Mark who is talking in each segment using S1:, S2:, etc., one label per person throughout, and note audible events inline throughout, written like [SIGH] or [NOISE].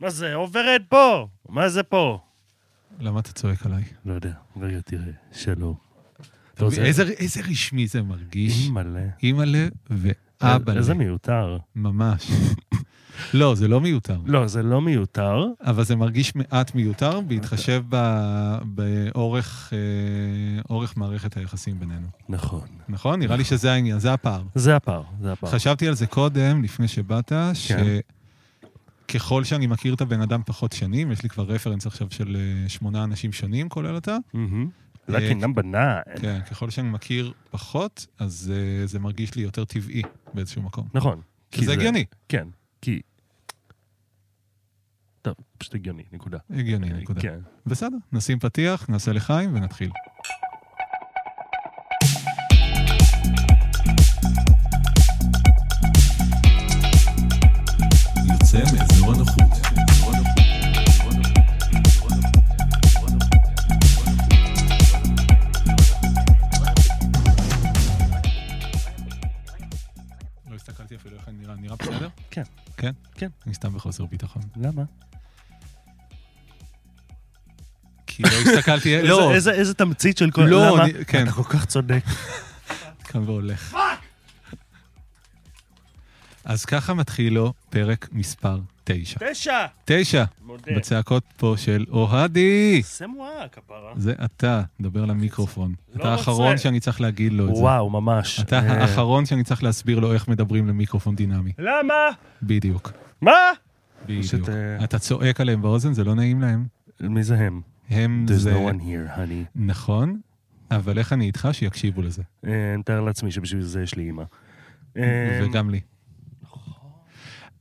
S1: מה זה, אוברד פה? מה זה פה?
S2: למה אתה צועק עליי?
S1: לא יודע, רגע, תראה, שלום. לא,
S2: אתה מבין, איזה איזה רשמי זה מרגיש.
S1: מלא.
S2: אימא'לה ואבא'לה.
S1: איזה מיותר.
S2: [LAUGHS] ממש. לא, זה לא מיותר.
S1: לא, זה לא מיותר.
S2: אבל זה מרגיש מעט מיותר, בהתחשב ב- באורך אה, אורך מערכת היחסים בינינו.
S1: נכון.
S2: נכון? נראה לי שזה העניין, זה הפער.
S1: זה הפער, זה הפער.
S2: חשבתי על זה קודם, לפני שבאת, שככל שאני מכיר את הבן אדם פחות שנים, יש לי כבר רפרנס עכשיו של אה, שמונה אנשים שונים, כולל אתה,
S1: מהמם.
S2: אה,
S1: Lucky number nine.
S2: כן, ככל שאני מכיר פחות, אז אה, זה מרגיש לי יותר טבעי באיזשהו מקום.
S1: נכון. כי
S2: זה הגיוני,
S1: כן, כי... טוב, פשוט הגיוני, נקודה.
S2: הגיוני, נקודה.
S1: כן.
S2: בסדר, נשים פתיח, נעשה לחיים ונתחיל. יוצא מאזור הנוחות. לא הסתכלתי אפילו איך אני נראה, נראה בסדר?
S1: כן.
S2: כן?
S1: כן.
S2: אני סתם בחוסר ביטחון.
S1: למה?
S2: כי לא
S1: [LAUGHS]
S2: הסתכלתי, לא,
S1: איזה- איזה- איזה תמצית של כל...
S2: לא,
S1: למה?
S2: אני- כן.
S1: אתה כל כך צודק.
S2: קם והולך. אז ככה מתחיל לו פרק מספר 9.
S1: תשע!
S2: 9,
S1: מודה.
S2: בצעקות פה של אוהדי.
S1: סמואה, כפרה.
S2: זה אתה, דבר למיקרופון.
S1: לא
S2: אתה האחרון
S1: רוצה.
S2: שאני צריך להגיד לו את לא, זה.
S1: וואו, ממש.
S2: אתה
S1: אה,
S2: האחרון שאני צריך להסביר לו איך מדברים למיקרופון דינמי.
S1: למה?
S2: בדיוק.
S1: מה?
S2: בדיוק.
S1: פשוט, אה,
S2: אתה צועק עליהם באוזן, זה לא נעים להם.
S1: מי זה הם?
S2: הם
S1: There's
S2: זה...
S1: no one here, honey.
S2: נכון, אבל איך אני איתך? שיקשיבו לזה.
S1: אה, אני מתאר לעצמי שבשביל זה יש לי אימא. אה,
S2: וגם לי.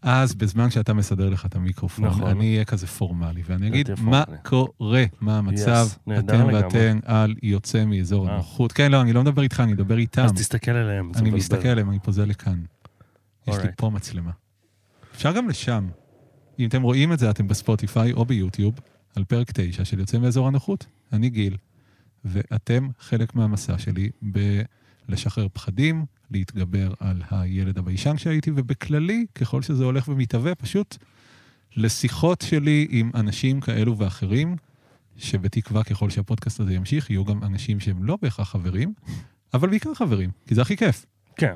S2: אז בזמן שאתה מסדר לך את המיקרופון,
S1: נכון.
S2: אני אהיה כזה פורמלי, ואני אגיד
S1: תהיה
S2: מה
S1: פורמלי.
S2: קורה, מה המצב,
S1: Yes, נהדר
S2: אתם
S1: לגמרי.
S2: ואתן על יוצא מאזור
S1: אה.
S2: הנוחות. כן, לא, אני לא מדבר איתך, אני מדבר איתם.
S1: אז תסתכל עליהם. זה
S2: אני
S1: מבלבל.
S2: מסתכל עליהם, אני פוזל לכאן. יש לי
S1: Alright.
S2: פה מצלמה. אפשר גם לשם. אם אתם רואים את זה, אתם בספוטיפיי או ביוטיוב, על פרק 9 של יוצא מאזור הנוחות. אני גיל, ואתם חלק מהמסע שלי בלשחרר פחדים, להתגבר על הילד הביישן שהייתי, ובכללי, ככל שזה הולך ומתהווה, פשוט לשיחות שלי עם אנשים כאלו ואחרים, שבתקווה ככל שהפודקאסט הזה ימשיך, יהיו גם אנשים שהם לא בהכרח חברים, אבל בעיקר חברים, כי זה הכי כיף.
S1: כן.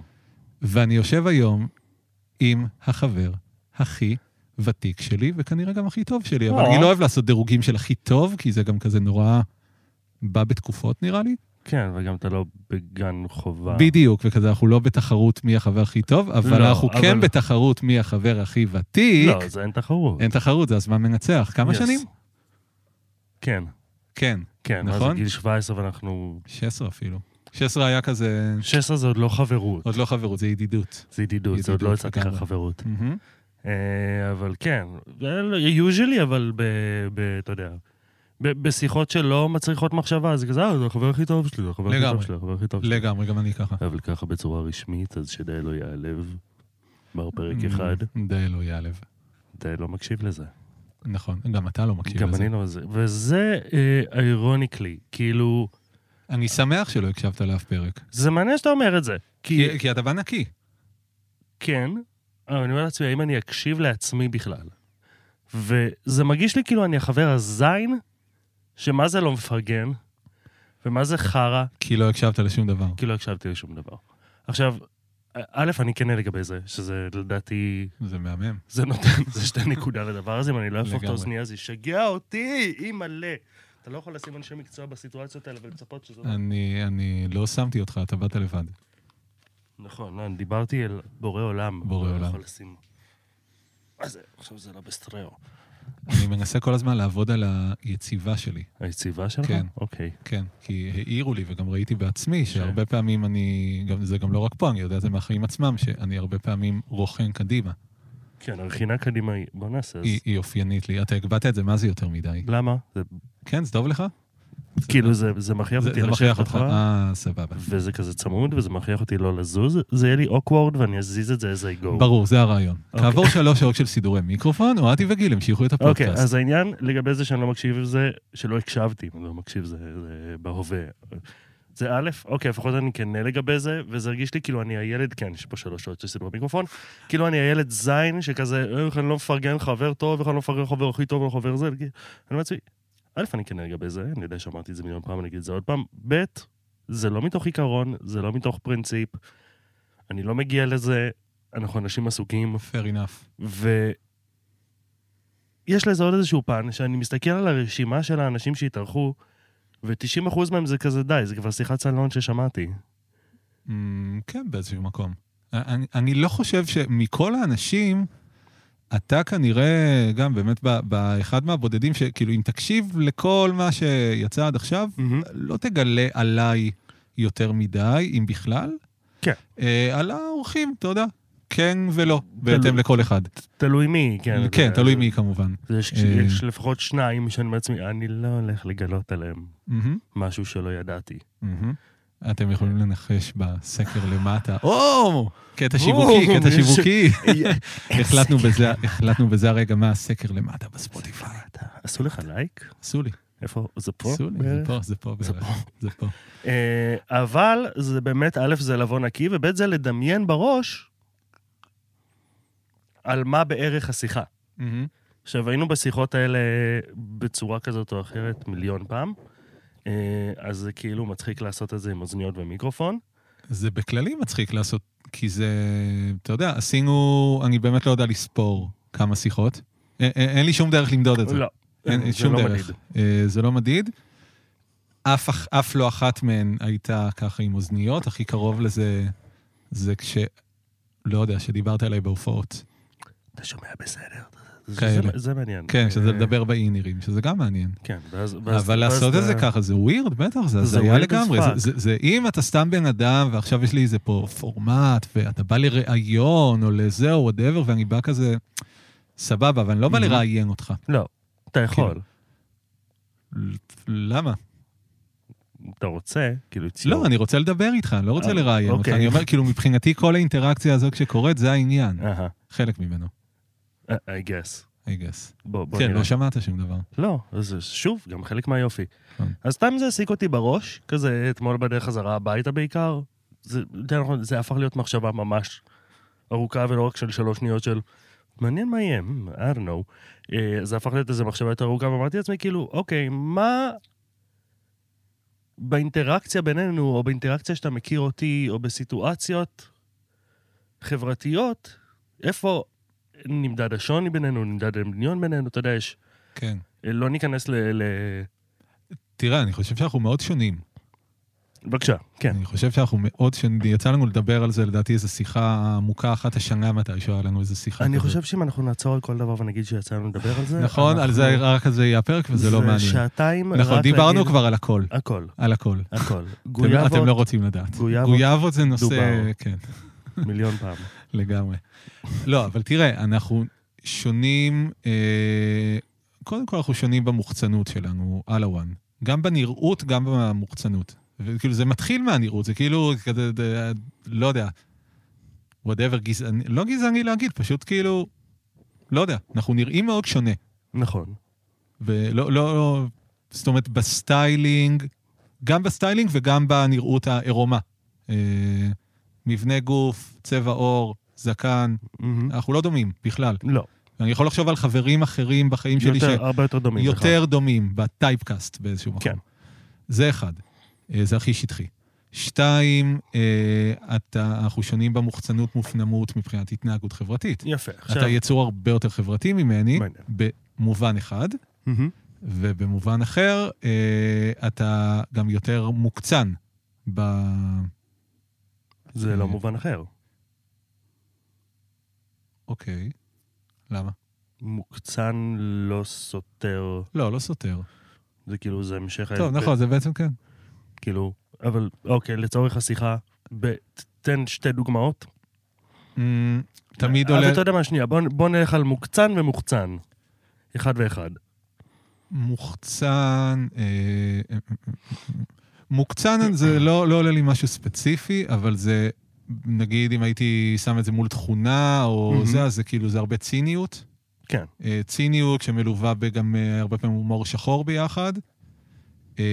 S2: ואני יושב היום עם החבר הכי ותיק שלי, וכנראה גם הכי טוב שלי, אבל
S1: או.
S2: אני לא אוהב לעשות דירוגים של הכי טוב, כי זה גם כזה נורא בא בתקופות, נראה לי.
S1: כן, וגם אתה לא בגן חובה.
S2: בדיוק, וכזה, אנחנו לא בתחרות מי החבר הכי טוב, אבל
S1: לא,
S2: אנחנו כן
S1: אבל-
S2: בתחרות מי החבר הכי ותיק.
S1: לא, זה אין תחרות.
S2: אין תחרות, זה הזמן מנצח. כמה
S1: Yes.
S2: שנים?
S1: כן,
S2: כן,
S1: כן. נכון. אז
S2: נכון?
S1: זה גיל 17 ואנחנו...
S2: 16 אפילו. 16 היה כזה,
S1: 16 זה עוד לא חברות.
S2: עוד לא חברות, זה ידידות.
S1: זה ידידות, זה עוד לא
S2: ידידות
S1: יצאתי לך
S2: לגמרי.
S1: חברות.
S2: מהמם.
S1: אה, אבל כן, יוז'לי, אבל ב... ב- אתה יודע, ב- בשיחות שלא מצריכות מחשבה, זה כזה, "אה, זה החבר הכי טוב שלי, זה החבר הכי טוב
S2: לגמרי.
S1: שלי, החבר הכי טוב שלי.
S2: לגמרי, גם אני ככה.
S1: אבל ככה בצורה רשמית, אז שדי לא ייעלב. בר פרק
S2: Mm.
S1: אחד,
S2: די לא יעלב.
S1: די לא מקשיב לזה.
S2: נכון, גם אתה לא מקשיב
S1: גם
S2: לזה.
S1: אני לא זה. וזה אירוניקלי, כאילו,
S2: אני שמח שלא הקשבת לאף פרק.
S1: זה מעניין שאתה אומר את זה. כי
S2: כי, כי אתה בא נקי.
S1: כן, אבל אני אומר לעצמי, האם אני אקשיב לעצמי בכלל? וזה מרגיש לי כאילו אני החבר הזין, שמה זה לא מפרגן, ומה זה חרא,
S2: כי לא הקשבת לשום דבר.
S1: כי לא הקשבתי לשום דבר. עכשיו, א- א', אני כן לגבי זה, שזה לדעתי,
S2: זה מהמם.
S1: זה נותן, זה שתי נקודה לדבר הזה, אם אני לא אהפוך את
S2: לגמרי.
S1: האוזנייה, זה ישגע אותי, אי מלא. אתה לא יכול לשים אנשי מקצוע בסיטואציות האלה ולצפות שזה...
S2: אני, אני לא שמתי אותך, אתה באת לבד.
S1: נכון, לא, אני דיברתי אל בורא עולם.
S2: בורא
S1: לא
S2: עולם.
S1: יכול לשים- מה זה? עכשיו זה לא בסטריאו.
S2: אני מנסה כל הזמן לעבוד על היציבה שלי.
S1: היציבה שלך?
S2: כן.
S1: אוקיי.
S2: כן, כי העירו לי וגם ראיתי בעצמי שהרבה
S1: כן.
S2: פעמים אני, גם, זה גם לא רק פה, אני יודע את זה מהחיים עצמם, שאני הרבה פעמים רוכן קדימה.
S1: כן, הרכינה קדימה היא... בוא נעשה אז.
S2: היא, היא אופיינית לי. אתה הגבהת את זה, מה זה יותר מדי?
S1: למה? זה-
S2: כן, זה טוב לך?
S1: כאילו זה זה מכריח
S2: זה,
S1: אותי
S2: זה מכריח
S1: לשבת
S2: אותך.
S1: אותך.
S2: אה, סבבה.
S1: וזה כזה צמוד, וזה מכריח אותי לא לזוז, זה יהיה לי אוקוורד ואני אזיז את זה as I go.
S2: ברור, זה הרעיון.
S1: אוקיי.
S2: כעבור שלוש שעות של סידורי מיקרופון, אוהדי וגיל המשיכו את הפודקאסט.
S1: אוקיי, אז העניין לגבי זה שאני לא מקשיב לזה, שלא הקשבתי, אני לא מקשיב זה זה בהווה. זה א', אוקיי, לפחות אני כנה לגבי זה, וזה הרגיש לי כאילו אני הילד, כן, יש פה שלוש שעות שעשינו במיקרופון, כאילו אני הילד זין, שכזה, איך אני לא מפרגן חבר טוב, איך אני לא מפרגן חבר הכי טוב, לא חבר זה, אני אומר לעצמי, א', אני כנה לגבי זה, אני יודע שאמרתי את זה מיליון פעם, אני אגיד את זה עוד פעם, ב', זה לא מתוך עיקרון, זה לא מתוך פרינציפ, אני לא מגיע לזה, אנחנו אנשים עסוקים,
S2: fair enough.
S1: ויש לזה עוד איזשהו פן, שאני מסתכל על הרשימה של האנשים שהתארחו, ו-90% מהם זה כזה די, זה כבר שיחת סלון ששמעתי.
S2: Mm, כן, באיזשהו מקום. אני, אני לא חושב שמכל האנשים, אתה כנראה גם באמת ב- באחד מהבודדים שכאילו, אם תקשיב לכל מה שיצא עד עכשיו, לא תגלה עליי יותר מדי, אם בכלל.
S1: כן.
S2: אה, על האורחים, אתה יודע. כן ולא, בהתאם לכל אחד.
S1: תלוי מי, כן.
S2: כן,
S1: זה-
S2: תלוי מי כמובן.
S1: יש,
S2: אה.
S1: יש לפחות שניים שאני אומר לעצמי, אני לא הולך לגלות עליהם
S2: מהמם,
S1: משהו שלא ידעתי.
S2: מהמם. אתם יכולים לנחש בסקר למטה.
S1: [LAUGHS]
S2: או! קטע
S1: או,
S2: שיווקי, קטע
S1: יש- [LAUGHS]
S2: שיווקי. החלטנו בזה- החלטנו בזה הרגע מה הסקר למטה בספוטיפיי.
S1: אתה- עשו לך לייק?
S2: עשו לי,
S1: איפה? זה פה? אה,
S2: עשו לי, זה
S1: בערך?
S2: פה, זה פה,
S1: זה
S2: בערך, זה פה.
S1: אה, אבל זה באמת, א', זה לבוא נקי, וב', זה לדמיין בראש על מה בערך השיחה.
S2: מהמם.
S1: עכשיו, היינו בשיחות האלה בצורה כזאת או אחרת מיליון פעם, אה, אז זה כאילו מצחיק לעשות את זה עם אוזניות ומיקרופון.
S2: זה בכללי מצחיק לעשות, כי זה, אתה יודע, עשינו, אני באמת לא יודע לספור כמה שיחות. א- א- אין לי שום דרך למדוד את זה.
S1: לא,
S2: אין,
S1: זה
S2: אין שום
S1: לא
S2: דרך.
S1: מדיד.
S2: אה, זה לא מדיד. אף, אח- אף לא אחת מהן הייתה ככה עם אוזניות, הכי קרוב לזה זה כש... לא יודע, שדיברת עליי בהופעות.
S1: אתה שומע בסדר. זה-
S2: כאלה.
S1: זה- זה מעניין.
S2: כן, שזה
S1: אה,
S2: לדבר באינרים, שזה גם מעניין.
S1: כן, ואז... ואז-
S2: אבל
S1: ואז
S2: לעשות את
S1: אתה-
S2: זה ככה, זה ווירד, בטח, זה
S1: זה
S2: הזיה
S1: weird as
S2: לגמרי. זה-
S1: fuck.
S2: זה- זה אם אתה סתם בן אדם, ועכשיו יש לי איזה פה פורמט, ואתה בא לראיון, או לזה, או וואטאבר, ואני בא כזה, סבבה, אבל אני לא בא
S1: Mhm.
S2: לראיין אותך.
S1: לא, אתה יכול.
S2: כאילו. למה?
S1: אתה רוצה, כאילו...
S2: לא,
S1: ציור.
S2: אני רוצה לדבר איתך, אני לא רוצה
S1: אה,
S2: לראיין אותך.
S1: אוקיי.
S2: אני אומר, כאילו, מבחינתי כל האינטראקציה הזאת שקורית, זה העניין.
S1: אהה, אה,
S2: חלק ממנו,
S1: I guess.
S2: I guess.
S1: בוא, בוא
S2: כן,
S1: נראה.
S2: לא שמעת שום דבר.
S1: לא, אז שוב, גם חלק מהיופי.
S2: כן.
S1: אז סתם זה העסיק אותי בראש, כזה אתמול בדרך חזרה הביתה בעיקר. זה, יותר נכון, זה הפך להיות מחשבה ממש ארוכה ולא רק של שלוש שניות של מעניין מה יהיה, hmm, I don't know. אה, זה הפך להיות איזו מחשבה יותר ארוכה, ואמרתי לעצמי כאילו, אוקיי, מה באינטראקציה בינינו, או באינטראקציה שאתה מכיר אותי, או בסיטואציות חברתיות, איפה נמדד השוני בינינו, נמדד הדמיון בינינו, אתה יודע, יש
S2: כן.
S1: לא ניכנס ל... ל-
S2: תראה, אני חושב שאנחנו מאוד שונים.
S1: בבקשה, כן.
S2: אני חושב שאנחנו מאוד, שיצא לנו לדבר על זה, לדעתי איזו שיחה עמוקה אחת השנה מתישהו, היה לנו איזו שיחה.
S1: אני
S2: כזאת.
S1: חושב שאם אנחנו נעצור על כל דבר ונגיד שיצא לנו לדבר על זה...
S2: נכון,
S1: אנחנו-
S2: על זה רק על זה יהיה הפרק, וזה לא
S1: זה
S2: מעניין.
S1: שעתיים רק
S2: נכון, דיברנו
S1: להגיד-
S2: כבר על הכל,
S1: הכל,
S2: על הכל.
S1: הכל.
S2: אתם- אתם לא
S1: גויאבות,
S2: רוצים לדעת.
S1: גויאבות,
S2: גויאבות זה נושא,
S1: דובר.
S2: כן,
S1: מיליון פעם.
S2: לגמרי. לא, אבל תראה, אנחנו שונים, אה, קודם כל אנחנו שונים במוחצנות שלנו, על הוואן. גם בנראות, גם במוחצנות. וכאילו, זה מתחיל מהנראות, זה כאילו, כזה, אה, לא יודע, whatever, גזעני, לא גזעני להגיד, פשוט כאילו, לא יודע, אנחנו נראים מאוד שונה.
S1: נכון.
S2: ולא, לא, לא, זאת אומרת, בסטיילינג, גם בסטיילינג וגם בנראות העירומה. אה, מבנה גוף, צבע עור, זקן,
S1: מהמם.
S2: אנחנו לא דומים בכלל.
S1: לא,
S2: אני יכול לחשוב על חברים אחרים בחיים שלי
S1: יותר- הרבה יותר דומים לך.
S2: שיותר דומים בטייפקאסט באיזשהו מקום.
S1: כן.
S2: זה אחד, אה, זה הכי שטחי. שתיים, אה, אתה, אנחנו שונים במוחצנות מופנמות מבחינת התנהגות חברתית.
S1: יפה,
S2: אתה יצור הרבה יותר חברתי ממני,
S1: מעניין.
S2: במובן אחד.
S1: מהמם.
S2: ובמובן אחר, אה, אתה גם יותר מוקצן. ב...
S1: זה לא מובן אחר.
S2: אוקיי, למה?
S1: מוקצן לא סותר,
S2: לא, לא סותר.
S1: זה כאילו, זה המשך...
S2: טוב,
S1: ההבדל.
S2: נכון, זה בעצם כן.
S1: כאילו, אבל אוקיי, לצורך השיחה, ב- תן שתי דוגמאות. אה,
S2: אמ, תמיד עולה
S1: אז אתה יודע מה, שנייה, בוא, בוא נלך על מוקצן ומוחצן. אחד ואחד.
S2: מוחצן, אה, אה, מוקצן זה לא לא עולה לי משהו ספציפי, אבל זה, נגיד אם הייתי שם את זה מול תכונה או
S1: מהמם.
S2: זה, אז זה כאילו, זה הרבה ציניות.
S1: כן.
S2: אה, ציניות שמלווה בגם אה, הרבה פעמים הומור שחור ביחד. אה,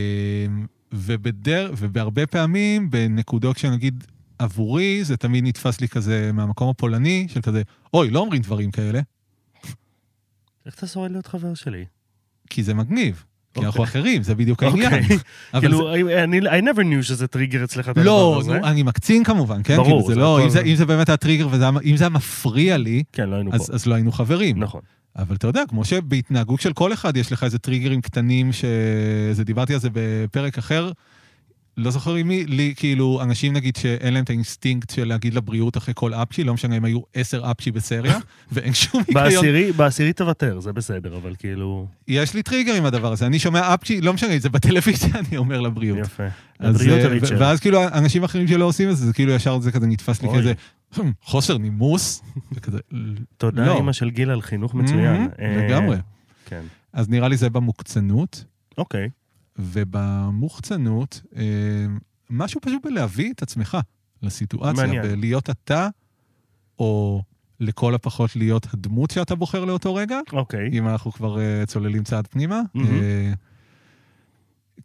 S2: ובדר... ובהרבה פעמים, בנקודות שנגיד עבורי, זה תמיד נתפס לי כזה מהמקום הפולני, של כזה, אוי, לא אומרים דברים כאלה,
S1: איך אתה שורד להיות חבר שלי?
S2: כי זה מגניב. כי אנחנו
S1: אוקיי.
S2: אחרים, זה בדיוק
S1: אוקיי.
S2: העניין. אבל
S1: כאילו, I- אני- I never knew שזה טריגר אצלך, את
S2: זה-
S1: הדבר
S2: לא,
S1: הזה.
S2: נו, אני מקצין כמובן, כן?
S1: ברור,
S2: כאילו, זה
S1: זה
S2: לא,
S1: הכל-
S2: אם זה- אם זה באמת היה טריגר, וזה היה- אם זה היה מפריע לי,
S1: כן, לא היינו פה.
S2: אז אז לא היינו חברים.
S1: נכון.
S2: אבל אתה יודע, כמו שבהתנהגות של כל אחד יש לך איזה טריגרים קטנים, ש- זה דיברתי על זה בפרק אחר, לא זוכר עם מי, לי כאילו, אנשים נגיד שאין להם את האינסטינקט של להגיד לבריאות אחרי כל אפצ'י, לא משנה אם היו עשר אפצ'י
S1: [LAUGHS]
S2: בסריה, ואין שום היגיון.
S1: בעשירי- בעשירי תוותר, זה בסדר, אבל כאילו,
S2: יש לי טריגר עם הדבר הזה, אני שומע אפצ'י, לא משנה אם זה בטלוויזיה, [LAUGHS] אני אומר לבריאות.
S1: יפה.
S2: אז,
S1: לבריאות
S2: אה,
S1: הריצ'ר.
S2: ו- ואז כאילו אנשים אחרים שלא עושים את זה, זה כאילו ישר זה כזה נתפס לי
S1: אוי.
S2: כזה, "חם, חוסר נימוס, וכזה, "ל-
S1: תודה,
S2: לא.
S1: אימא של גיל, על חינוך מצוין.
S2: Mhm,
S1: אה,
S2: לגמרי.
S1: כן.
S2: אז נראה לי זה במוקצנות,
S1: אוקיי.
S2: ובמוחצנות, אה, משהו פשוט בלהביא את עצמך לסיטואציה,
S1: מעניין.
S2: בלהיות אתה, או לכל הפחות להיות הדמות שאתה בוחר לאותו רגע,
S1: אוקיי.
S2: אם אנחנו כבר אה, צוללים צעד פנימה.
S1: מהמם.
S2: אה,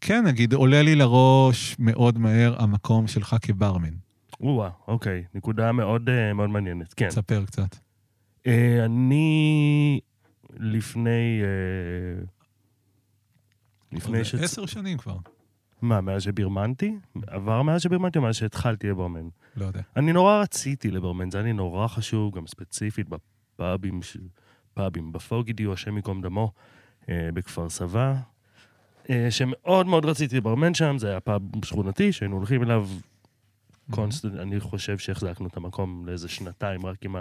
S2: כן, נגיד, עולה לי לראש מאוד מהר המקום שלך כברמן.
S1: וואו, אוקיי. נקודה מאוד אה, מאוד מעניינת, כן.
S2: תספר קצת.
S1: אה, אני לפני... אה, לפני ש...
S2: זה עשר שנים כבר,
S1: מה, מאז שבירמנתי? עבר מאז שבירמנתי או מאז שהתחלתי לברמן?
S2: לא יודע.
S1: אני נורא רציתי לברמן, זה היה לי נורא חשוב, גם ספציפית בפאבים, ש- פאבים, בפוגידיו, השם ייקום דמו, אה, בכפר סבא, אה, שמאוד מאוד רציתי לברמן שם, זה היה פאב שכונתי, שהיינו הולכים אליו קונסטנט, אני חושב שהחזקנו את המקום לאיזה שנתיים, רק עם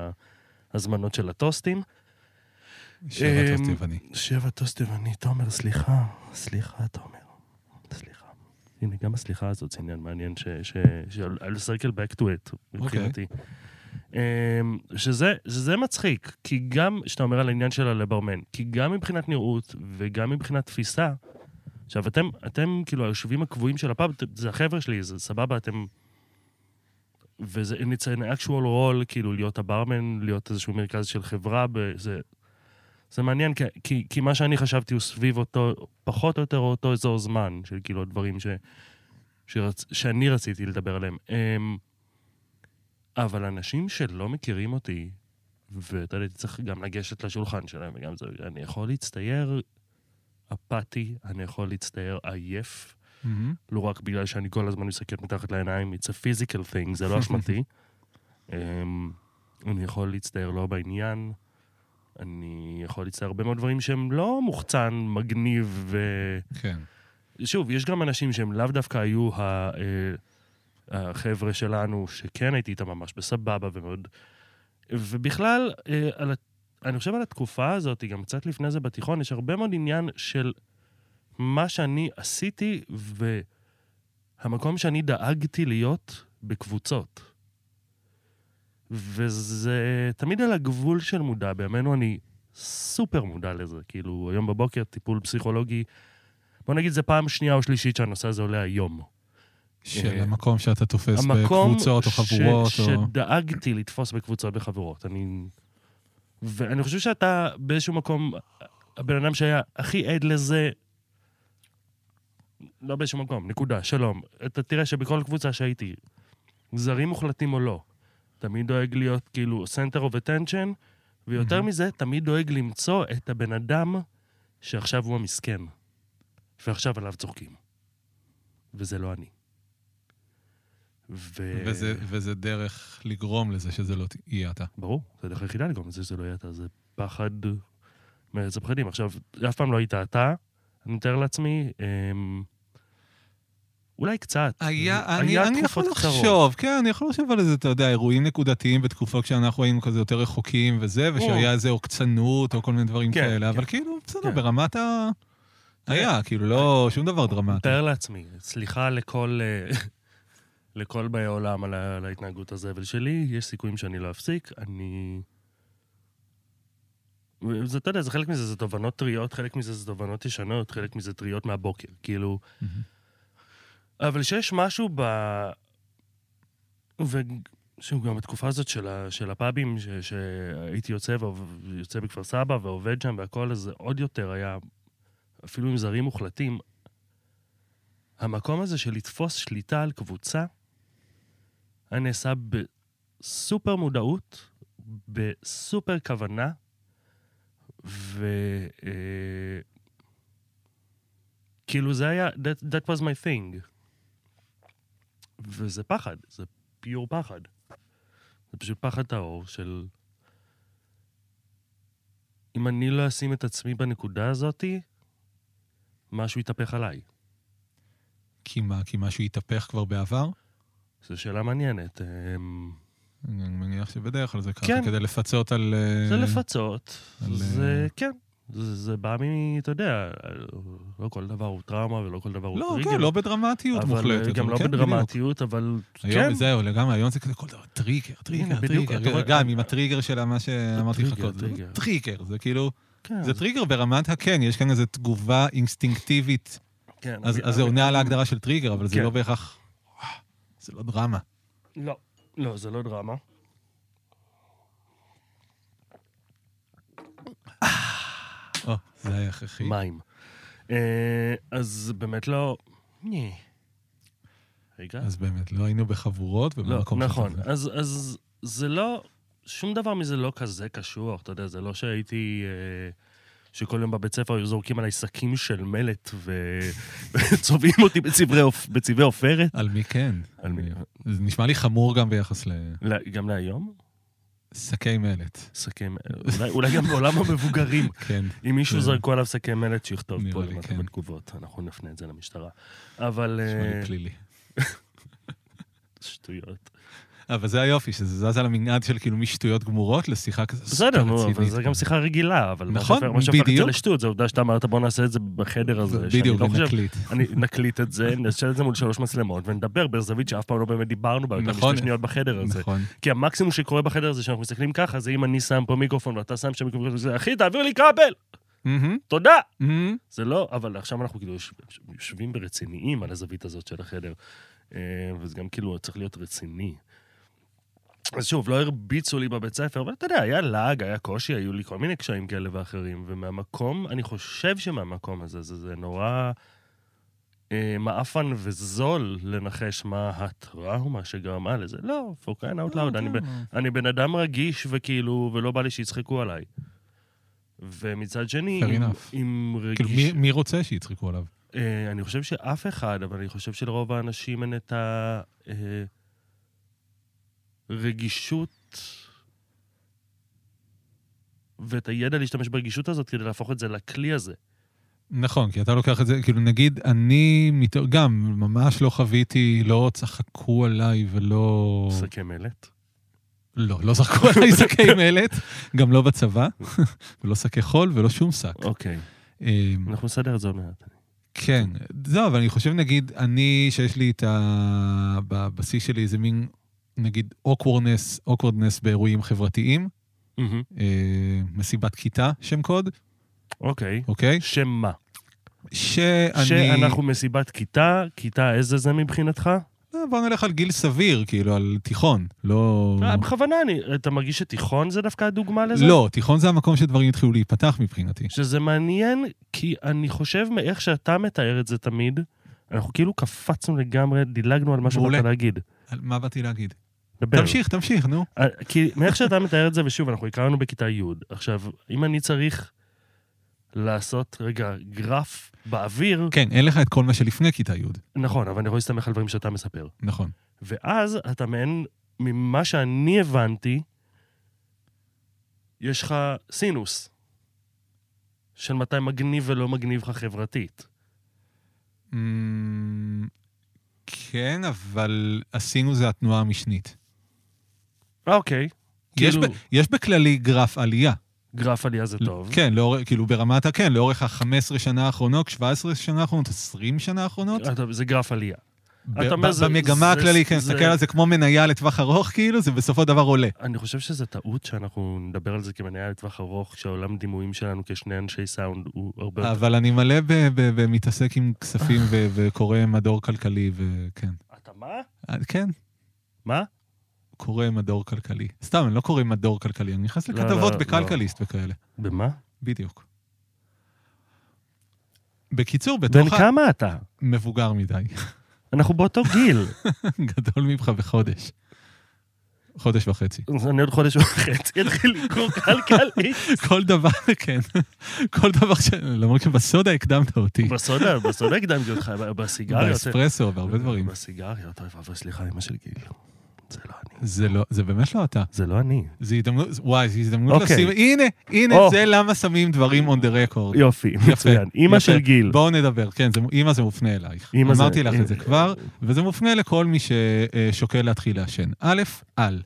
S1: ההזמנות של הטוסטים.
S2: שבע
S1: אמ,
S2: טוב תיווני.
S1: שבע טוסט יווני, תומר, סליחה, סליחה, תומר, סליחה. הנה, גם הסליחה הזאת זה עניין מעניין, ש... ש... ש... I'll circle back to it, מבחינתי. אמ, שזה, שזה מצחיק, כי גם, שאתה אומר על העניין של הלברמן, כי גם מבחינת נראות וגם מבחינת תפיסה, עכשיו, אתם, אתם כאילו היושבים הקבועים של הפאב, אתם- זה החבר'ה שלי, זה סבבה, אתם... וזה, it's an actual role, כאילו, להיות הברמן, להיות איזשהו מרכז של חברה, ב- זה, זה מעניין, כי, כי, כי מה שאני חשבתי הוא סביב אותו, פחות או יותר אותו אזור זמן, של כאילו הדברים ש, שרצ, שאני רציתי לדבר עליהם. אמ, אבל אנשים שלא מכירים אותי, ואתה יודע, הייתי צריך גם לגשת לשולחן שלהם, וגם זה, אני יכול להצטייר אפאתי, אני יכול להצטייר עייף,
S2: מהמם.
S1: לא רק בגלל שאני כל הזמן מסתכל מתחת לעיניים, it's a physical thing, זה לא אשמתי. אמ, אני יכול להצטער לא בעניין, אני יכול להצטער הרבה מאוד דברים שהם לא מוחצן, מגניב ו...
S2: כן.
S1: שוב, יש גם אנשים שהם לאו דווקא היו ה, אה, החבר'ה שלנו, שכן הייתי איתם ממש בסבבה ומאוד... ובכלל, אה, על, ה- אני חושב על התקופה הזאת, גם קצת לפני זה בתיכון, יש הרבה מאוד עניין של מה שאני עשיתי והמקום שאני דאגתי להיות בקבוצות. וזה תמיד על הגבול של מודע, בימינו אני סופר מודע לזה. כאילו, היום בבוקר טיפול פסיכולוגי בוא נגיד זה פעם שנייה או שלישית שהנושא הזה עולה היום.
S2: של
S1: אה,
S2: המקום שאתה תופס
S1: המקום
S2: בקבוצות או
S1: ש-
S2: חבורות או...
S1: שדאגתי לתפוס בקבוצות וחבורות. אני... ואני חושב שאתה באיזשהו מקום, הבן אדם שהיה הכי עד לזה, לא באיזשהו מקום, נקודה, שלום. אתה תראה שבכל קבוצה שהייתי, זרים מוחלטים או לא, תמיד דואג להיות כאילו center of attention, ויותר
S2: Mhm.
S1: מזה, תמיד דואג למצוא את הבן אדם שעכשיו הוא המסכן, ועכשיו עליו צוחקים. וזה לא אני. ו...
S2: וזה, וזה דרך לגרום לזה שזה לא יהיה אתה.
S1: ברור, זו הדרך היחידה לגרום לזה שזה לא יהיה אתה, זה פחד מארץ הפחדים. עכשיו, אף פעם לא היית אתה, אני מתאר לעצמי, אמ... אולי קצת.
S2: היה, אני, אני יכול
S1: תקופות קצרות.
S2: לחשוב, כן, אני יכול לחשוב על איזה, אתה יודע, אירועים נקודתיים בתקופות כשאנחנו היינו כזה יותר רחוקים וזה, ושהיה איזה עוקצנות או כל מיני דברים
S1: כן,
S2: כאלה, אבל
S1: כן.
S2: כאילו, בסדר,
S1: כן.
S2: ברמת ה... היה, כאילו, לא שום דבר דרמטי.
S1: מתאר לעצמי, סליחה לכל... אה, [LAUGHS] לכל באי העולם על ה- על ההתנהגות הזבל שלי, יש סיכויים שאני לא אפסיק, אני... זה, אתה יודע, זה חלק מזה זה תובנות טריות, חלק מזה זה תובנות ישנות, חלק מזה טריות מהבוקר, כאילו...
S2: מהמם.
S1: אבל שיש משהו ב... ושוב, גם בתקופה הזאת של, ה... של הפאבים, ש... שהייתי יוצא, ו... יוצא בכפר סבא ועובד שם והכל, אז זה עוד יותר היה, אפילו עם זרים מוחלטים, המקום הזה של לתפוס שליטה על קבוצה, היה נעשה בסופר מודעות, בסופר כוונה, ו... אה, כאילו זה היה, that, that was my thing. וזה פחד, זה פיור פחד. זה פשוט פחד טהור של... אם אני לא אשים את עצמי בנקודה הזאתי, משהו יתהפך עליי.
S2: כי מה, כי משהו התהפך כבר בעבר?
S1: זו שאלה מעניינת. אמ,
S2: אני מניח שבדרך כלל זה ככה,
S1: כן.
S2: כדי לפצות על... אה,
S1: זה לפצות,
S2: על, אה,
S1: זה כן. זה, זה בא מ... אתה יודע, לא כל דבר הוא טראומה ולא כל דבר הוא
S2: לא,
S1: טריגר.
S2: כן, לא בדרמטיות
S1: אבל
S2: מוחלטת.
S1: גם
S2: אבל
S1: לא
S2: כן, בדיוק.
S1: בדרמטיות, אבל כן.
S2: היום זהו, לגמרי, היום זה כזה כל דבר, טריגר, טריגר,
S1: הנה, בדיוק, אתה
S2: טריגר.
S1: רואה-
S2: גם עם הטריגר של מה שאמרתי לך
S1: טריגר,
S2: קודם.
S1: טריגר.
S2: טריגר, זה כאילו,
S1: כן,
S2: זה טריגר ברמת הכן, יש כאן איזו תגובה אינסטינקטיבית.
S1: כן,
S2: אז
S1: אני-
S2: אז זה
S1: אני-
S2: עונה על ההגדרה של טריגר, אבל זה
S1: כן.
S2: לא בהכרח... וואו, זה לא דרמה.
S1: לא, לא, זה לא דרמה.
S2: אוקיי. או, זה היה הכרחי.
S1: מים. אה, אז באמת לא... נה. רגע.
S2: אז באמת, לא היינו בחבורות
S1: לא,
S2: ובמקום
S1: נכון.
S2: שטוב.
S1: אז, אז זה לא, שום דבר מזה לא כזה קשוח, אתה יודע, זה לא שהייתי... אה, שכל יום בבית ספר היו זורקים עליי שקים של מלט ו- [LAUGHS] וצובעים אותי בצבעי עופ- בצבעי עופרת.
S2: על מי כן?
S1: על מי?
S2: זה נשמע לי חמור גם ביחס לשקי
S1: לא, גם להיום?
S2: מלט.
S1: שקים, אולי, אולי גם בעולם המבוגרים.
S2: כן.
S1: אם מישהו
S2: כן.
S1: זרקו עליו שקי מלט, שיכתוב
S2: נראה
S1: פה
S2: לי,
S1: למטה
S2: כן.
S1: בתגובות, אנחנו נפנה את זה למשטרה. אבל...
S2: נשמע לי
S1: אה,
S2: פלילי.
S1: שטויות.
S2: אה, אבל זה היופי, שזה זז על המנעד של כאילו משטויות גמורות לשיחה כזאת.
S1: בסדר, נו, אבל
S2: רצינית.
S1: זה גם שיחה רגילה, אבל מה
S2: נכון,
S1: שהופך- מה שהופך את זה
S2: בדיוק.
S1: לשטות, זה העובדה שאתה אמרת בוא נעשה את זה בחדר הזה, שאני
S2: בדיוק,
S1: לא חושב...
S2: נקליט.
S1: אני נקליט את זה, נשאל את זה מול שלוש מצלמות, ונדבר בזווית שאף פעם לא באמת דיברנו בה, יותר
S2: נכון.
S1: משתי שניות בחדר הזה.
S2: נכון.
S1: כי המקסימום שקורה בחדר הזה, שאנחנו מסתכלים ככה, זה אם אני שם פה מיקרופון ואתה שם שם מיקרופון, זה אחי, תעביר לי כבל,
S2: מהמם,
S1: תודה.
S2: מהמם.
S1: זה לא, אבל עכשיו אנחנו כאילו יושב- יושבים ברציניים על הזווית הזאת של החדר, אה, וזה גם כאילו צריך להיות רציני. אז שוב, לא הרביצו לי בבית ספר, אבל אתה יודע, היה לעג, היה קושי, היו לי כל מיני קשיים כאלה ואחרים, ומהמקום, אני חושב שמהמקום הזה, זה, זה נורא אה, מעפן וזול לנחש מה הטראומה שגרמה לזה. לא, for crying out loud, אני, ב,
S2: לא.
S1: אני בן אדם רגיש וכאילו, ולא בא לי שיצחקו עליי. ומצד שני,
S2: Fair
S1: עם,
S2: enough.
S1: עם
S2: כאילו,
S1: רגיש...
S2: מי- מי רוצה שיצחקו עליו?
S1: אה, אני חושב שאף אחד, אבל אני חושב שלרוב האנשים אין את אה, הרגישות ואת הידע להשתמש ברגישות הזאת כדי להפוך את זה לכלי הזה.
S2: נכון, כי אתה לוקח את זה, כאילו, נגיד, אני מתאר- גם ממש לא חוויתי, לא צחקו עליי ולא...
S1: שקי מלט.
S2: לא, לא זרקו
S1: [LAUGHS]
S2: עליי שקי מלט, גם לא בצבא, [LAUGHS] ולא שקי חול ולא שום שק.
S1: אוקיי,
S2: אמ,
S1: אנחנו נסדר את זה עוד מעט.
S2: כן, זהו, אבל אני חושב, נגיד, אני, שיש לי את ה... בבסיס שלי איזה מין, נגיד, אוקוורדנס, אוקוורדנס באירועים חברתיים,
S1: מהמם.
S2: אה, מסיבת כיתה, שם קוד,
S1: אוקיי.
S2: אוקיי?
S1: שם מה?
S2: שאני...
S1: שאנחנו מסיבת כיתה, כיתה איזה זה מבחינתך?
S2: אה, בוא נלך על גיל סביר, כאילו, על תיכון, לא...
S1: אה, בכוונה, אני- אתה מרגיש שתיכון זה דווקא הדוגמה לזה?
S2: לא, תיכון זה המקום שדברים התחילו להיפתח מבחינתי.
S1: שזה מעניין, כי אני חושב מאיך שאתה מתאר את זה תמיד, אנחנו כאילו קפצנו לגמרי, דילגנו על מה
S2: מעולה.
S1: שבאת להגיד.
S2: על מה באתי להגיד?
S1: דבר.
S2: תמשיך, תמשיך, נו.
S1: אה, כי מאיך שאתה מתאר את זה, ושוב, אנחנו הכרנו בכיתה י'. עכשיו, אם אני צריך לעשות רגע גרף באוויר,
S2: כן, אין לך את כל מה שלפני כיתה י',
S1: נכון, אבל אני יכול להסתמך על דברים שאתה מספר.
S2: נכון.
S1: ואז אתה מעין, ממה שאני הבנתי, יש לך סינוס של מתי מגניב ולא מגניב לך חברתית.
S2: אמ, כן, אבל עשינו זה התנועה המשנית.
S1: אה, אוקיי.
S2: יש, ב,
S1: כאילו-
S2: יש בכללי גרף עלייה.
S1: גרף עלייה זה טוב.
S2: כן, לאור, כאילו ברמת הכן, לאורך ה-15 שנה האחרונות, 17 שנה האחרונות, 20 שנה האחרונות.
S1: אתה- זה גרף עלייה.
S2: ב-
S1: אתה אומר,
S2: ב-
S1: זה-
S2: במגמה
S1: זה-
S2: הכללית, כן,
S1: זה-
S2: תסתכל על זה כמו מניה לטווח ארוך, כאילו, זה בסופו של דבר עולה.
S1: אני חושב שזו טעות שאנחנו נדבר על זה כמניה לטווח ארוך, שהעולם דימויים שלנו כשני אנשי סאונד הוא הרבה יותר...
S2: אבל אני מלא ב- ב- ומתעסק עם כספים ו- וקורא מדור כלכלי, וכן.
S1: אתה מה?
S2: אה, כן,
S1: מה?
S2: קורא מדור כלכלי. סתם, אני לא קורא מדור כלכלי, אני נכנס
S1: לא,
S2: לכתבות
S1: לא,
S2: בכלכליסט וכאלה.
S1: במה?
S2: בדיוק. בקיצור,
S1: בן
S2: בתוך ה...
S1: כמה אתה?
S2: מבוגר מדי.
S1: אנחנו באותו גיל. [LAUGHS]
S2: [LAUGHS] גדול ממך בחודש. חודש וחצי.
S1: אני עוד חודש וחצי אתחיל לקרוא כלכלי.
S2: כל דבר, כן. כל דבר ש... למרות שבסודה הקדמת אותי.
S1: בסודה, בסודה הקדמתי אותך, בסיגריות.
S2: באספרסו, בהרבה דברים.
S1: בסיגריות, אוי ואבוי, סליחה, אמא של גיל. זה לא אני.
S2: זה לא, זה באמת לא אתה.
S1: זה לא אני.
S2: זה הזדמנות, וואי, זו הזדמנות
S1: אוקיי.
S2: לשים, הנה, הנה,
S1: או.
S2: זה למה שמים דברים on the record.
S1: יופי,
S2: אוקיי. יפה,
S1: מצוין. אמא
S2: יפה.
S1: של גיל.
S2: בואו נדבר, כן, זה- אמא זה מופנה אלייך.
S1: אמא זה- אה,
S2: אמרתי לך
S1: אמא-
S2: את זה כבר, וזה מופנה לכל מי ששוקל להתחיל לעשן. א', על.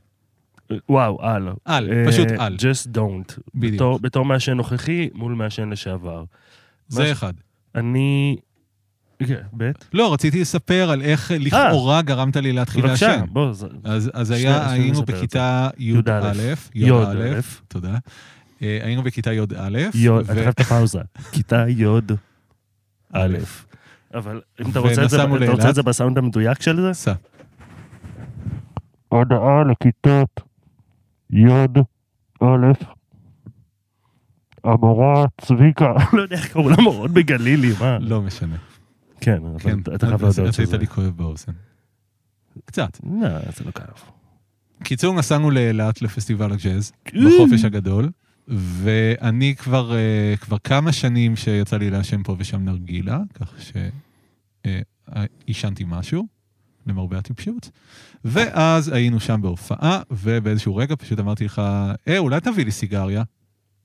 S1: וואו, על.
S2: על,
S1: אה,
S2: פשוט על.
S1: just don't.
S2: בדיוק.
S1: בתור- בתור מעשן נוכחי מול מעשן לשעבר.
S2: זה
S1: מה-
S2: אחד.
S1: אני... כן, בית?
S2: לא, רציתי לספר על איך לכאורה גרמת לי להתחיל
S1: אה. בבקשה,
S2: לעשן.
S1: בוא, זה-
S2: אז, אז
S1: שנייה,
S2: היה,
S1: שנייה,
S2: היינו
S1: נספר את
S2: בכיתה
S1: י"א.
S2: י"א,
S1: י"א.
S2: י"א, תודה. אה, היינו בכיתה י"א,
S1: יוד,
S2: ו-
S1: אתה חייב את הפאוזה. כיתה יוד א'.
S2: א'.
S1: אבל אם אתה רוצה את זה-
S2: ונסענו
S1: אתה רוצה
S2: לאילת.
S1: את זה בסאונד המדויק של זה?
S2: סע.
S1: הודעה לכיתות יוד א'. המורה צביקה, [LAUGHS] לא יודע איך קראו למורות בגלילי, מה?
S2: לא משנה.
S1: כן,
S2: כן,
S1: אבל אתה חייב
S2: אז
S1: להודות שזה.
S2: עשית לי כואב באוזן. קצת.
S1: לא, זה לא כאב.
S2: קיצור, נסענו לאילת לפסטיבל הג'אז,
S1: כן.
S2: בחופש הגדול, ואני כבר, אה, כבר כמה שנים שיצא לי לעשן פה ושם נרגילה, כך שעישנתי משהו, למרבה הטיפשות. ואז היינו שם בהופעה, ובאיזשהו רגע פשוט אמרתי לך, אה, אולי תביא לי סיגריה,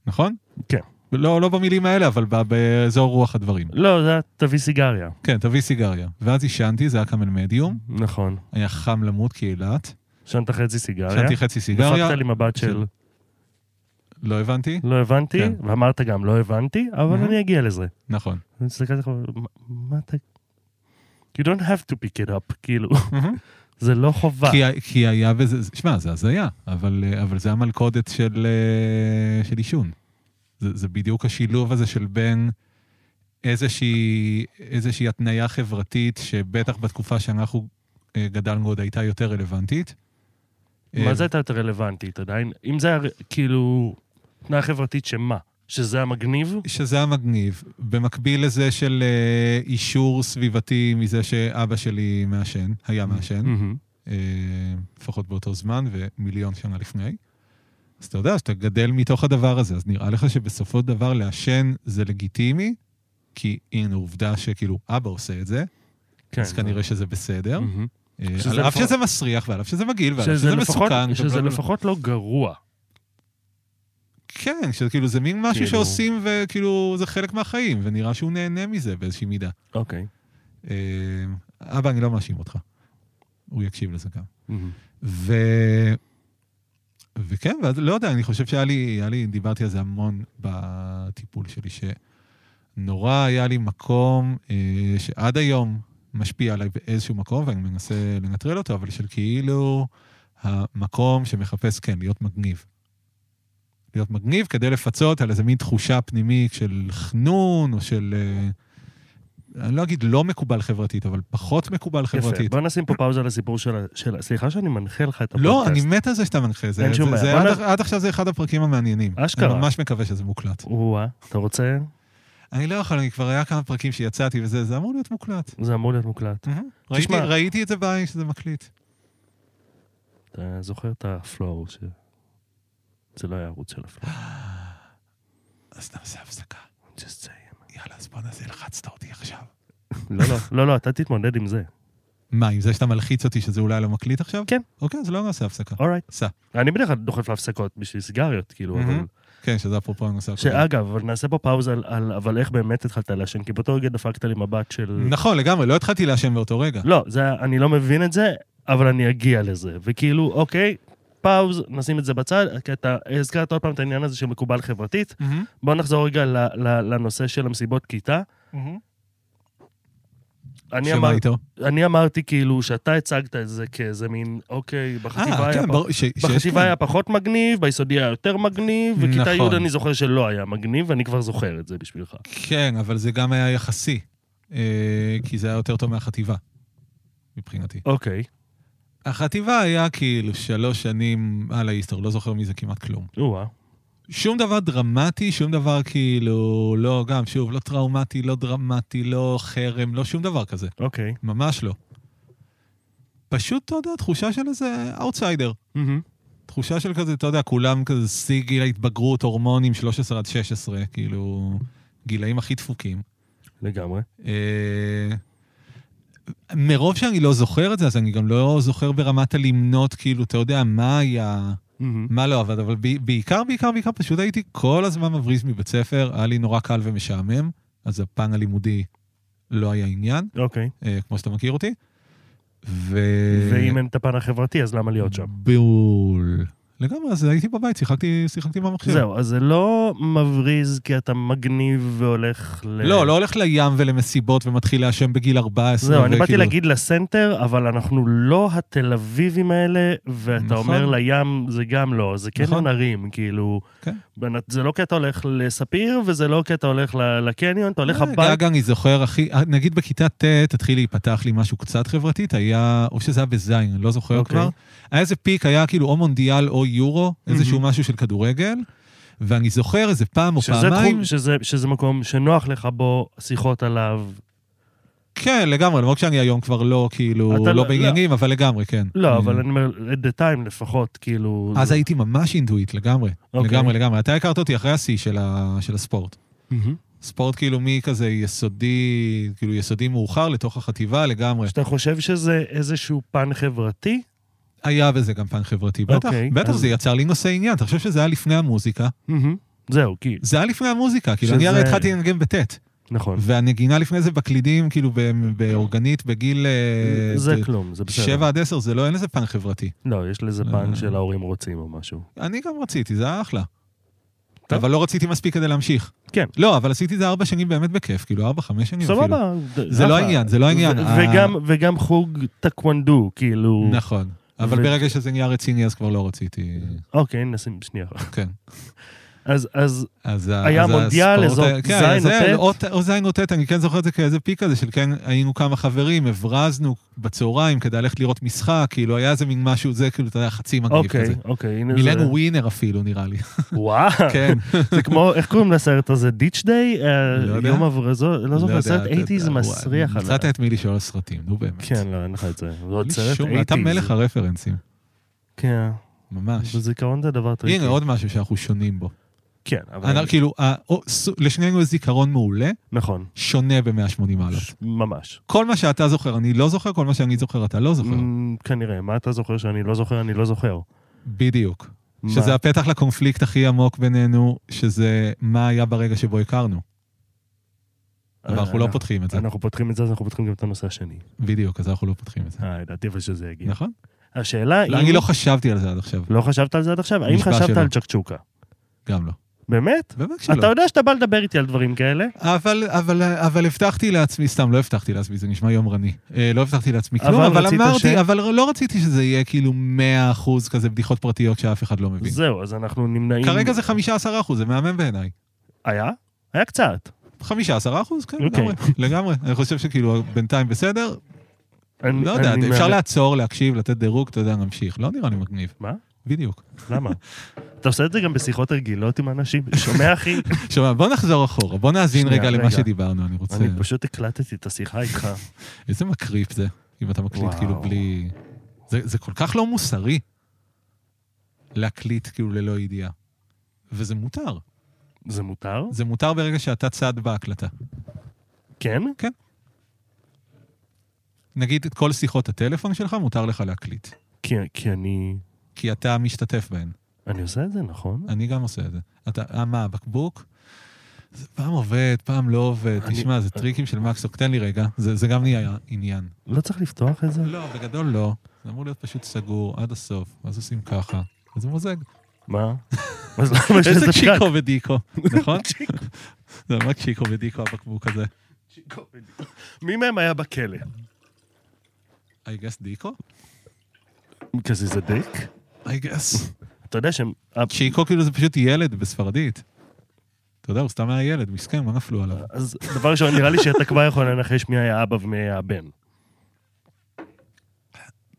S2: נכון?
S1: כן.
S2: לא, לא במילים האלה, אבל ב- באזור רוח הדברים.
S1: לא, זה היה תביא סיגריה.
S2: כן, תביא סיגריה. ואז עישנתי, זה היה קאמל מדיום,
S1: נכון.
S2: היה חם למות כאילת.
S1: שנת חצי סיגריה.
S2: עישנתי חצי סיגריה,
S1: דפקת אה, לי מבט של...
S2: לא הבנתי.
S1: לא הבנתי,
S2: כן.
S1: ואמרת גם לא הבנתי, אבל
S2: Mhm.
S1: אני אגיע לזה.
S2: נכון.
S1: אני מסתכל עליך, "מה- מה אתה... You don't have to pick it up, כאילו, [LAUGHS] זה לא חובה.
S2: Mm-hmm. כי, כי היה וזה, שמע, זה הזיה, אבל, אה, אבל זה המלכודת של, אה, של עישון. זה, זה בדיוק השילוב הזה של בין איזושהי, איזושהי התניה חברתית, שבטח בתקופה שאנחנו אה, גדלנו עוד הייתה יותר רלוונטית.
S1: מה
S2: אה,
S1: זה הייתה יותר רלוונטית עדיין? אם זה היה כאילו תנאה חברתית שמה? שזה המגניב?
S2: שזה היה מגניב. במקביל לזה של אה, אישור סביבתי מזה שאבא שלי מעשן,
S1: Mm.
S2: היה מעשן.
S1: מהמם.
S2: אה, לפחות באותו זמן ומיליון שנה לפני. אז אתה יודע שאתה גדל מתוך הדבר הזה, אז נראה לך שבסופו של דבר לעשן זה לגיטימי, כי הנה עובדה שכאילו אבא עושה את זה,
S1: כן.
S2: אז כנראה שזה בסדר.
S1: מהמם.
S2: אה,
S1: שזה
S2: על אף
S1: לפחות-
S2: שזה מסריח, ועל אף שזה מגעיל, ועל אף
S1: שזה
S2: שזה
S1: לפחות-
S2: לא מסוכן.
S1: שזה
S2: ובלה-
S1: לפחות לא גרוע.
S2: כן, שכאילו זה מין משהו
S1: כאילו-
S2: שעושים וכאילו זה חלק מהחיים, ונראה שהוא נהנה מזה באיזושהי מידה.
S1: אוקיי.
S2: אה, אבא, אני לא מאשים אותך. הוא יקשיב לזה גם.
S1: מהמם.
S2: ו... וכן, ואז לא יודע, אני חושב שהיה לי, היה לי, דיברתי על זה המון בטיפול שלי, שנורא היה לי מקום אה, שעד היום משפיע עליי באיזשהו מקום, ואני מנסה לנטרל אותו, אבל של כאילו המקום שמחפש, כן, להיות מגניב. להיות מגניב כדי לפצות על איזה מין תחושה פנימית של חנון, או של... אה, אני לא אגיד לא מקובל חברתית, אבל פחות מקובל
S1: יפה,
S2: חברתית.
S1: בוא נשים פה פאוזה לסיפור של ה- של ה... סליחה שאני מנחה לך את הפודקאסט.
S2: לא, אני מת על זה שאתה מנחה, זה,
S1: אין שום
S2: זה,
S1: בעיה.
S2: זה
S1: בוא
S2: עד,
S1: נ-
S2: עד עכשיו זה אחד הפרקים המעניינים.
S1: אשכרה.
S2: אני ממש מקווה שזה מוקלט.
S1: וואה, אתה רוצה?
S2: אני לא יכול, אני כבר היה כמה פרקים שיצאתי וזה, זה אמור להיות מוקלט.
S1: זה אמור להיות מוקלט.
S2: ראיתי,
S1: תשמע.
S2: ראיתי את זה בעין שזה מקליט.
S1: אתה זוכר את הפלואו ש... זה לא היה ערוץ של
S2: [GASPS]
S1: הפלואו.
S2: אז נעשה הפסקה.
S1: Just saying.
S2: יאללה, אז בוא נעשה, לחצת אותי עכשיו.
S1: לא, לא, לא, לא, אתה תתמודד עם זה.
S2: מה, עם זה שאתה מלחיץ אותי שזה אולי לא מקליט עכשיו?
S1: כן.
S2: אוקיי, אז לא נעשה הפסקה.
S1: אורייט.
S2: סע.
S1: אני בדרך כלל דוחף להפסקות בשביל סיגריות, כאילו, אבל...
S2: מהמם. כן, שזה אפרופו הנושא הקודם.
S1: שאגב, אבל נעשה פה פאוזה על- על אבל איך באמת התחלת לעשן, כי באותו רגע דפקת לי מבט של...
S2: נכון, לגמרי, לא התחלתי לעשן באותו רגע.
S1: לא, זה היה- אני לא מבין את זה, אבל אני אגיע לזה. וכאילו, אוקיי, פאוז, נשים את זה בצד, כי אתה הזכרת עוד פעם את העניין הזה שמקובל חברתית.
S2: מהמם.
S1: בוא נחזור רגע ל- ל- לנושא של המסיבות כיתה. אני
S2: שמה
S1: אמר-
S2: איתו?
S1: אני אמרתי כאילו שאתה הצגת את זה כאיזה מין, אוקיי, בחטיבה
S2: אה,
S1: היה
S2: כן,
S1: פחות-
S2: ברור, ש- שיש
S1: בחטיבה
S2: כאן.
S1: היה פחות מגניב, ביסודי היה יותר מגניב, וכיתה
S2: נכון.
S1: י' אני זוכר שלא היה מגניב, ואני כבר זוכר את זה בשבילך.
S2: כן, אבל זה גם היה יחסי, אה, כי זה היה יותר טוב מהחטיבה, מבחינתי.
S1: אוקיי.
S2: החטיבה היה כאילו שלוש שנים על האיסטר, לא זוכר מזה כמעט כלום.
S1: או-אה.
S2: שום דבר דרמטי, שום דבר כאילו, לא, גם, שוב, לא טראומטי, לא דרמטי, לא חרם, לא שום דבר כזה.
S1: אוקיי.
S2: ממש לא. פשוט, אתה יודע, תחושה של איזה אאוטסיידר.
S1: מהמם.
S2: תחושה של כזה, אתה יודע, כולם כזה שיא גיל ההתבגרות, הורמונים, 13 עד 16, כאילו, גילאים הכי דפוקים.
S1: לגמרי.
S2: אה, מרוב שאני לא זוכר את זה, אז אני גם לא זוכר ברמת הלמנות, כאילו, אתה יודע, מה היה...
S1: מהמם.
S2: מה לא עבד, אבל ב- בעיקר, בעיקר, בעיקר, פשוט הייתי כל הזמן מבריז מבית ספר, היה לי נורא קל ומשעמם, אז הפן הלימודי לא היה עניין,
S1: אוקיי.
S2: אה, כמו שאתה מכיר אותי. ו...
S1: ואם אין את הפן החברתי, אז למה להיות שם?
S2: בול. לגמרי, אז הייתי בבית, שיחקתי, שיחקתי במחשב.
S1: זהו, אז זה לא מבריז כי אתה מגניב והולך ל...
S2: לא, לא הולך לים ולמסיבות ומתחיל לעשן בגיל 14.
S1: זהו, אני באתי
S2: וכאילו-
S1: להגיד לסנטר, אבל אנחנו לא התל אביבים האלה, ואתה
S2: נכון.
S1: אומר לים, זה גם לא, זה
S2: נכון.
S1: קניון הרים, כאילו...
S2: כן.
S1: בנ- זה לא כי אתה הולך לספיר, וזה לא כי אתה הולך ל- לקניון, אתה הולך
S2: אה,
S1: הביתה.
S2: גג, אני זוכר, אחי, נגיד בכיתה ט' התחיל להיפתח לי משהו קצת חברתית, היה, או שזה היה בזין, אני לא זוכר
S1: אוקיי.
S2: כבר. היה איזה פיק, היה כאילו או מונדיאל או יורו, איזשהו
S1: מהמם.
S2: משהו של כדורגל, ואני זוכר איזה פעם או
S1: שזה,
S2: פעמיים.
S1: תחום, שזה, שזה מקום שנוח לך בו שיחות עליו.
S2: כן, לגמרי, למרות שאני היום כבר לא, כאילו,
S1: אתה
S2: לא
S1: לא-
S2: בעניינים, אבל לגמרי, כן.
S1: לא,
S2: אה,
S1: אבל אני אומר, at the time לפחות, כאילו...
S2: אז
S1: זה-
S2: הייתי ממש אינטואיט, לגמרי.
S1: אוקיי.
S2: לגמרי, לגמרי. אתה הכרת אותי אחרי השיא של ה- של הספורט.
S1: מהמם.
S2: ספורט כאילו מכזה יסודי, כאילו יסודי מאוחר לתוך החטיבה לגמרי.
S1: שאתה חושב שזה איזשהו פן חברתי?
S2: היה בזה גם פן חברתי, בטח.
S1: אוקיי,
S2: בטח
S1: אז-
S2: זה יצר לי נושא עניין, אתה חושב שזה היה לפני המוזיקה?
S1: מהמם. זהו, כי...
S2: זה היה לפני המוזיקה, כאילו אני
S1: שזה-
S2: הרי התחלתי לנגן בטט,
S1: נכון.
S2: והנגינה לפני זה בקלידים, כאילו ב- באורגנית, בגיל אה,
S1: זה
S2: ב-
S1: כלום, זה בסדר.
S2: שבע עד עשר, זה לא, אין לזה פן חברתי.
S1: לא, יש לזה
S2: לא,
S1: פן
S2: לא.
S1: של ההורים רוצים או משהו.
S2: אני גם רציתי, זה היה אחלה.
S1: טוב.
S2: אבל לא רציתי מספיק כדי להמשיך.
S1: כן.
S2: לא, אבל עשיתי את זה ארבע שנים באמת בכיף, כאילו ארבע, חמש שנים אפילו.
S1: סבבה.
S2: זה לא
S1: אחלה.
S2: העניין, זה לא העניין.
S1: ו-
S2: ה-
S1: וגם- וגם חוג טקוונדו, כאילו...
S2: נכון. אבל
S1: ו-
S2: ברגע שזה נהיה רציני, אז כבר לא רציתי,
S1: אוקיי, נשים שנייה.
S2: כן.
S1: אז- אז
S2: אז ה-
S1: היה
S2: אז
S1: מונדיאל,
S2: הספורט-
S1: אזור
S2: כן,
S1: זין
S2: זה,
S1: או ט'?
S2: או ט- או זין או ט', אני כן זוכר את זה כאיזה פיק כזה של כן, היינו כמה חברים, הברזנו בצהריים כדי ללכת לראות משחק, כאילו היה איזה מין משהו, זה כאילו, אתה יודע, חצי מגניב כזה.
S1: אוקיי, אוקיי, הנה זה...
S2: מילאנו ווינר אפילו, נראה
S1: [LAUGHS]
S2: לי.
S1: וואו,
S2: כן.
S1: זה כמו, איך קוראים לסרט הזה? דיץ' דיי? אה,
S2: לא יודע.
S1: יום הברזות? לא זוכר,
S2: יודע,
S1: סרט
S2: אתה יודע,
S1: 80's
S2: וואי,
S1: מסריח עליו.
S2: מצאת את מי לשאול על סרטים, נו באמת.
S1: כן, לא, אין לך את זה. זה עוד
S2: בלי
S1: סרט 80's.
S2: שום- אתה מלך הרפרנסים,
S1: כן,
S2: ממש.
S1: בזיכרון זה דבר טריקי.
S2: הנה עוד משהו שאנחנו שונים בו.
S1: כן, אבל...
S2: אנחנו כאילו, ה- או- ס- לשנינו יש זיכרון מעולה,
S1: נכון,
S2: שונה ב-180 מעלות.
S1: ממש.
S2: כל מה שאתה זוכר אני לא זוכר, כל מה שאני זוכר אתה לא זוכר.
S1: מ, כנראה, מה אתה זוכר שאני לא זוכר? אני לא זוכר.
S2: בדיוק.
S1: מה?
S2: שזה הפתח לקונפליקט הכי עמוק בינינו, שזה מה היה ברגע שבו הכרנו.
S1: אה,
S2: אבל אנחנו לא פותחים את זה.
S1: אנחנו פותחים את זה, אז אנחנו פותחים גם את הנושא השני.
S2: בדיוק, אז אנחנו לא פותחים את זה.
S1: אה, ידעתי אבל שזה יגיע.
S2: נכון?
S1: השאלה
S2: לא,
S1: אם...
S2: אני לא חשבתי על זה עד עכשיו,
S1: לא חשבת על זה עד עכשיו? האם
S2: נשבע
S1: חשבת
S2: שלא.
S1: על צ'קצ'וקה?
S2: גם לא.
S1: באמת?
S2: באמת
S1: אה, אתה
S2: שלא.
S1: יודע שאתה בא לדבר איתי על דברים כאלה?
S2: אבל, אבל, אבל הבטחתי לעצמי, סתם, לא הבטחתי לעצמי, זה נשמע יומרני. אה, לא הבטחתי לעצמי
S1: אבל
S2: כלום, אבל
S1: רצית
S2: אמרתי,
S1: ש-
S2: אבל לא רציתי שזה יהיה כאילו 100% כזה בדיחות פרטיות שאף אחד לא מבין.
S1: זהו, אז אנחנו נמנעים...
S2: כרגע זה 15%, זה מהמם בעיניי.
S1: היה? היה קצת.
S2: 15%, כן,
S1: אוקיי.
S2: לגמרי, לגמרי. אני חושב שכאילו בינתיים בסדר,
S1: אני-
S2: לא יודע,
S1: אני
S2: אפשר
S1: מה-
S2: לעצור, להקשיב, לתת דירוג, אתה יודע, נמשיך. לא נראה לי מגניב.
S1: מה?
S2: בדיוק.
S1: למה? אתה עושה את זה גם בשיחות רגילות עם אנשים? שומע,
S2: [LAUGHS]
S1: אחי?
S2: שומע, בוא נחזור אחורה, בוא נאזין
S1: שנייה,
S2: רגע למה
S1: רגע.
S2: שדיברנו, אני רוצה...
S1: אני פשוט הקלטתי את השיחה איתך.
S2: איזה מקריפ זה, אם אתה מקליט
S1: וואו.
S2: כאילו בלי... זה- זה כל כך לא מוסרי להקליט כאילו ללא ידיעה. וזה מותר.
S1: זה מותר?
S2: זה מותר ברגע שאתה צד בהקלטה.
S1: כן?
S2: נגיד את כל שיחות הטלפון שלך מותר לך להקליט,
S1: כי כי אני...
S2: כי אתה משתתף בהן.
S1: אני עושה את זה, נכון?
S2: אני גם עושה את זה. אתה, אה, מה, הבקבוק? זה פעם עובד, פעם לא עובד.
S1: אני-
S2: תשמע, זה טריקים של מקסוק. תן לי רגע, זה, זה גם נהיה עניין.
S1: לא צריך לפתוח את זה?
S2: לא, בגדול לא. זה אמור להיות פשוט סגור עד הסוף, אז עושים ככה. וזה
S1: [LAUGHS]
S2: מוזג.
S1: מה? אז למה יש
S2: איזה
S1: לזה פקק?
S2: צ'יקו ודיקו,
S1: [LAUGHS]
S2: נכון? זה ממש צ'יקו ודיקו הבקבוק הזה.
S1: צ'יקו. מי מהם היה בכלא?
S2: I guess דיקו?
S1: כזה זה דיק?
S2: I guess.
S1: אתה יודע שהם...
S2: צ'יקו כאילו זה פשוט ילד בספרדית. אתה יודע, הוא סתם היה ילד, מסכן, מה נפלו עליו?
S1: אז דבר ראשון, נראה לי שאתה כבר יכול לנחש מי היה אבא ומי היה הבן.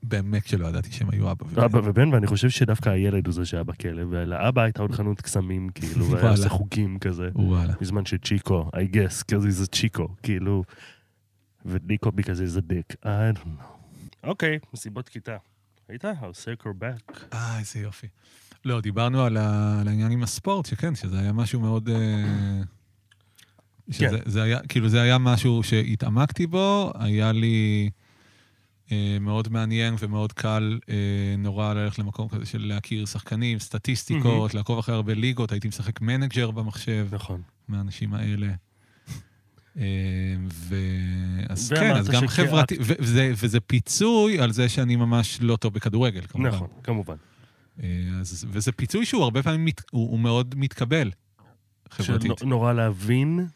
S2: באמת שלא ידעתי שהם היו אבא ובן.
S1: אבא ובן, ואני חושב שדווקא הילד הוא זה שהיה בכלא, ולאבא הייתה עוד חנות קסמים, [LAUGHS] כאילו, והיה
S2: וואלה.
S1: עושה חוקים כזה,
S2: וואלה.
S1: בזמן שצ'יקו, I guess, כזה זה צ'יקו, כאילו, וניקו בכזה זה דיק, I don't know. אוקיי, מסיבות כיתה. ראית? I'll circle back.
S2: אה, איזה יופי. לא, דיברנו על, ה... על העניין עם הספורט, שכן, שזה היה משהו מאוד... אה, שזה,
S1: כן.
S2: זה היה, כאילו, זה היה משהו שהתעמקתי בו, היה לי אה, מאוד מעניין ומאוד קל אה, נורא ללכת למקום כזה של להכיר שחקנים, סטטיסטיקות, לעקוב אחרי הרבה ליגות, הייתי משחק מנג'ר במחשב
S1: נכון.
S2: מהאנשים האלה. אה, ו... אז
S1: ואמרת
S2: כן, אז גם
S1: שכאקט-
S2: חברתי, ו- וזה, וזה פיצוי על זה שאני ממש לא טוב בכדורגל, כמובן.
S1: נכון, כמובן.
S2: אה, אז, וזה פיצוי שהוא הרבה פעמים, מת, הוא, הוא מאוד מתקבל חברתית. שנ...
S1: שנורא להבין,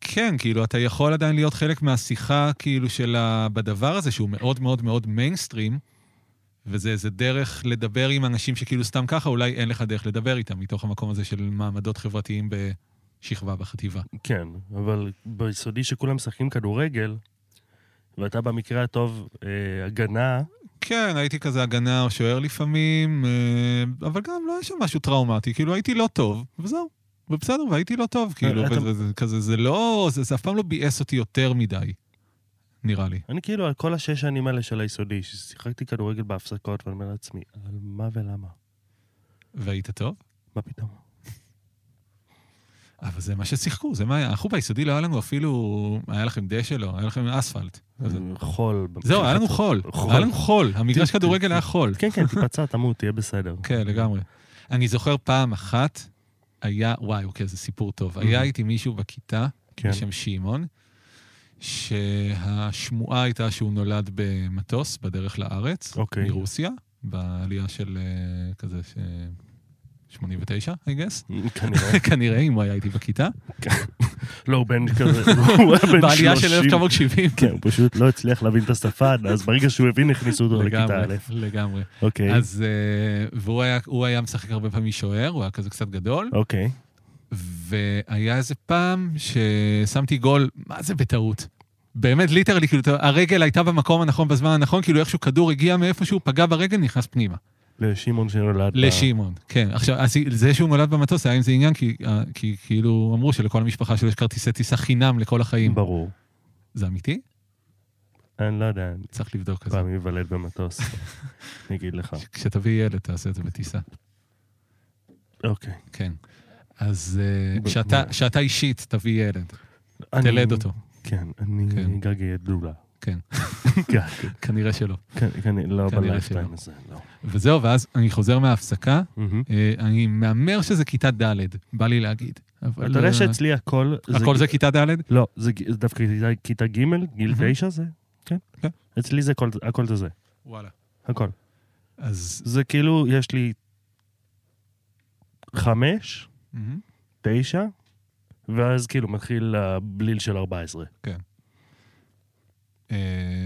S2: כן, כאילו, אתה יכול עדיין להיות חלק מהשיחה, כאילו, של ה... בדבר הזה, שהוא מאוד מאוד מאוד מיינסטרים, וזה איזה דרך לדבר עם אנשים שכאילו סתם ככה, אולי אין לך דרך לדבר איתם, מתוך המקום הזה של מעמדות חברתיים בשכבה, בחטיבה.
S1: כן, אבל ביסודי שכולם משחקים כדורגל, ואתה במקרה הטוב אה, הגנה,
S2: כן, הייתי כזה הגנה או שוער לפעמים, אה, אבל גם לא היה שם משהו טראומטי, כאילו הייתי לא טוב, וזהו. ובסדר, והייתי לא טוב, כאילו,
S1: אה, אתה-
S2: וזה, זה, כזה, זה לא, זה, זה אף פעם לא ביאס אותי יותר מדי, נראה לי.
S1: אני כאילו, על כל השש שנים האלה של היסודי, ששיחקתי כדורגל בהפסקות, ואני אומר לעצמי, על מה ולמה?
S2: והיית טוב?
S1: מה פתאום?
S2: אבל זה מה ששיחקו, זה מה היה. אנחנו ביסודי לא היה לנו אפילו, היה לכם דשא לא, היה לכם אספלט. כזה.
S1: חול.
S2: זהו, היה לנו חול.
S1: חול.
S2: היה לנו חול, המגרש
S1: טיפ, טיפ,
S2: כדורגל היה חול.
S1: כן, כן, תיפצע, תמות, תהיה בסדר.
S2: כן, לגמרי. אני זוכר פעם אחת, היה, וואי, אוקיי, זה סיפור טוב. היה
S1: Mhm.
S2: איתי מישהו בכיתה,
S1: כן.
S2: בשם שמעון, שהשמועה הייתה שהוא נולד במטוס בדרך לארץ,
S1: אוקיי.
S2: מרוסיה, בעלייה של אה, כזה ש... 89, I guess.
S1: [LAUGHS]
S2: [LAUGHS]
S1: כנראה.
S2: כנראה, אם הוא היה איתי בכיתה.
S1: לא, הוא בן כזה,
S2: [LAUGHS]
S1: הוא היה [LAUGHS] בן 30.
S2: בעלייה של 1970.
S1: כן, הוא פשוט לא הצליח להבין את השפה, אז ברגע שהוא הבין, הכניסו אותו לכיתה א'.
S2: לגמרי, לגמרי.
S1: אוקיי,
S2: אז, אה, והוא היה- הוא היה משחק הרבה פעמים שוער, הוא היה כזה קצת גדול,
S1: אוקיי.
S2: והיה איזה פעם ששמתי גול, מה זה בטעות? באמת, ליטרלי, כאילו, אתה- הרגל הייתה במקום הנכון בזמן הנכון, כאילו איכשהו כדור הגיע מאיפשהו, פגע ברגל, נכנס פנימה.
S1: אה. לשמעון שנולד. ב-
S2: לשמעון, כן. עכשיו, אז זה שהוא נולד במטוס היה עם זה עניין, כי, אה, כי כאילו אמרו שלכל המשפחה שלו יש כרטיסי טיסה חינם לכל החיים.
S1: ברור.
S2: זה אמיתי?
S1: אני לא יודע,
S2: צריך לבדוק את זה.
S1: פעם ייוולד
S2: [LAUGHS]
S1: במטוס, אני אגיד לך.
S2: כשתביא ילד, תעשה את זה בטיסה.
S1: אוקיי.
S2: כן. אז אה,
S1: ב-
S2: שאתה-
S1: ב-
S2: שאתה אישית תביא ילד,
S1: אני-
S2: תלד אותו.
S1: כן,
S2: כן.
S1: אני גג אהיה דולה. [LAUGHS]
S2: כן.
S1: גג.
S2: כנראה שלא.
S1: כן, כן, לא
S2: כנראה
S1: בלייפטיים
S2: שלא.
S1: הזה, לא.
S2: וזהו, ואז אני חוזר מההפסקה,
S1: מהמם.
S2: אה, אני מהמר שזה כיתה ד', בא לי להגיד. אבל...
S1: אתה יודע
S2: אה,
S1: שאצלי הכל...
S2: הכל זה כיתה ד'?
S1: לא, זה ג- זה דווקא כיתה- כיתה ג', גיל
S2: מהמם.
S1: תשע זה? כן.
S2: כן.
S1: אצלי זה הכל- הכל זה זה,
S2: וואלה.
S1: הכל.
S2: אז...
S1: זה כאילו, יש לי חמש,
S2: מהמם.
S1: תשע, ואז כאילו מתחיל הבליל של 14.
S2: אה,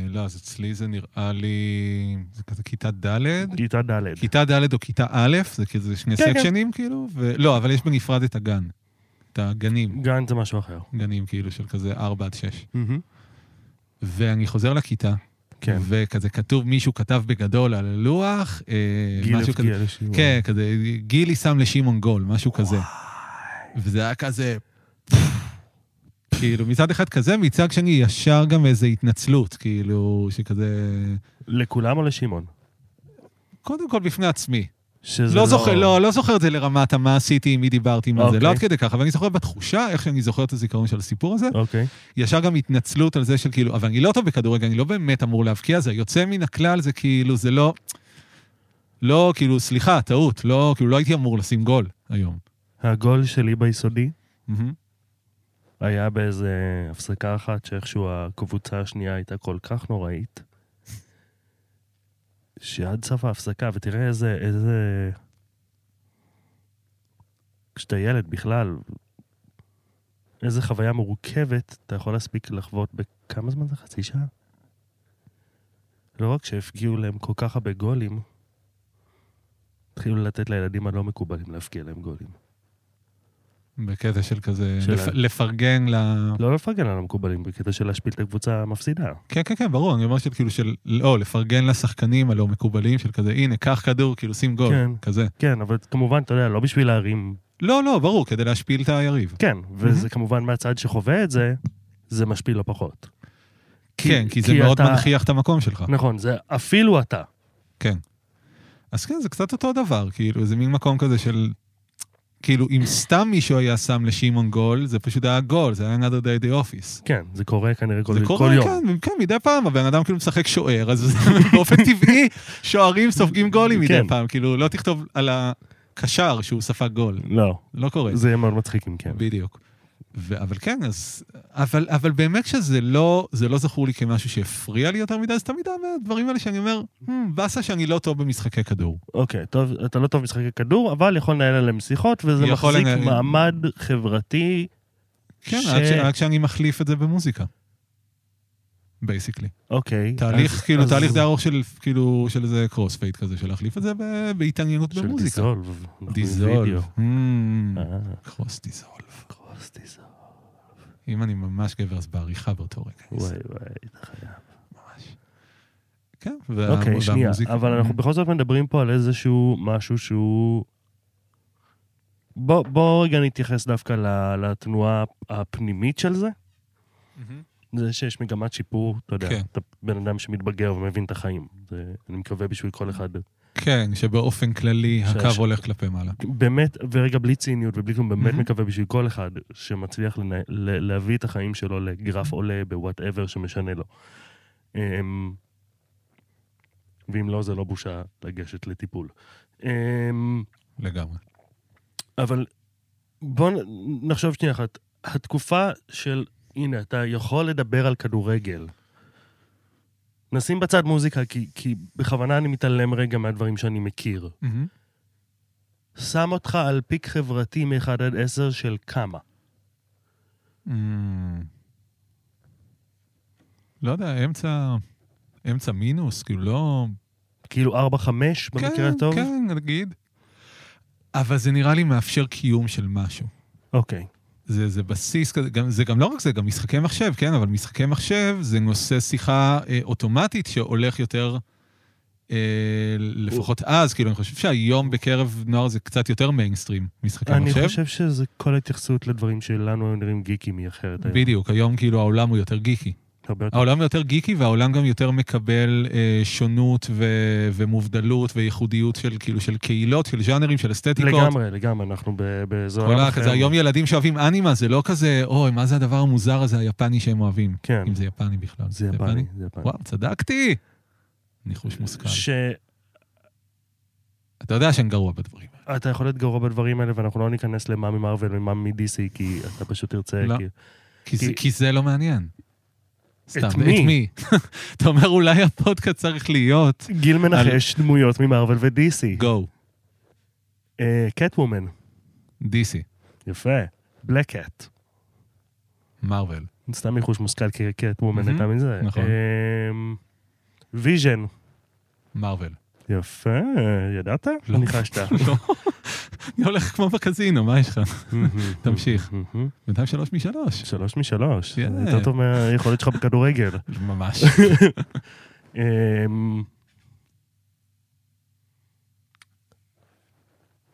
S2: לא, אז אצלי זה נראה לי... זה כזה כיתה ד'.
S1: כיתה ד'.
S2: כיתה ד' או כיתה א', זה כזה שני
S1: כן, כן.
S2: סקשנים כאילו, ו- לא, אבל יש בנפרד את הגן. את הגנים,
S1: גן זה משהו אחר.
S2: גנים כאילו של כזה 4 עד 6. ואני חוזר לכיתה,
S1: כן.
S2: וכזה כתוב, מישהו כתב בגדול על הלוח, אה,
S1: גיל
S2: משהו כזה,
S1: הבקיע לשיעור.
S2: כן, כזה, גילי שם לשמעון גול, משהו כזה. וזה היה כזה... כאילו, מצד אחד כזה, מצד שני ישר גם איזו התנצלות, כאילו, שכזה...
S1: לכולם או לשמעון?
S2: קודם כל בפני עצמי.
S1: שזה
S2: לא זוכר, לא, לא זוכר את זה לרמת המה עשיתי, עם מי דיברתי, מה זה,
S1: אוקיי.
S2: לא עד כדי ככה, אבל אני זוכר בתחושה, איך שאני זוכר את הזיכרון של הסיפור הזה,
S1: אוקיי.
S2: ישר גם התנצלות על זה של כאילו, אבל אני לא טוב בכדורגל, אני לא באמת אמור להבקיע, זה יוצא מן הכלל, זה כאילו, זה לא... לא, כאילו, סליחה, טעות, לא, כאילו, לא הייתי אמור לשים גול היום.
S1: הגול שלי ביסודי
S2: מהמם.
S1: היה באיזה הפסקה אחת שאיכשהו הקבוצה השנייה הייתה כל כך נוראית, שעד סוף ההפסקה, ותראה איזה, איזה... כשאתה ילד בכלל, איזה חוויה מורכבת אתה יכול להספיק לחוות בכמה זמן זה? חצי שעה? לא רק שהפגיעו להם כל כך הרבה גולים, התחילו לתת לילדים הלא מקובלים להפגיע להם גולים.
S2: בקטע של כזה,
S1: של
S2: לפ-
S1: ה-
S2: לפרגן ל...
S1: לא לפרגן על המקובלים, בקטע של להשפיל את הקבוצה המפסידה.
S2: כן, כן, כן, ברור, אני אומר שכאילו של, לא, לפרגן לשחקנים הלא מקובלים, של כזה, הנה, קח כדור, כאילו, שים גול,
S1: כן.
S2: כזה.
S1: כן, אבל כמובן, אתה יודע, לא בשביל להרים...
S2: לא, לא, ברור, כדי להשפיל את היריב.
S1: כן, וזה כמובן מהצד שחווה את זה, זה משפיל לא פחות.
S2: כן, כי זה מאוד
S1: אתה-
S2: מנכיח את המקום שלך.
S1: נכון, זה אפילו אתה.
S2: אז כן, זה קצת אותו דבר, כאילו, זה מין מקום כזה של... כאילו, אם סתם מישהו היה שם לשמעון גול, זה פשוט היה גול, זה היה another day the office.
S1: כן, זה קורה כנראה כל,
S2: זה
S1: כל
S2: קורה,
S1: יום.
S2: כן, כן, מדי פעם, הבן אדם כאילו משחק שוער, אז [LAUGHS] באופן טבעי, שוערים סופגים גולים מדי
S1: כן.
S2: פעם, כאילו, לא תכתוב על הקשר שהוא ספג גול,
S1: לא,
S2: זה לא קורה.
S1: זה יהיה מאוד מצחיק אם כן.
S2: בדיוק. ו- אבל כן, אז... אבל, אבל באמת שזה לא, זה לא זכור לי כמשהו שהפריע לי יותר מדי, אז תמיד הדברים האלה שאני אומר, "Hmm, באסה שאני לא טוב במשחקי כדור.
S1: אוקיי, טוב, אתה לא טוב במשחקי כדור, אבל יכול לנהל עליהם שיחות, וזה
S2: יכול
S1: מחזיק
S2: לנהל-
S1: מעמד חברתי.
S2: כן,
S1: ש-
S2: רק, ש... רק שאני מחליף את זה במוזיקה. בייסיקלי.
S1: אוקיי.
S2: תהליך,
S1: אז-
S2: כאילו,
S1: אז-
S2: תהליך די ארוך של, כאילו, של איזה קרוספייט כזה, של להחליף את זה ב- בהתעניינות
S1: של
S2: במוזיקה.
S1: דיזולב. אנחנו בווידאו.
S2: דיזולב. Hmm,
S1: אה,
S2: קרוס דיזולב.
S1: קרוס דיזולב.
S2: אם אני ממש גבר, אז בעריכה באותו רגע.
S1: וואי וואי, אתה חייב.
S2: ממש. כן, וה-
S1: אוקיי, שנייה,
S2: והמוזיקה-
S1: אבל אנחנו
S2: Hmm.
S1: בכל זאת מדברים פה על איזשהו משהו שהוא... בוא, בוא רגע נתייחס דווקא ל- לתנועה הפנימית של זה. זה שיש מגמת שיפור, אתה יודע,
S2: כן.
S1: אתה בן אדם שמתבגר ומבין את החיים. זה, אני מקווה בשביל כל אחד.
S2: כן, שבאופן כללי
S1: ש-
S2: הקו
S1: ש-
S2: הולך כלפי מעלה.
S1: באמת, ורגע בלי ציניות ובלי כלום, באמת
S2: מהמם.
S1: מקווה בשביל כל אחד שמצליח לנה, ל- להביא את החיים שלו לגרף עולה בוואטאבר שמשנה לו. אמ, ואם לא, זה לא בושה לגשת לטיפול. אמ,
S2: לגמרי.
S1: אבל בואו נחשוב שנייה אחת. התקופה של, הנה, אתה יכול לדבר על כדורגל. נשים בצד מוזיקה, כי, כי בכוונה אני מתעלם רגע מהדברים שאני מכיר. שם אותך על פיק חברתי מ-1 עד 10 של כמה.
S2: אמ, לא יודע, אמצע... אמצע מינוס, כאילו לא...
S1: כאילו 4-5 במקרה
S2: כן,
S1: הטוב?
S2: כן, נגיד. אבל זה נראה לי מאפשר קיום של משהו.
S1: אוקיי.
S2: זה, זה בסיס כזה, גם, זה גם לא רק זה, גם משחקי מחשב, כן, אבל משחקי מחשב זה נושא שיחה אה, אוטומטית שהולך יותר, אה, לפחות אז, כאילו, אני חושב שהיום בקרב נוער זה קצת יותר מיינסטרים, משחקי
S1: אני
S2: מחשב.
S1: חושב שזה כל ההתייחסות לדברים שלנו היו נראים גיקים היא אחרת היום.
S2: בדיוק, היום כאילו העולם הוא יותר גיקי.
S1: הרבה יותר.
S2: העולם יותר גיקי והעולם גם יותר מקבל אה, שונות ו- ומובדלות וייחודיות של כאילו של קהילות, של ז'אנרים, של אסתטיקות.
S1: לגמרי, לגמרי, אנחנו ב- באיזה
S2: כל
S1: עולם
S2: ה- כזה, היום ילדים שאוהבים אנימה, זה לא כזה, אוי, מה זה הדבר המוזר הזה היפני שהם אוהבים.
S1: כן,
S2: אם זה יפני בכלל.
S1: זה יפני, אה, זה יפני.
S2: וואו, צדקתי! ניחוש מושכל.
S1: שאתה
S2: אתה יודע שאני גרוע בדברים האלה.
S1: יכול להיות גרוע בדברים האלה, ואנחנו לא ניכנס למה ממרוויל ומה מ-DC, כי אתה פשוט תרצה,
S2: לא.
S1: כי...
S2: כי זה-
S1: כי-
S2: כי זה לא מעניין. סתם,
S1: מי?
S2: [LAUGHS] אתה אומר, אולי הפודקאסט צריך להיות...
S1: גיל מנחש דמויות ממרוויל ו-DC.
S2: גו,
S1: קטוומן,
S2: DC,
S1: יפה. בלק קאט.
S2: מרוויל.
S1: סתם ניחוש מושכל, כי קטוומן
S2: מהמם,
S1: הייתה מזה. אמ,
S2: נכון.
S1: ויז'ן.
S2: מרוויל.
S1: יפה, ידעת?
S2: לא.
S1: ניחשת.
S2: לא. אני הולך כמו בקזינו, מה יש לך?
S1: [LAUGHS]
S2: תמשיך.
S1: מהמם.
S2: בינתיים שלוש משלוש.
S1: שלוש משלוש. זה
S2: יאללה.
S1: יותר טוב מהיכולת שלך בכדורגל. [LAUGHS] אמ,
S2: ממש.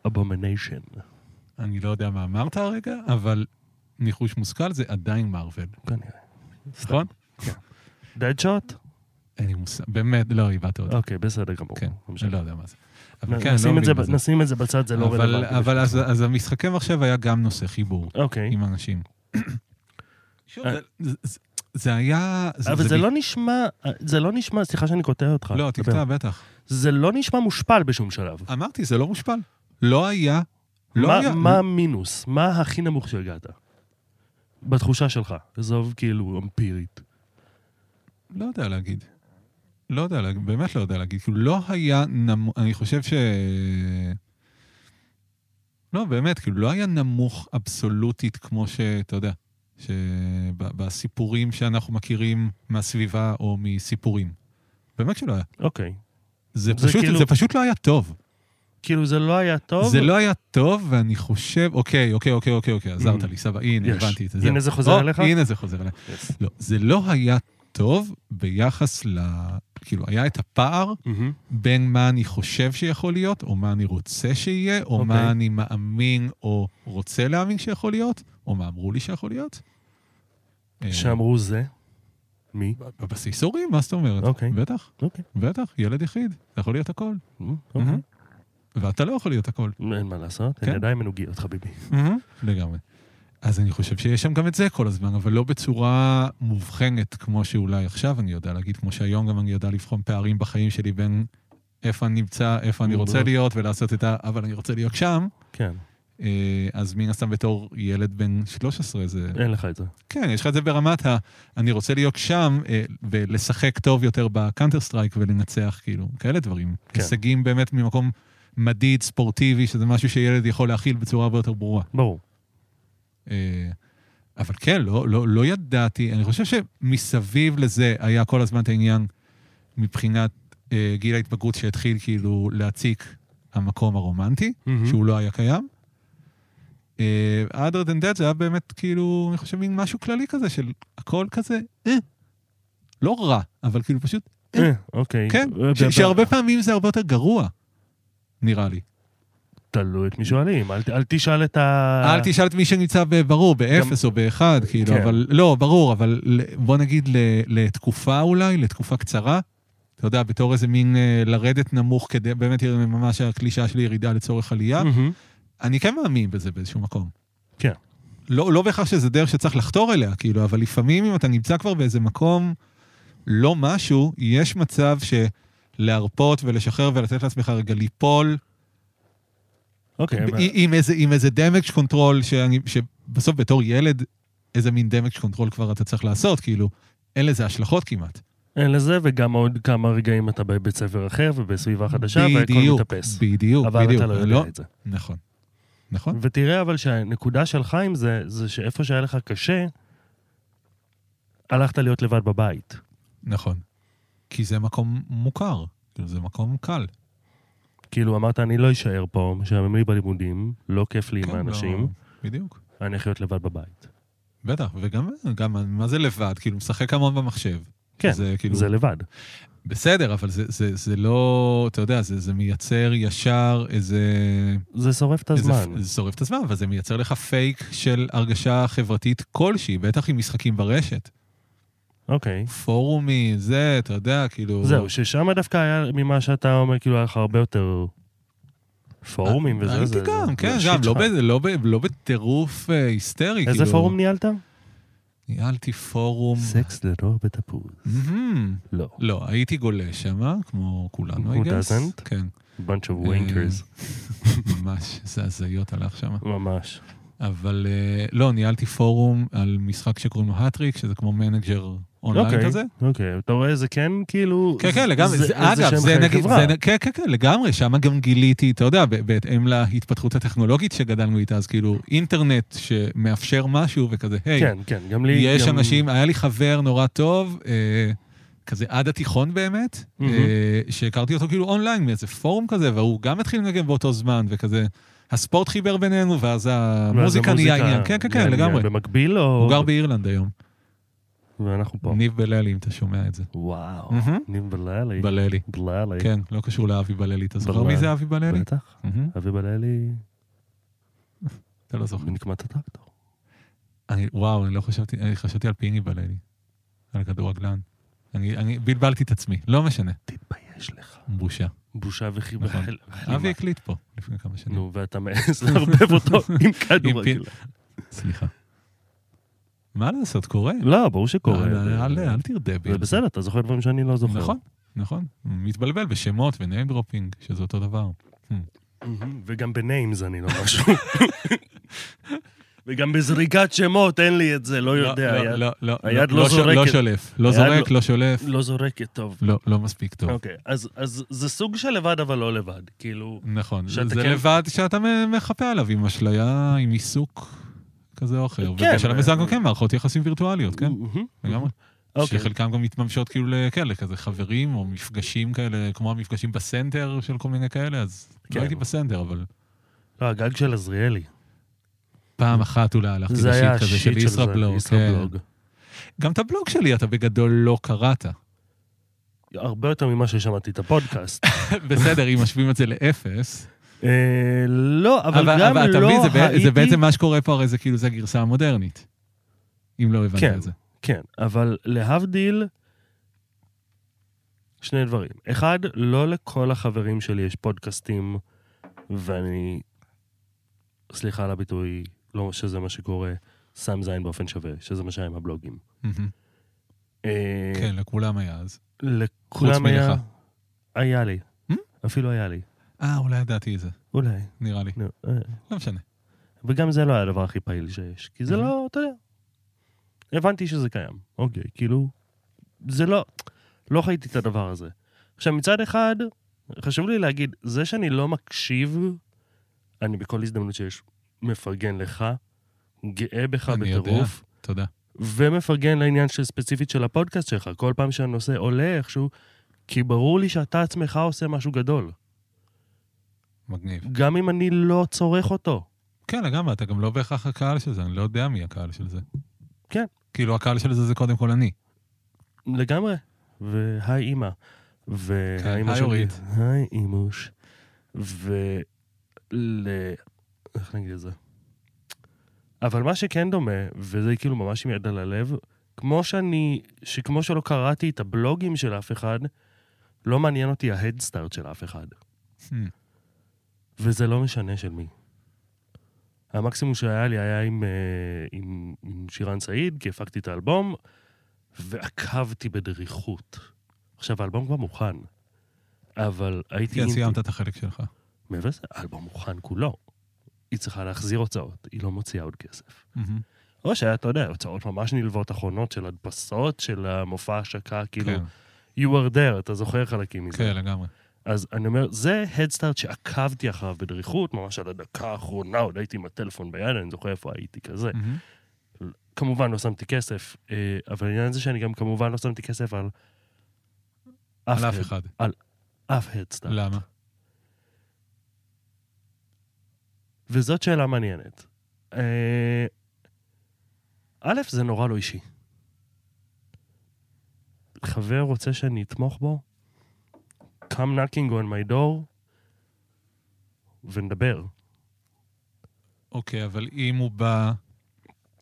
S1: אבומניישן.
S2: אני לא יודע מה אמרת הרגע, אבל ניחוש מושכל זה עדיין מרוויל.
S1: כנראה.
S2: נכון?
S1: דד שוט?
S2: אין לי מושג. באמת, לא, איבדת אותי.
S1: אוקיי, בסדר גמור.
S2: כן,
S1: לא משנה.
S2: אני לא יודע מה זה. אבל
S1: נ-
S2: כן, אני לא
S1: נשים את
S2: מבין
S1: זה
S2: בזה.
S1: ב- נשים את זה בצד, זה לא
S2: אבל-
S1: רלוונטי.
S2: אבל
S1: בשבילך.
S2: אז- אז המשחקי מחשב היה גם נושא חיבור
S1: אוקיי.
S2: עם אנשים. שוב,
S1: אה.
S2: זה- זה- זה היה...
S1: אבל זה
S2: ב-
S1: לא נשמע, זה לא נשמע, סליחה שאני קוטע אותך.
S2: לא,
S1: דבר.
S2: תקטע, בטח.
S1: זה לא נשמע מושפל בשום שלב.
S2: אמרתי, זה לא מושפל. לא היה... לא
S1: מה-
S2: היה...
S1: מה המינוס? מה הכי נמוך שהגעת? בתחושה שלך. עזוב כאילו אמפירית.
S2: לא יודע להגיד. לא יודע להגיד, באמת לא יודע להגיד. כאילו, לא היה נמוך, אני חושב ש... לא, באמת, כאילו, לא היה נמוך אבסולוטית כמו שאתה יודע, שבסיפורים שאנחנו מכירים מהסביבה או מסיפורים. באמת שלא היה.
S1: אוקיי.
S2: זה
S1: זה
S2: פשוט,
S1: כאילו-
S2: זה פשוט לא היה טוב.
S1: כאילו זה לא היה טוב.
S2: זה לא היה טוב, ואני חושב, אוקיי, אוקיי, אוקיי, אוקיי, אוקיי, עזרת לי, סבבה, הנה,
S1: Mm. יש.
S2: הבנתי את זה.
S1: הנה
S2: זהו.
S1: זה חוזר
S2: או,
S1: אליך?
S2: הנה זה חוזר אליך.
S1: Yes.
S2: לא, זה לא היה טוב ביחס ל... כאילו, היה את הפער
S1: מהמם.
S2: בין מה אני חושב שיכול להיות, או מה אני רוצה שיהיה, או
S1: אוקיי.
S2: מה אני מאמין או רוצה להאמין שיכול להיות, או מה אמרו לי שיכול להיות. אה,
S1: שאמרו זה? מי?
S2: בבסיס הורים, מה זאת אומרת?
S1: אוקיי.
S2: בטח,
S1: אוקיי.
S2: בטח, ילד יחיד, אתה יכול להיות הכל.
S1: מ, אוקיי.
S2: מהמם. ואתה לא יכול להיות הכל.
S1: אין מה לעשות, הן
S2: Mm-hmm. כן.
S1: ידיים מנוגיות, חביבי.
S2: Mm-hmm. לגמרי. אז אני חושב שיש שם גם את זה כל הזמן, אבל לא בצורה מובחנת כמו שאולי עכשיו אני יודע להגיד, כמו שהיום גם אני יודע לבחון פערים בחיים שלי בין איפה אני נמצא, איפה אני רוצה
S1: מאוד.
S2: להיות, ולעשות את ה... אבל אני רוצה להיות שם.
S1: כן,
S2: אה, אז מן הסתם בתור ילד בן 13 זה...
S1: אין לך את זה.
S2: כן, יש לך את זה ברמת ה... אני רוצה להיות שם אה, ולשחק טוב יותר בקאנטר סטרייק ולנצח, כאילו, כאלה דברים.
S1: כן.
S2: הישגים באמת ממקום מדיד, ספורטיבי, שזה משהו שילד יכול להכיל בצורה הרבה יותר ברורה.
S1: ברור.
S2: אה, אבל כן, לא, לא, לא ידעתי, אני חושב שמסביב לזה היה כל הזמן את העניין מבחינת אה, גיל ההתבגרות שהתחיל כאילו להציק המקום הרומנטי,
S1: מהמם.
S2: שהוא לא היה קיים. אה, other than that זה היה באמת כאילו, אני חושב, מין משהו כללי כזה של הכל כזה, אה, לא רע, אבל כאילו פשוט,
S1: אה, אוקיי.
S2: כן,
S1: אה,
S2: ש- שהרבה פעמים זה הרבה יותר גרוע, נראה לי.
S1: תלוי את מי שואלים, אל ת- אל תשאל את ה...
S2: אל תשאל את מי שנמצא בברור, באפס או באחד, כאילו,
S1: אה, כן.
S2: אבל, לא, ברור, אבל ל- בוא נגיד ל- לתקופה אולי, לתקופה קצרה, אתה יודע, בתור איזה מין אה, לרדת נמוך כדי, באמת יראה ממש הקלישאה שלי ירידה לצורך עלייה,
S1: מהמם.
S2: אני כן מאמין בזה באיזשהו מקום.
S1: Mm. כן.
S2: לא, לא בהכרח שזה דרך שצריך לחתור אליה, כאילו, אבל לפעמים אם אתה נמצא כבר באיזה מקום לא משהו, יש מצב שלהרפות ולשחרר ולתת לעצמך רגע ליפול
S1: אוקיי, אבל-
S2: עם- עם איזה, עם איזה damage control, שאני, שבסוף בתור ילד, איזה מין damage control כבר אתה צריך לעשות, כאילו, אין לזה השלכות כמעט.
S1: אין לזה, וגם עוד כמה רגעים אתה בבית ספר אחר ובסביבה חדשה, והכל
S2: בדיוק,
S1: מתאפס.
S2: בדיוק,
S1: אבל
S2: בדיוק.
S1: אתה לא יודע את זה.
S2: נכון, נכון.
S1: ותראה אבל שהנקודה שלך עם זה, זה שאיפה שהיה לך קשה, הלכת להיות לבד בבית.
S2: נכון. כי זה מקום מוכר, כאילו, זה מקום קל.
S1: כאילו, אמרת, אני לא אשאר פה, משעמם לי בלימודים, לא כיף לי עם
S2: כן, לא-
S1: האנשים,
S2: בדיוק,
S1: אני הולך להיות לבד בבית.
S2: בטח, וגם, גם, מה זה לבד? כאילו, משחק המון במחשב.
S1: כן,
S2: זה כאילו,
S1: זה לבד.
S2: בסדר, אבל זה, זה, זה לא, אתה יודע, זה, זה מייצר ישר איזה
S1: זה שורף את
S2: זה-
S1: הזמן.
S2: זה שורף את הזמן, אבל זה מייצר לך פייק של הרגשה חברתית כלשהי, בטח עם משחקים ברשת.
S1: אוקיי.
S2: פורומים, זה, אתה יודע, כאילו...
S1: זהו, ששם דווקא היה, ממה שאתה אומר, כאילו היה לך הרבה יותר פורומים וזה. זה-
S2: הייתי
S1: זה-
S2: גם, כן,
S1: זה
S2: גם,
S1: שיט
S2: לא,
S1: שלך.
S2: ב, לא, ב, לא בטירוף אה, היסטרי, כאילו...
S1: איזה פורום ניהלת?
S2: ניהלתי פורום...
S1: סקס לנוער בתפוז.
S2: מהמם.
S1: לא.
S2: לא, הייתי גולה שמה, כמו כולנו,
S1: Who
S2: I guess.
S1: doesn't?
S2: כן,
S1: bunch of wankers.
S2: ממש, זה הזיות הלך שמה.
S1: ממש.
S2: אבל אה, לא, ניהלתי פורום על משחק שקוראים לו האטריק, שזה כמו מנג'ר אונליין
S1: אוקיי,
S2: כזה.
S1: אוקיי, אתה רואה, זה כן כאילו...
S2: כן, כן,
S1: זה-
S2: לגמרי. זה,
S1: שם
S2: אגב, זה
S1: חיי
S2: נגיד,
S1: חברה.
S2: זה, נ- כן, כן, כן, לגמרי, שם גם גיליתי, אתה יודע, ב- בהתאם להתפתחות הטכנולוגית שגדלנו איתה, אז כאילו, אינטרנט שמאפשר משהו וכזה, היי,
S1: כן, כן, גם לי...
S2: יש
S1: גם-
S2: אנשים, היה לי חבר נורא טוב, אה, כזה עד התיכון באמת, אה,
S1: מהמם.
S2: שהכרתי אותו כאילו אונליין, מאיזה פורום כזה, והוא גם התחיל לנגן באותו זמן, וכזה, הספורט חיבר בינינו, ואז
S1: ואז
S2: המוזיקה נהיה עניין, כן, כן, כן,
S1: נהיה-
S2: לגמרי.
S1: במקביל או...
S2: הוא גר באירלנד היום,
S1: ואנחנו פה.
S2: ניב בללי, אם אתה שומע את זה.
S1: וואו.
S2: מהמם.
S1: ניב בללי.
S2: בללי,
S1: בללי.
S2: כן, לא קשור לאבי בללי, אתה זוכר
S1: בללי.
S2: מי זה אבי בללי?
S1: אוקיי. בטח.
S2: מהמם.
S1: אבי בללי
S2: אתה לא זוכר.
S1: נקמת הטרקטור.
S2: אני, וואו, אני לא חשבתי, אני חשבתי על פיני בלילי, על כדורגלן. אני, אני בלבלתי את עצמי, לא משנה.
S1: תתבייש לך.
S2: בושה.
S1: בושה וחיבה.
S2: נכון. אבי כן. הקליט פה לפני כמה שנים.
S1: נו, ואתה [LAUGHS] מעז לערבב
S2: [LAUGHS]
S1: אותו עם
S2: פין.
S1: כדורגל.
S2: סליחה. מה לעשות, קורה.
S1: לא, ברור שקורה.
S2: אל-
S1: זה-
S2: אל אל תרדה בי.
S1: זה בסדר, אתה זוכר דברים שאני לא זוכר.
S2: נכון, נכון. מתבלבל בשמות וניים דרופינג, שזה אותו דבר.
S1: מהמם, וגם בניימס אני לא משהו. [LAUGHS] וגם בזריקת שמות אין לי את זה, לא יודע.
S2: לא,
S1: היה-
S2: לא, לא,
S1: היד לא
S2: ש- לא
S1: זורקת.
S2: שולף. לא
S1: היד
S2: זורק,
S1: לא-
S2: לא שולף.
S1: לא זורקת טוב.
S2: לא, לא מספיק טוב.
S1: אוקיי, אז- אז זה סוג של לבד אבל לא לבד. כאילו,
S2: נכון.
S1: שאתה
S2: זה
S1: כן-
S2: לבד שאתה מ- מחפה עליו עם אשליה, עם עיסוק כזה או אחר.
S1: כן,
S2: ובשלב
S1: ו-
S2: מסוים גם כן מערכות יחסים וירטואליות, כן?
S1: מהמם.
S2: לגמרי.
S1: אוקיי.
S2: שחלקם גם מתממשות כאילו לכאלה, כזה חברים או מפגשים כאלה, כמו המפגשים בסנטר של כל מיני כאלה, אז
S1: כן.
S2: לא הייתי בסנטר, אבל
S1: לא, הגג של עזריאלי.
S2: פעם אחת אולי הלכתי
S1: זה היה
S2: לשיט כזה
S1: השיט
S2: של כן.
S1: של
S2: ישראבלוג.
S1: זה, ישראבלוג.
S2: גם את הבלוג שלי אתה בגדול לא קראת. [LAUGHS]
S1: הרבה יותר ממה ששמעתי את הפודקאסט.
S2: בסדר, אם משווים את זה לאפס.
S1: אה, לא, אבל גם
S2: אבל אתה
S1: לא
S2: מבין, זה בע-
S1: הייתי...
S2: זה בעצם מה שקורה פה, הרי זה כאילו, זה הגרסה המודרנית. אם לא הבנת
S1: כן.
S2: את זה.
S1: כן, אבל להבדיל, שני דברים. אחד, לא לכל החברים שלי יש פודקאסטים, ואני, סליחה על הביטוי, לא שזה מה שקורה, שם זין באופן שווה, שזה מה שהיה עם הבלוגים.
S2: מהמם.
S1: אה,
S2: כן, לכולם היה אז.
S1: לכולם היה...
S2: מלך.
S1: היה לי.
S2: Hmm?
S1: אפילו היה לי.
S2: אה, אולי ידעתי את זה,
S1: אולי.
S2: נראה לי.
S1: נו, אה.
S2: לא משנה.
S1: וגם זה לא היה הדבר הכי פעיל שיש, כי זה
S2: Mhm.
S1: לא, אתה יודע. הבנתי שזה קיים, אוקיי, כאילו, זה לא, לא חייתי את הדבר הזה. עכשיו, מצד אחד, חשוב לי להגיד, זה שאני לא מקשיב, אני בכל הזדמנות שיש מפרגן לך, גאה בך
S2: אני יודע.
S1: בטירוף,
S2: תודה.
S1: ומפרגן לעניין של ספציפית של הפודקאסט שלך, כל פעם שהנושא עולה איכשהו, כי ברור לי שאתה עצמך עושה משהו גדול,
S2: מגניב.
S1: גם אם אני לא צורך אותו.
S2: כן, לגמרי, אתה גם לא בהכרח הקהל של זה, אני לא יודע מי הקהל של זה.
S1: כן.
S2: כאילו, הקהל של זה זה קודם כל אני.
S1: לגמרי. והי אימא.
S2: כן,
S1: והאימא
S2: היי אורית.
S1: היי אימוש. ול... איך נגיד את זה? אבל מה שכן דומה, וזה כאילו ממש עם יד על הלב, כמו שאני, שכמו שלא קראתי את הבלוגים של אף אחד, לא מעניין אותי ההדסטארט של אף אחד.
S2: Hmm.
S1: וזה לא משנה של מי. המקסימום שהיה לי היה עם, אה, עם, עם שירן סעיד, כי הפקתי את האלבום, ועקבתי בדריכות. עכשיו, האלבום כבר מוכן, אבל הייתי...
S2: כן,
S1: אינטי-
S2: סיימת את החלק שלך.
S1: מעבר לזה, האלבום מוכן כולו. היא צריכה להחזיר הוצאות, היא לא מוציאה עוד כסף.
S2: מהמם.
S1: או שהיה, אתה יודע, הוצאות ממש נלוות אחרונות של הדפסות, של המופע ההשקה, כאילו,
S2: כן,
S1: you were there, אתה זוכר חלקים מזה.
S2: כן, לגמרי.
S1: אז אני אומר, זה הדסטארט שעקבתי אחריו בדריכות, ממש עד הדקה האחרונה, עוד הייתי עם הטלפון ביד, אני זוכר איפה הייתי כזה.
S2: מהמם.
S1: כמובן לא שמתי כסף, אה, אבל העניין זה שאני גם כמובן לא שמתי כסף על אף,
S2: על אף
S1: הד-
S2: אחד. לא.
S1: אף הדסטארט.
S2: למה?
S1: וזאת שאלה מעניינת. אה, א', זה נורא לא אישי. חבר רוצה שאני אתמוך בו? come knocking on my door ונדבר.
S2: אוקיי, אבל אם הוא בא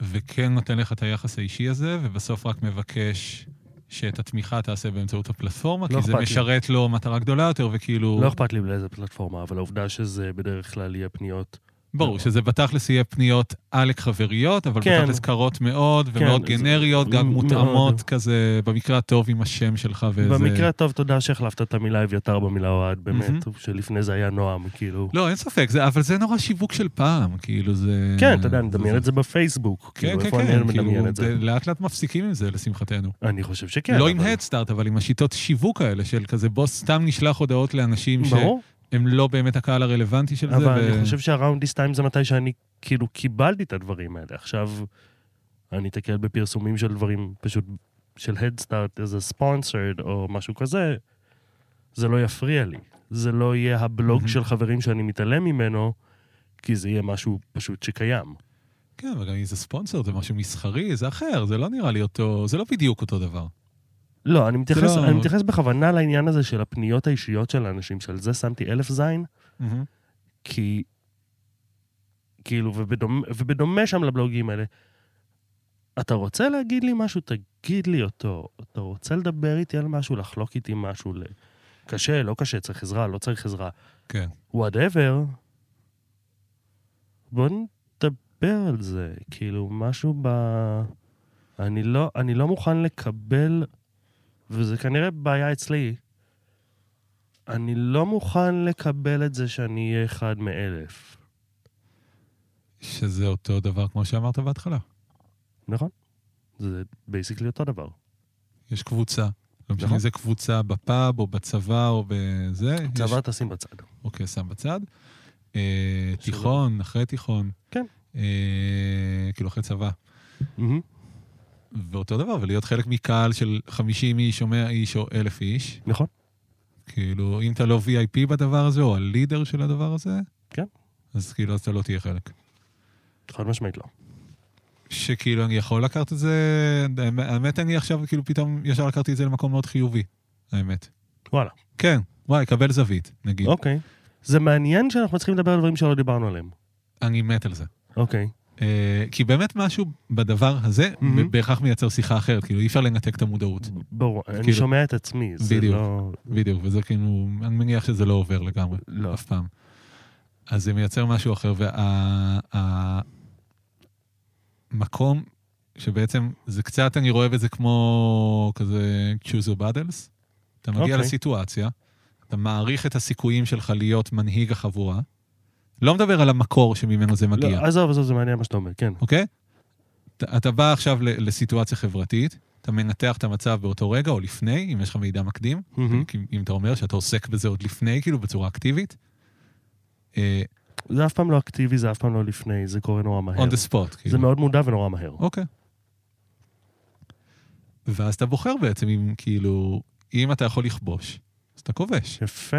S2: וכן נותן לך את היחס האישי הזה, ובסוף רק מבקש שאת התמיכה תעשה באמצעות הפלטפורמה,
S1: לא
S2: כי זה
S1: אכפת לי.
S2: משרת לו מטרה גדולה יותר, וכאילו...
S1: לא אכפת לי באיזה פלטפורמה, אבל העובדה שזה בדרך כלל יהיה פניות...
S2: ברור שזה בתכלס יהיה פניות עלק חבריות, אבל
S1: אה. כן.
S2: בתכלס קרות מאוד ומאוד
S1: זה-
S2: גנריות, גם
S1: מ- מאוד. אה.
S2: מותאמות כזה, במקרה הטוב עם השם שלך ואיזה...
S1: במקרה הטוב, תודה שהחלפת את המילה אביתר במילה אוהד, באמת,
S2: מהמם.
S1: שלפני זה היה נועם, כאילו.
S2: לא, אין ספק, זה, אבל זה נורא שיווק של פעם, כאילו זה...
S1: כן, אתה יודע, אני מדמיין את זה בפייסבוק.
S2: כן,
S1: כאילו,
S2: כן,
S1: איפה אני
S2: כן,
S1: מדמיין
S2: כאילו,
S1: את
S2: זה-
S1: זה?
S2: לאט לאט מפסיקים עם זה, לשמחתנו.
S1: אני חושב שכן.
S2: לא עם
S1: אבל-
S2: הדסטארט, אבל עם השיטות שיווק האלה של כזה, בוא סתם נשלח הודעות לאנשים
S1: ברור,
S2: שהם לא באמת הקהל הרלוונטי של זה.
S1: אבל
S2: ו-
S1: אני חושב שהראונד דיס טיים זה מתי שאני כאילו קיבלתי את הדברים האלה. עכשיו, אני אתקל בפרסומים של דברים פשוט של הדסטארט איזה ספונסרד או משהו כזה, זה לא יפריע לי. זה לא יהיה הבלוג
S2: מהמם.
S1: של חברים שאני מתעלם ממנו, כי זה יהיה משהו פשוט שקיים.
S2: כן, וגם אם זה ספונסר, זה משהו מסחרי, זה אחר, זה לא נראה לי אותו, זה לא בדיוק אותו דבר.
S1: לא, אני מתייחס,
S2: לא-
S1: אני מתייחס בכוונה לעניין הזה של הפניות האישיות של האנשים, שעל זה שמתי אלף זין, כי... כאילו, ובדומה, ובדומה שם לבלוגים האלה, אתה רוצה להגיד לי משהו, תגיד לי אותו. אתה רוצה לדבר איתי על משהו, לחלוק איתי משהו, ל... קשה, לא קשה, צריך עזרה, לא צריך עזרה.
S2: כן.
S1: וואטאבר. בוא נדבר על זה, כאילו, משהו ב... אני לא, אני לא מוכן לקבל, וזה כנראה בעיה אצלי, אני לא מוכן לקבל את זה שאני אהיה אחד מאלף.
S2: שזה אותו דבר כמו שאמרת בהתחלה.
S1: נכון. זה בייסיקלי אותו דבר.
S2: יש קבוצה. לא משנה
S1: נכון.
S2: אם זה קבוצה בפאב, או בצבא, או בזה. יש-
S1: צבא תשים בצד.
S2: אוקיי, שם בצד. אה,
S1: שזה-
S2: תיכון, אחרי תיכון.
S1: כן.
S2: אה, כאילו, אחרי צבא.
S1: מהמם.
S2: ואותו דבר, ולהיות חלק מקהל של 50 איש או 100 איש או 1,000 איש.
S1: נכון.
S2: כאילו, אם אתה לא VIP בדבר הזה, או הלידר של הדבר הזה,
S1: כן.
S2: אז כאילו, אז אתה לא תהיה חלק.
S1: חד משמעית לא.
S2: שכאילו, אני יכול לקחת את זה, האמת, אני עכשיו, כאילו, פתאום ישר לקחתי את זה למקום מאוד חיובי, האמת.
S1: וואלה.
S2: כן, וואי, קבל זווית, נגיד.
S1: אוקיי. זה מעניין שאנחנו צריכים לדבר על דברים שלא דיברנו עליהם.
S2: אני מת על זה.
S1: אוקיי.
S2: אה, כי באמת משהו בדבר הזה
S1: מהמם.
S2: בהכרח מייצר שיחה אחרת, כאילו אי אפשר לנתק את המודעות.
S1: ברור, אני
S2: כאילו-
S1: שומע את עצמי. זה
S2: בדיוק.
S1: לא...
S2: בדיוק, וזה כאילו, אני מניח שזה לא עובר לגמרי,
S1: לא.
S2: אף פעם. אז זה מייצר משהו אחר, והמקום שבעצם, זה קצת, אני רואה בזה כמו כזה choose your battles. אתה מגיע
S1: אוקיי.
S2: לסיטואציה, אתה מעריך את הסיכויים שלך להיות מנהיג החבורה. לא מדבר על המקור שממנו זה מגיע.
S1: לא, עזוב, עזוב, זה מעניין מה שאתה אומר, כן.
S2: אוקיי? אתה- אתה בא עכשיו ל- לסיטואציה חברתית, אתה מנתח את המצב באותו רגע או לפני, אם יש לך מידע מקדים,
S1: מהמם.
S2: כי אם אתה אומר שאתה עוסק בזה עוד לפני, כאילו בצורה אקטיבית. אה,
S1: זה אף פעם לא אקטיבי, זה אף פעם לא לפני, זה קורה נורא מהר.
S2: on the spot,
S1: אוקיי. זה
S2: כאילו.
S1: מאוד מודע ונורא מהר.
S2: אוקיי. ואז אתה בוחר בעצם אם כאילו, אם אתה יכול לכבוש, אז אתה כובש.
S1: יפה.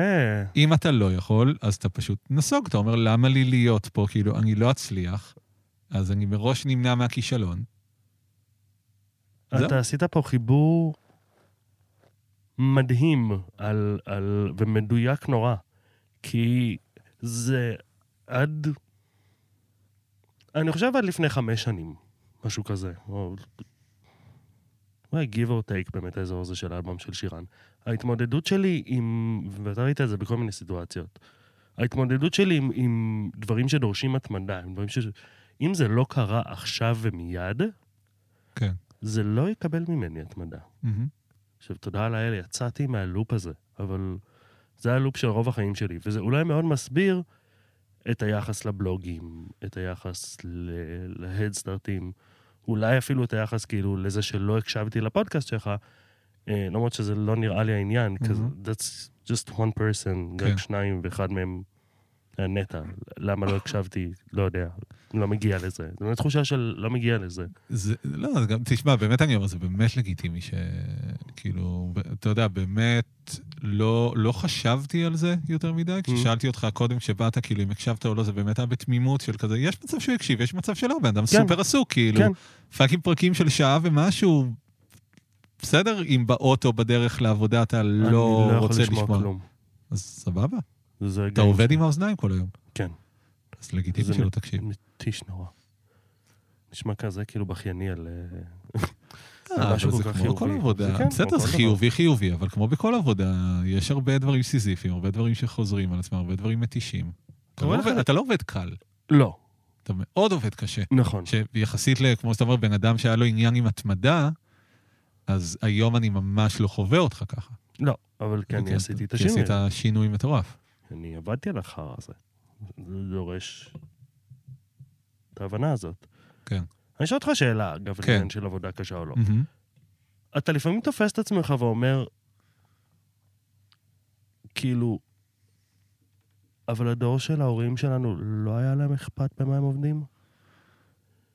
S2: אם אתה לא יכול, אז אתה פשוט נסוג, אתה אומר, למה לי להיות פה? כאילו, אני לא אצליח, אז אני מראש נמנע מהכישלון. זהו.
S1: אתה עשית פה חיבור מדהים על, על, ומדויק נורא, כי זה עד, אני חושב עד לפני חמש שנים, משהו כזה. או- אולי give or take באמת האזור הזה של האלבום של שירן. ההתמודדות שלי עם, ואתה ראית את זה בכל מיני סיטואציות, ההתמודדות שלי עם, עם דברים שדורשים התמדה, עם דברים ש... אם זה לא קרה עכשיו ומיד,
S2: כן.
S1: זה לא יקבל ממני התמדה.
S2: מהמם.
S1: עכשיו, תודה לאל, יצאתי מהלופ הזה, אבל זה הלופ של רוב החיים שלי, וזה אולי מאוד מסביר את היחס לבלוגים, את היחס ל- להדסטארטים, אולי אפילו את היחס כאילו לזה שלא הקשבתי לפודקאסט שלך, אה, למרות שזה לא נראה לי העניין, כי
S2: מהמם.
S1: that's just one person,
S2: Mm-hmm. כן.
S1: רק שניים ואחד מהם היה נטע, למה לא הקשבתי, לא יודע, לא מגיע לזה. זו באמת תחושה של לא מגיע לזה.
S2: זה, לא, זה גם, תשמע, באמת אני אומר, זה באמת לגיטימי ש... כאילו, ב- אתה יודע, באמת לא, לא חשבתי על זה יותר מדי.
S1: Mm-hmm.
S2: כששאלתי אותך קודם כשבאת, כאילו, אם הקשבת או לא, זה באמת היה בתמימות של כזה, יש מצב שהוא יקשיב, יש מצב שלא, בן אדם
S1: כן.
S2: סופר עסוק, כאילו,
S1: כן.
S2: פאקינג פרקים של שעה ומשהו, בסדר, אם באוטו בדרך לעבודה אתה
S1: אני
S2: לא,
S1: יכול
S2: רוצה
S1: לשמוע
S2: לשמוע.
S1: כלום.
S2: אז סבבה,
S1: זה
S2: אתה
S1: גם-
S2: עובד עם האוזניים כל היום.
S1: כן.
S2: אז לגיטימי
S1: זה
S2: שלא
S1: מת-
S2: תקשיב.
S1: מתיש נורא. נשמע כזה כאילו בכייני על... אה,
S2: אה, אבל
S1: משהו
S2: זה
S1: כל כך
S2: כמו כל
S1: חיובי. זה
S2: עבודה.
S1: כן, כמו
S2: בסדר,
S1: כל
S2: זה
S1: דבר.
S2: חיובי חיובי, אבל כמו בכל עבודה, יש הרבה דברים סיזיפיים, הרבה דברים שחוזרים על עצמם, הרבה דברים מתישים. אתה
S1: קורה
S2: לא
S1: לך-
S2: עובד- אתה לא עובד קל,
S1: לא.
S2: אתה מאוד עובד קשה.
S1: נכון.
S2: שיחסית, ל- כמו שאתה אומר, בן אדם שהיה לו עניין עם התמדה, אז היום אני ממש לא חווה אותך ככה.
S1: לא, אבל כן, אני
S2: כי-
S1: עשיתי את
S2: כי
S1: השינוי.
S2: עשית שינוי מטורף.
S1: אני עבדתי על החרא הזה. זה דורש את ההבנה הזאת.
S2: כן.
S1: אני אשאל אותך שאלה, אגב,
S2: כן.
S1: לעניין של עבודה קשה או לא.
S2: מהמם.
S1: אתה לפעמים תופס את עצמך ואומר, כאילו, אבל הדור של ההורים שלנו, לא היה להם אכפת במה הם עובדים?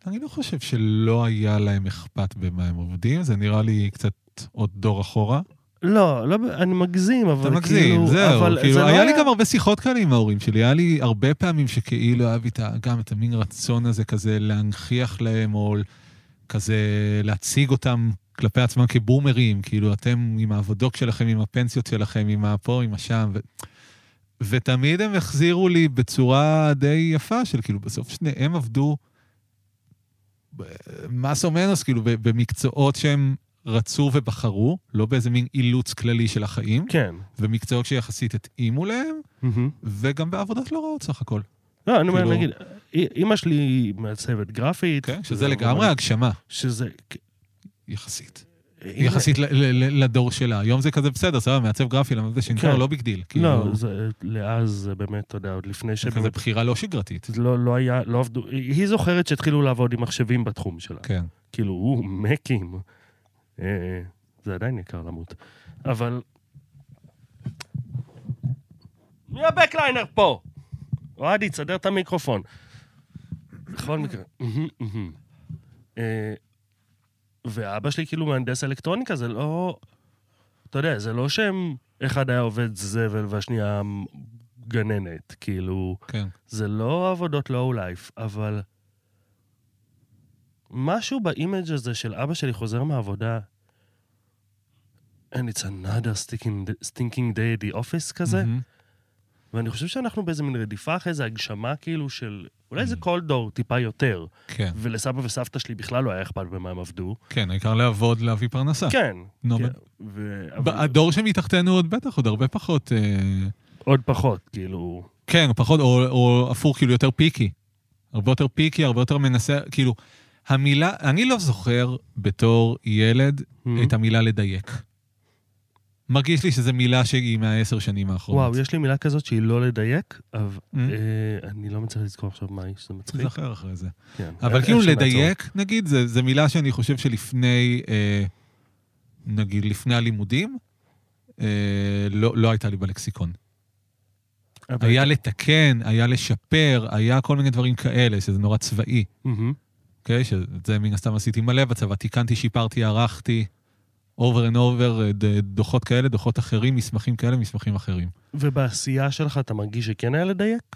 S2: אני לא חושב שלא היה להם אכפת במה הם עובדים, זה נראה לי קצת עוד דור אחורה.
S1: לא, לא, אני מגזים, אבל
S2: אתה
S1: כאילו...
S2: מגזים, זהו.
S1: אבל
S2: כאילו,
S1: זה לא
S2: היה לי גם הרבה שיחות כאלה עם ההורים שלי, היה לי הרבה פעמים שכאילו היה בי את ה- גם את המין רצון הזה כזה להנכיח להם, או כזה להציג אותם כלפי עצמם כבומרים, כאילו אתם עם העבודות שלכם, עם הפנסיות שלכם, עם הפה, עם השם. ו... ותמיד הם החזירו לי בצורה די יפה של כאילו, בסוף שניהם עבדו מס או מנוס, כאילו, ב- במקצועות שהם רצו ובחרו, לא באיזה מין אילוץ כללי של החיים.
S1: כן.
S2: ומקצועות שיחסית התאימו להם,
S1: מהמם.
S2: וגם בעבודות לא רעות סך הכל.
S1: לא, אני אומר,
S2: Mm-hmm. כאילו-
S1: נגיד, אימא שלי היא מעצבת גרפית.
S2: כן? שזה לגמרי
S1: אבל-
S2: הגשמה,
S1: שזה...
S2: יחסית.
S1: אם-
S2: יחסית ל- ל- ל- לדור שלה. היום זה כזה בסדר, סבבה, מעצב גרפי, למה זה שנקרא
S1: כן.
S2: לא ביג דיל.
S1: לא,
S2: כאילו,
S1: זה- לאז זה באמת, אתה יודע, עוד לפני
S2: זה כזה
S1: שבאמת...
S2: בחירה לא שגרתית.
S1: לא לא היה, לא עבדו... היא היא זוכרת שהתחילו לעבוד עם מחשבים בתחום שלה.
S2: כן.
S1: כאילו, הוא, מקים. אה, זה עדיין יקר למות. אבל... מי הבקליינר פה? אוהדי, תסדר את המיקרופון. בכל מקרה. אה, ואבא שלי כאילו מהנדס אלקטרוניקה, זה לא... אתה יודע, זה לא שהם... אחד היה עובד זבל והשנייה גננת, כאילו...
S2: כן.
S1: זה לא עבודות לואו לייף, אבל... משהו באימג' הזה של אבא שלי חוזר מהעבודה, and it's another stinking, stinking day at the office כזה,
S2: מהמם.
S1: ואני חושב שאנחנו באיזה מין רדיפה אחרי איזה הגשמה כאילו של... אולי זה
S2: Mhm.
S1: כל דור טיפה יותר,
S2: כן,
S1: ולסבא וסבתא שלי בכלל לא היה אכפת במה הם עבדו.
S2: כן, העיקר לעבוד, להביא פרנסה.
S1: כן.
S2: אה, נו,
S1: כן,
S2: אבל-
S1: ו-
S2: ב-
S1: אבל
S2: הדור שמתחתנו עוד בטח, עוד הרבה פחות... אה,
S1: עוד פחות, כאילו...
S2: כן, פחות, או, או הפוך, כאילו יותר פיקי. הרבה יותר פיקי, הרבה יותר מנסה, כאילו, המילה, אני לא זוכר בתור ילד
S1: Mm-hmm.
S2: את המילה לדייק. מרגיש לי שזו מילה שהיא מהעשר שנים האחרונות.
S1: וואו, יש לי מילה כזאת שהיא לא לדייק, אבל
S2: אה,
S1: אה, אני לא מצליח לזכור עכשיו מה היא, שזה מצחיק.
S2: תיזכר אחרי זה.
S1: כן.
S2: אבל
S1: איך-
S2: כאילו
S1: איך שנעצור.
S2: לדייק, נגיד, זה, זה מילה שאני חושב שלפני, אה, נגיד, לפני הלימודים, אה, לא, לא הייתה לי בלקסיקון.
S1: אבל-
S2: היה לתקן, היה לשפר, היה כל מיני דברים כאלה, שזה נורא צבאי.
S1: מהמם.
S2: אוקיי? שאת זה מן הסתם עשיתי מלא בצבא, תיקנתי, שיפרתי, ערכתי, over and over, אה, ד- דוחות כאלה, דוחות אחרים, מסמכים כאלה, מסמכים אחרים.
S1: ובעשייה שלך אתה מרגיש שכן היה לדייק?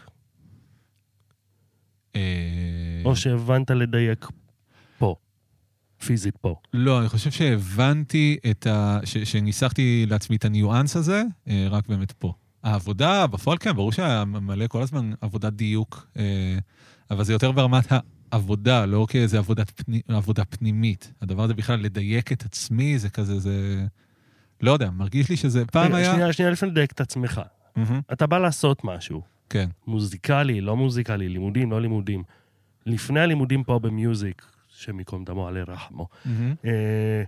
S2: אה,
S1: או שהבנת לדייק פה, פיזית פה?
S2: לא, אני חושב שהבנתי את ה... ש... שניסחתי לעצמי את הניואנס הזה, אה, רק באמת פה. העבודה בפועל, כן, ברור שהיה מלא כל הזמן עבודת דיוק, אה, אבל זה יותר ברמת העבודה, לא כאיזה עבודת פני... עבודה פנימית. הדבר הזה בכלל, לדייק את עצמי, זה כזה, זה... לא יודע, מרגיש לי שזה... פעם
S1: רגע,
S2: היה...
S1: אה, שנייה, שנייה לפני לדייק את עצמך.
S2: מהמם,
S1: אתה בא לעשות משהו,
S2: כן.
S1: מוזיקלי, לא מוזיקלי, לימודים, לא לימודים. לפני הלימודים פה במיוזיק, השם ייקום דמו עלי רחמו,
S2: מהמם.
S1: אה,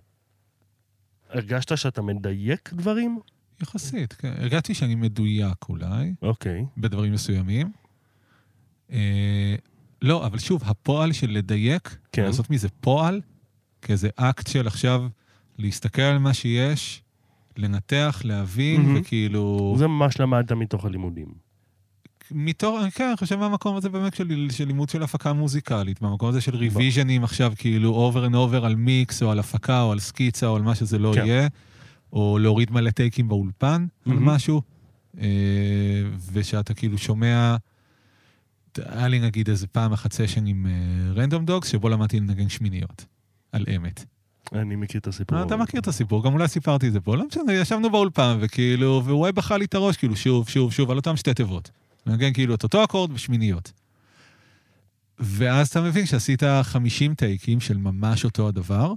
S1: הרגשת שאתה מדייק דברים?
S2: יחסית, כן. הרגשתי שאני מדויק אולי,
S1: אוקיי.
S2: בדברים מסוימים. אה, לא, אבל שוב, הפועל של לדייק,
S1: כן.
S2: לעשות מזה פועל, כאיזה אקט של עכשיו להסתכל על מה שיש, לנתח, להבין,
S1: מהמם.
S2: וכאילו...
S1: זה ממש למדת מתוך הלימודים.
S2: מתור, כן, אני חושב מהמקום הזה באמת של, של לימוד של הפקה מוזיקלית, מהמקום הזה של ריוויז'נים עכשיו, כאילו over and over על מיקס, או על הפקה, או על סקיצה, או על מה שזה לא
S1: כן.
S2: כן. יהיה, או להוריד מלא טייקים באולפן mm-hmm. על
S1: מהמם.
S2: משהו, אה, ושאתה כאילו שומע, היה לי נגיד איזה פעם אחת סשן עם רנדום דוגס, שבו למדתי לנגן שמיניות, על אמת.
S1: אני מכיר את הסיפור.
S2: אה, אתה מכיר את הסיפור, גם אולי סיפרתי את זה פה. לא משנה, ישבנו באולפן, וכאילו, והוא היה בכה לי את הראש, כאילו, שוב, שוב, שוב, על אותם שתי תיבות. מנגן כאילו את אותו אקורד בשמיניות. ואז אתה מבין שעשית 50 טייקים של ממש אותו הדבר,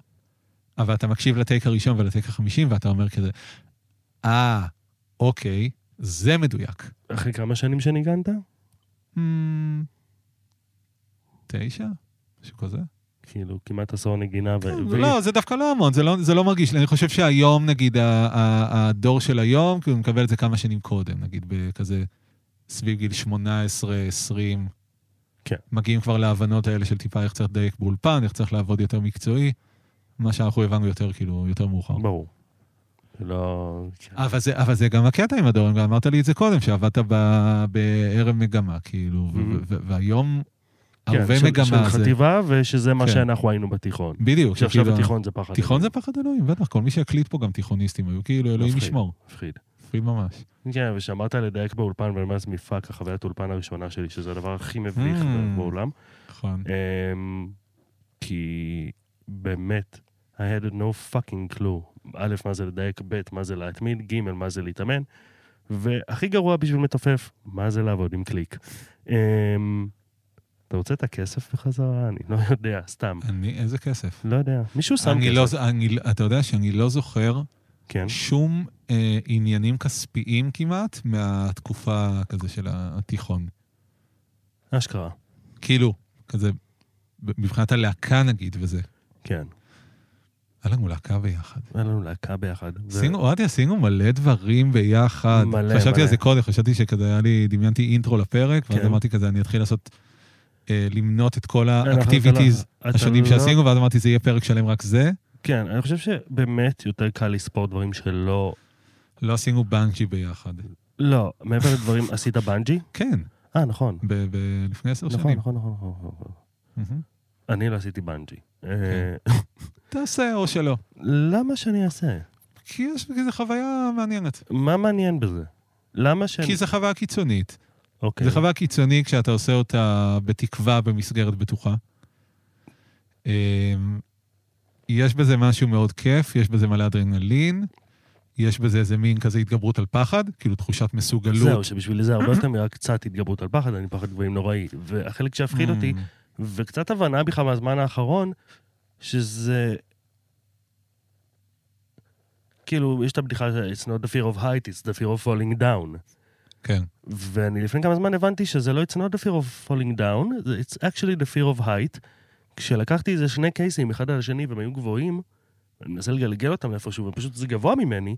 S2: אבל אתה מקשיב לטייק הראשון ולטייק החמישים, ואתה אומר כזה, אה, אוקיי, זה מדויק.
S1: אחרי כמה שנים שניגנת?
S2: "Hmm, תשע? משהו כזה?
S1: כאילו, כמעט עשור נגינה. ו- ו-
S2: לא, זה דווקא לא המון, זה לא, זה לא מרגיש לי. אני חושב שהיום, נגיד, ה- ה- הדור של היום, כאילו, מקבל את זה כמה שנים קודם, נגיד, בכזה, סביב גיל 18, 20.
S1: כן.
S2: מגיעים כבר להבנות האלה של טיפה איך צריך לדייק באולפן, איך צריך לעבוד יותר מקצועי. מה שאנחנו הבנו יותר, כאילו, יותר מאוחר.
S1: ברור. לא...
S2: אבל זה, אבל זה גם הקטע עם הדור, גם אמרת לי את זה קודם, שעבדת ב- בערב מגמה, כאילו, ו-
S1: Mhm.
S2: ו- והיום,
S1: כן,
S2: ערבי
S1: של-
S2: מגמה
S1: של
S2: זה...
S1: חטיבה, ושזה מה
S2: כן.
S1: שאנחנו היינו בתיכון.
S2: בדיוק, כאילו,
S1: שעכשיו
S2: שכאילו-
S1: התיכון זה פחד.
S2: תיכון זה פחד אלוהים, בטח, כל מי שהקליט פה גם תיכוניסטים היו, כאילו, אלוהים
S1: מפחיד.
S2: ישמור.
S1: מפחיד.
S2: מפחיד ממש.
S1: כן, ושאמרת לדייק באולפן, ואני אומר לעצמי, פאק, החוויית האולפן הראשונה שלי, שזה הדבר הכי מביך
S2: Mm.
S1: בעולם.
S2: נכון.
S1: אמ, כי באמת, I had no fucking clue. א', מה זה לדייק, ב', מה זה להתמיד, ג', מה זה להתאמן, והכי גרוע בשביל מתופף, מה זה לעבוד עם קליק. אמ, אתה רוצה את הכסף בחזרה? אני לא יודע, סתם.
S2: אני, איזה כסף.
S1: לא יודע. מישהו שם
S2: אני
S1: כסף.
S2: לא, ז- אני, אתה יודע שאני לא זוכר
S1: כן.
S2: שום אה, עניינים כספיים כמעט מהתקופה כזה של התיכון.
S1: אשכרה.
S2: כאילו, כזה, ב- מבחינת הלהקה נגיד וזה.
S1: כן.
S2: היה לנו להקה ביחד.
S1: היה לנו להקה ביחד. ו-
S2: עשינו, אוהדי, עשינו מלא דברים ביחד.
S1: מלא,
S2: חשבתי
S1: מלא.
S2: על זה קודם, חשבתי שכזה היה לי, דמיינתי אינטרו לפרק, ואז
S1: כן.
S2: אמרתי כזה, אני אתחיל לעשות, אה, למנות את כל
S1: אנחנו- אתה
S2: האקטיביטיז
S1: לא- אתה
S2: השונים
S1: לא-
S2: שעשינו, ואז אמרתי, זה יהיה פרק שלם רק זה.
S1: כן, אני חושב שבאמת יותר קל לספור דברים שלא...
S2: לא עשינו בנג'י ביחד.
S1: לא, מעבר לדברים, עשית בנג'י?
S2: כן,
S1: אה, נכון.
S2: ב- ב- לפני עשר
S1: נכון,
S2: לא שנים.
S1: נכון, נכון, נכון. נכון.
S2: מהמם.
S1: אני לא עשיתי בנג'י. אה,
S2: כן. תעשה או שלא.
S1: למה שאני אעשה?
S2: כי יש, כי זו חוויה מעניינת.
S1: מה מעניין בזה? למה שאני...
S2: כי זו חוויה קיצונית.
S1: אוקיי.
S2: זו חוויה קיצונית כשאתה עושה אותה בתקווה במסגרת בטוחה. אמ, יש בזה משהו מאוד כיף, יש בזה מלא אדרנלין, יש בזה איזה מין כזה התגברות על פחד, כאילו תחושת מסוגלות.
S1: זהו, שבשביל זה הרבה יותר מרק קצת התגברות על פחד, אני פחד גבוהים נוראי. והחלק שהפחיד
S2: Mm.
S1: אותי,
S2: אמ,
S1: וקצת הבנה בכלל מהזמן האחרון, שזה... כאילו, יש את הבדיחה, it's not the fear of height, it's the fear of falling down.
S2: כן.
S1: ואני לפני כמה זמן הבנתי שזה לא it's not the fear of falling down, זה- it's actually the fear of height. כשלקחתי איזה שני קייסים אחד על השני והם היו גבוהים, אני מנסה לגלגל אותם לאיפשהו, ופשוט זה גבוה ממני,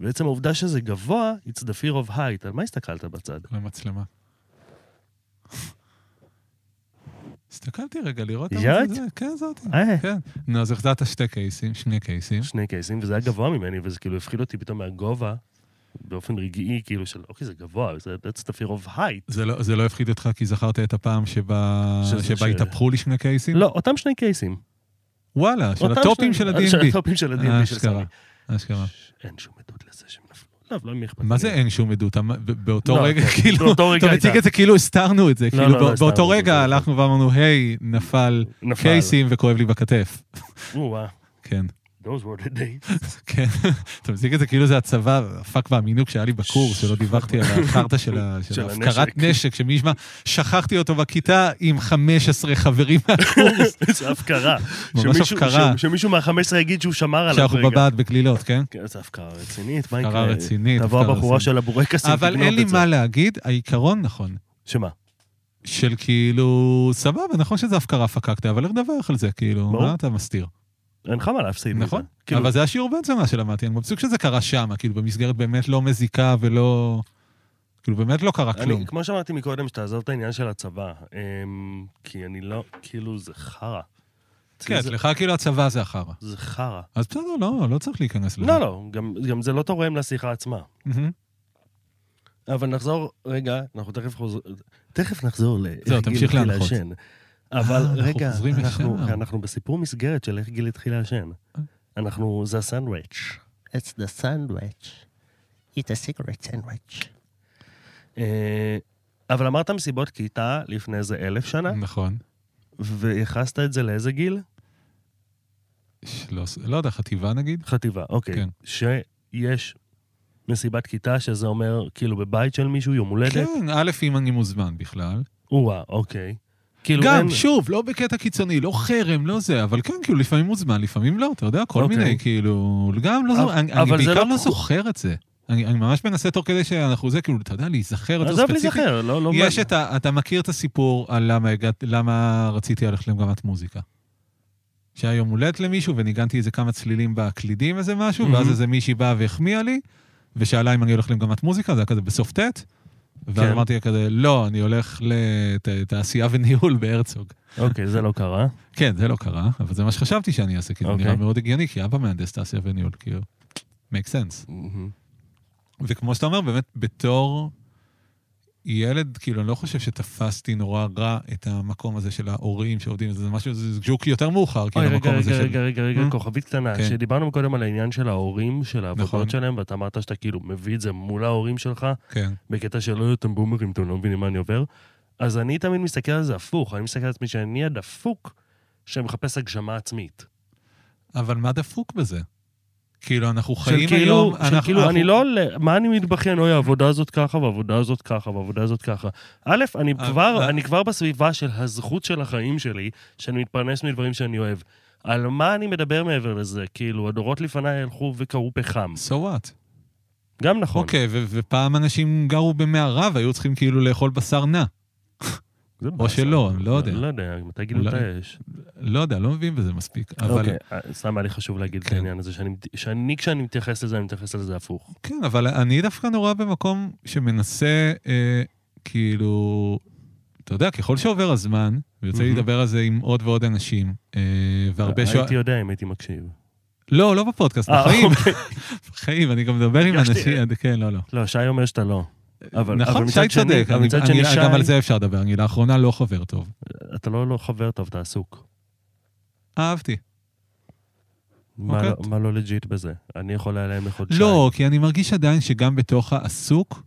S1: ועצם העובדה שזה גבוה, it's the fear of height. על מה הסתכלת בצד?
S2: למצלמה. הסתכלתי רגע לראות...
S1: זאת?
S2: זה- כן, זאתי.
S1: אה,
S2: כן. נו, אז החזרת שתי קייסים, שני קייסים.
S1: שני קייסים, וזה היה גבוה ממני, וזה כאילו הפחיד אותי פתאום מהגובה, באופן רגעי, כאילו של, אוקיי, זה גבוה, זה that's the fear of height.
S2: זה לא, זה לא הפחיד אותך כי זכרת את הפעם שבה,
S1: שזה-
S2: שבה
S1: ש-
S2: התהפכו לי שני קייסים?
S1: לא, אותם שני קייסים.
S2: וואלה, של
S1: אותם
S2: הטופים
S1: שני-
S2: של
S1: של
S2: ה-D&D.
S1: הטופים של ה-D&D של
S2: אה, אשכרה,
S1: סמי.
S2: אשכרה.
S1: ש- אין שום עדות לזה שהם נפלו. לא, אבל לא מי אכפת.
S2: מה
S1: לי.
S2: זה אין שום עדות? אתה- ב- באותו
S1: לא,
S2: רגע,
S1: כן,
S2: כאילו,
S1: באותו רגע
S2: אתה מציג
S1: הייתה.
S2: את זה כאילו הסתרנו את זה.
S1: לא,
S2: כאילו,
S1: לא
S2: בא- באותו
S1: הסתרנו את זה,
S2: רגע
S1: זה
S2: הלכנו ואמרנו, היי, נפל
S1: נפל.
S2: קייסים וכואב לי בכתף.
S1: וואה,
S2: כן,
S1: אה, those were the days. [LAUGHS]
S2: כן. אתה מציג את זה כאילו זה הצבא, הפאק והמינוק שהיה לי בקורס, שלא דיווחתי על החרטא של ה- של
S1: של
S2: הפקרת
S1: הנשק.
S2: נשק, שמי ישמע, שכחתי אותו בכיתה עם 15
S1: [LAUGHS]
S2: חברים מהקורס.
S1: זה הפקרה.
S2: ממש
S1: שמישהו-
S2: הפקרה.
S1: ש- שמישהו מה-15 יגיד שהוא שמר עליו.
S2: כשאנחנו
S1: רגע.
S2: בבעד בקלילות, כן?
S1: כן, זה הפקרה רצינית, מה יקרה?
S2: הפקרה רצינית,
S1: תבוא
S2: הפקרה
S1: הבחורה
S2: רצינית.
S1: של הבורקסים,
S2: אבל
S1: תגנוב
S2: אין לי
S1: את זה.
S2: מה להגיד, העיקרון נכון.
S1: שמה?
S2: של כאילו, סבבה, נכון שזה הפקרה פקקת, אבל איך לדווח על זה, כאילו,
S1: ברור.
S2: מה אתה מסתיר?
S1: אין לך מה להפסיד. מזה.
S2: נכון?
S1: כאילו,
S2: אבל זה השיעור בעצם מה שלמדתי, אני מבסוט שזה קרה שם, כאילו, במסגרת באמת לא מזיקה ולא... כאילו, באמת לא קרה כלום.
S1: אני, כמו שאמרתי מקודם, שתעזוב את העניין של הצבא, אמ, כי אני לא, כאילו, זה חרא.
S2: כן,
S1: זה-
S2: לך כאילו הצבא זה החרא.
S1: זה חרא.
S2: אז בסדר, לא, לא צריך להיכנס לזה.
S1: לא, לא, גם- גם זה לא תורם לשיחה עצמה.
S2: מהמם.
S1: אבל נחזור, רגע, אנחנו תכף חוזרים, תכף נחזור ל... איך
S2: זהו,
S1: גיל
S2: תמשיך
S1: התחיל
S2: להנחות.
S1: לעשן.
S2: אה,
S1: אבל
S2: אנחנו אה.
S1: רגע,
S2: חוזרים
S1: אנחנו-
S2: לשם.
S1: אנחנו בסיפור מסגרת של איך גיל התחיל לעשן. אנחנו, זה הסנדוויץ'.
S3: It's the sandwich. Eat a cigarette sandwich.
S1: אה, אבל אמרת מסיבות כיתה לפני איזה אלף שנה,
S2: נכון.
S1: וייחסת את זה לאיזה גיל?
S2: שלוש- לא יודע, חטיבה נגיד?
S1: חטיבה, אוקיי.
S2: כן.
S1: שיש מסיבת כיתה, שזה אומר, כאילו, בבית של מישהו, יום הולדת?
S2: כן, א', אם אני מוזמן בכלל.
S1: או-אה, אוקיי. כאילו,
S2: גם,
S1: אין...
S2: שוב, לא בקטע קיצוני, לא חרם, לא זה, אבל כן, כאילו, לפעמים מוזמן, לפעמים לא, אתה יודע, כל
S1: אוקיי.
S2: מיני, כאילו, גם לא זוכר,
S1: אבל-
S2: אני אני
S1: אבל זה
S2: בעיקר
S1: לא-
S2: לא זוכר את זה. אני אני ממש מנסה תוך כדי שאנחנו זה, כאילו, אתה יודע, להיזכר יותר
S1: עזוב
S2: ספציפית.
S1: להיזכר, לא... לא-
S2: יש את ה... אתה מכיר את הסיפור על למה הגעת, למה רציתי ללכת למגמת מוזיקה. שהיה יום הולדת למישהו וניגנתי איזה כמה צלילים בקלידים איזה משהו, ואז
S1: מהמם.
S2: איזה מישהי באה והחמיאה לי, ושאלה אם אני הולך למגמת מוזיקה, זה היה כזה בסוף ט', ואז
S1: כן.
S2: אמרתי לה כזה, לא, אני הולך לתעשייה וניהול בהרצוג.
S1: אוקיי, זה לא קרה.
S2: כן, זה לא קרה, אבל זה מה שחשבתי שאני אעשה, כי זה
S1: אוקיי.
S2: נראה מאוד הגיוני, כי אבא מהנדס תעשייה וניהול, כאילו, make sense.
S1: מהמם.
S2: וכמו שאתה אומר, באמת, בתור ילד, כאילו, אני לא חושב שתפסתי נורא רע את המקום הזה של ההורים שעובדים, זה משהו, זה ג'וק יותר מאוחר,
S1: אוי,
S2: כאילו,
S1: רגע,
S2: המקום הזה
S1: רגע,
S2: של...
S1: רגע, רגע, רגע,
S2: Hmm?
S1: כוכבית קטנה.
S2: כן.
S1: כשדיברנו קודם על העניין של ההורים, של
S2: נכון.
S1: העבודות שלהם, ואתה אמרת שאתה כאילו מביא את זה מול ההורים שלך,
S2: כן,
S1: בקטע שלא יהיו אתם בומרים, אתם לא מבינים מה אני עובר, אז אני תמיד מסתכל על זה הפוך. אני מסתכל על עצמי שאני הדפוק שמחפש הגשמה עצמית.
S2: אבל מה דפוק בזה? כאילו, אנחנו
S1: של
S2: חיים
S1: כאילו,
S2: היום...
S1: של כאילו, אני לא... עולה- מה אני מתבכיין? אוי, העבודה הזאת ככה, והעבודה הזאת ככה, והעבודה הזאת ככה. א', אני
S2: אה,
S1: כבר,
S2: אה.
S1: אני כבר בסביבה של הזכות של החיים שלי, שאני מתפרנס מדברים שאני אוהב. על מה אני מדבר מעבר לזה? כאילו, הדורות לפניי הלכו וקראו פחם.
S2: So what?
S1: גם נכון.
S2: אוקיי, ו- ופעם אנשים גרו במערה והיו צריכים כאילו לאכול בשר נע.
S1: זה
S2: או
S1: באסה.
S2: שלא, אני לא יודע.
S1: לא יודע, מתי גילו את
S2: אולי-
S1: האש?
S2: לא יודע, לא מבין בזה מספיק. אבל
S1: אוקיי, אה, סתם היה לי חשוב להגיד את
S2: כן.
S1: העניין הזה, שאני מת- שאני, כשאני מתייחס לזה, אני מתייחס לזה הפוך.
S2: כן, אבל אני דווקא נורא במקום שמנסה, אה, כאילו, אתה יודע, ככל שעובר הזמן, ויוצא לי
S1: מהמם.
S2: לדבר על זה עם עוד ועוד אנשים, אה, והרבה שואלים...
S1: הייתי יודע אם הייתי מקשיב.
S2: לא, לא בפודקאסט,
S1: אה,
S2: בחיים,
S1: אוקיי.
S2: בחיים, אני גם מדבר עם
S1: הרגשתי.
S2: אנשים, כן, לא, לא.
S1: לא, שי אומר שאתה לא. אבל- אבל
S2: נכון,
S1: מצד
S2: שי
S1: שני-
S2: צודק,
S1: אבל
S2: אני-
S1: מצד
S2: אני-
S1: שני,
S2: גם
S1: שי-
S2: על זה אפשר לדבר, אני לאחרונה לא חבר טוב.
S1: אתה לא לא חבר טוב, אתה עסוק.
S2: אהבתי.
S1: מה לא-
S2: אוקיי.
S1: מה לא לג'יט בזה? אני יכול היה להם לחודשיים.
S2: לא, כי אני מרגיש עדיין שגם בתוך העסוק...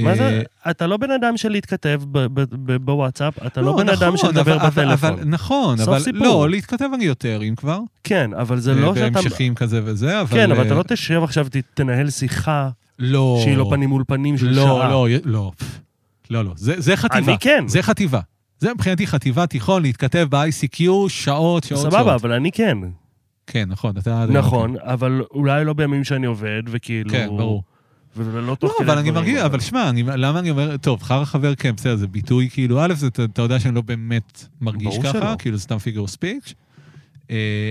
S1: מה
S2: אה,
S1: זה? אתה לא בן אדם של להתכתב ב- ב- ב- בוואטסאפ, אתה לא בן אדם
S2: נכון,
S1: שמדבר
S2: אבל- אבל-
S1: בטלפון.
S2: אבל- נכון,
S1: סוף
S2: אבל
S1: סיפור.
S2: לא, להתכתב אני יותר, אם כבר.
S1: כן, אבל זה
S2: אה,
S1: לא שאתה...
S2: בהמשכים כזה וזה, אבל...
S1: כן, אבל
S2: אה,
S1: אתה לא תשב עכשיו, ת- תנהל שיחה
S2: לא.
S1: שהיא לא פנים מול פנים של שעה.
S2: לא, לא, לא. פף, לא, לא. זה זה חטיבה.
S1: אני כן.
S2: זה חטיבה. זה מבחינתי חטיבה, תיכון, להתכתב ב-ICQ שעות, שעות, שעות.
S1: סבבה, אבל אני כן.
S2: כן, נכון, אתה...
S1: נכון, אבל אולי לא בימים שאני עובד, וכאילו...
S2: כן, ברור.
S1: ולא
S2: לא,
S1: תוך כדי...
S2: אבל אני
S1: דברים,
S2: מרגיש, אבל שמע, אני- למה אני אומר, טוב, חרא חבר כן, בסדר, זה ביטוי, כאילו, א', זה- אתה אתה יודע שאני לא באמת מרגיש
S1: ברור
S2: ככה,
S1: שלא.
S2: כאילו, זה סתם פיגר ספיץ',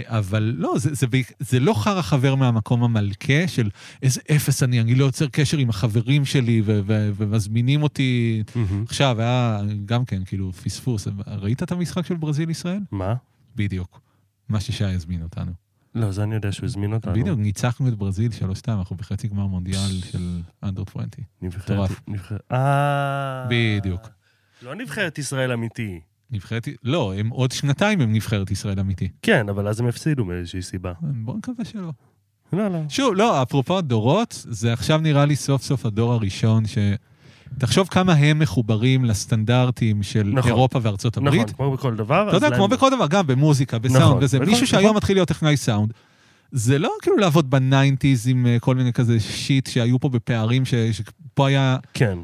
S2: אבל לא, זה- זה בעיק- זה לא חרא חבר מהמקום המלכה של איזה אפס אני, אני לא יוצר קשר עם החברים שלי ו- ו- ומזמינים אותי.
S1: מהמם.
S2: עכשיו, היה גם כן, כאילו, פספוס. ראית את המשחק של ברזיל-ישראל?
S1: מה?
S2: בדיוק. מה ששי הזמין אותנו.
S1: לא, זה אני יודע שהוא הזמין אותנו.
S2: בדיוק, ניצחנו את ברזיל 3-2, אנחנו בחצי גמר מונדיאל של אנדר 20.
S1: נבחרת...
S2: מטורף.
S1: נבחרת- אה...
S2: בדיוק.
S1: לא נבחרת ישראל אמיתי.
S2: נבחרת... לא, הם עוד שנתיים הם נבחרת ישראל אמיתי.
S1: כן, אבל אז הם הפסידו מאיזושהי סיבה.
S2: בוא נקווה שלא.
S1: לא, לא.
S2: שוב, לא, אפרופו דורות, זה עכשיו נראה לי סוף סוף הדור הראשון ש... תחשוב כמה הם מחוברים לסטנדרטים של
S1: נכון.
S2: אירופה וארצות הברית.
S1: נכון, כמו בכל דבר.
S2: אתה
S1: אז
S2: יודע,
S1: להם-
S2: כמו בכל דבר, גם במוזיקה,
S1: נכון,
S2: בסאונד וזה.
S1: בכל-
S2: מישהו שהיום
S1: נכון.
S2: מתחיל להיות טכנאי סאונד, זה לא כאילו לעבוד בניינטיז עם אה, כל מיני כזה שיט שהיו פה בפערים, ש- שפה היה,
S1: כן.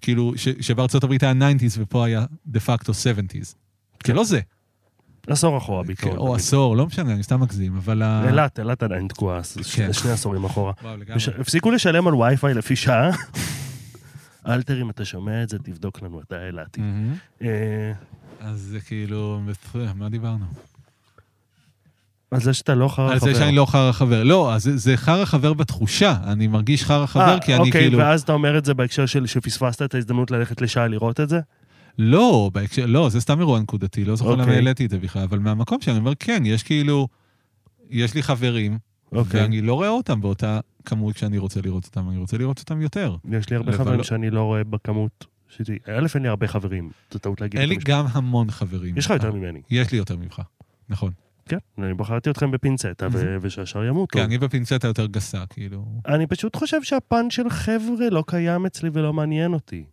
S2: כאילו, ש- שבארצות הברית היה ניינטיז ופה היה דה פקטו סבנטיז. זה
S1: כן.
S2: לא זה,
S1: עשור אחורה
S2: כן,
S1: בעיקרון.
S2: או עשור, לא משנה, אני סתם מגזים, אבל... ה-
S1: אילת, אילת עדיין תקועה, אז ש-
S2: כן.
S1: שני עשורים אחורה.
S2: וואו, [LAUGHS] לגמרי.
S1: וש- הפסיקו לשלם על וי-פיי לפי שעה. אלתר, אם אתה שומע את זה, תבדוק לנו, אתה אילתי.
S2: מהמם.
S1: אה,
S2: Mm-hmm. אז זה כאילו, מה דיברנו?
S1: על זה שאתה לא חרא חבר.
S2: על זה שאני לא חרא חבר. לא, אז זה- זה חרא חבר בתחושה, אני מרגיש חרא חבר, כי אני כאילו...
S1: אוקיי, ואז אתה אומר את זה בהקשר של שפספסת את ההזדמנות ללכת לשעה לראות את זה?
S2: לא, בהקשר, לא, זה סתם אירוע נקודתי, לא זוכר למה
S1: אוקיי.
S2: העליתי את זה בכלל, אבל מהמקום שאני אומר, כן, יש כאילו, יש לי חברים,
S1: אוקיי.
S2: ואני לא רואה אותם באותה כמות שאני רוצה לראות אותם, אני רוצה לראות אותם יותר.
S1: יש לי הרבה
S2: אבל
S1: חברים
S2: לא.
S1: שאני לא רואה בכמות. שלי. א', אין לי הרבה חברים, זו טעות להגיד.
S2: אין
S1: את
S2: לי אה.
S1: המשפט.
S2: גם המון חברים.
S1: יש לך יותר ממני.
S2: יש לי יותר ממך, נכון.
S1: כן, אני בחרתי אתכם בפינצטה, ו- ושהשאר ימותו.
S2: כן, אני בפינצטה יותר גסה, כאילו.
S1: אני פשוט חושב שהפן של חבר'ה לא קיים אצלי ולא מעניין אותי.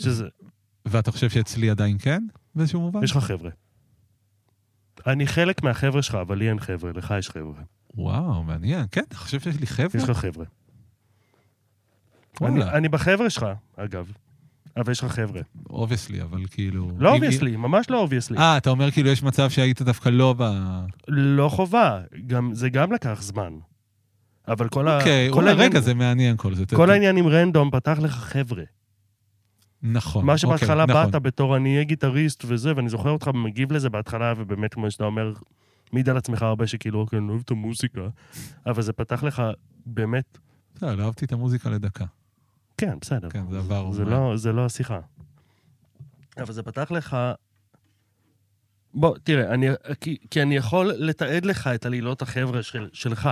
S1: שזה,
S2: נכון. ואתה חושב שאצלי עדיין כן? באיזשהו מובן?
S1: יש לך חבר'ה. אני חלק מהחבר'ה שלך, אבל לי אין חבר'ה, לך יש חבר'ה.
S2: וואו, מעניין. כן, אתה חושב שיש לי חבר'ה?
S1: יש לך חבר'ה. אני,
S2: וואלה,
S1: אני בחבר'ה שלך, אגב. אבל יש לך חבר'ה.
S2: אובייסלי, אבל כאילו...
S1: לא
S2: אם-
S1: אובייסלי, ממש לא אובייסלי.
S2: אה, אתה אומר כאילו יש מצב שהיית דווקא לא ב...
S1: לא חובה, גם, זה גם לקח זמן. אבל כל, ה-
S2: אוקיי,
S1: כל,
S2: אולי
S1: העניין,
S2: רגע, זה מעניין כל זה.
S1: כל
S2: אתה-
S1: העניין עם רנדום פתח לך חבר'ה.
S2: נכון.
S1: מה שבהתחלה
S2: אוקיי,
S1: באת בתור אני אהיה גיטריסט וזה, ואני זוכר אותך מגיב לזה בהתחלה, ובאמת כמו שאתה אומר, מעיד על עצמך הרבה שכאילו, אוקיי, אני אוהב את המוזיקה, אבל זה פתח לך באמת,
S2: נכון. לא, לא אהבתי את המוזיקה לדקה.
S1: כן, בסדר.
S2: כן, זה עבר.
S1: זה לא, זה לא השיחה. אבל זה פתח לך... בוא, תראה, אני, כי, כי אני יכול לתעד לך את עלילות החבר'ה של, שלך,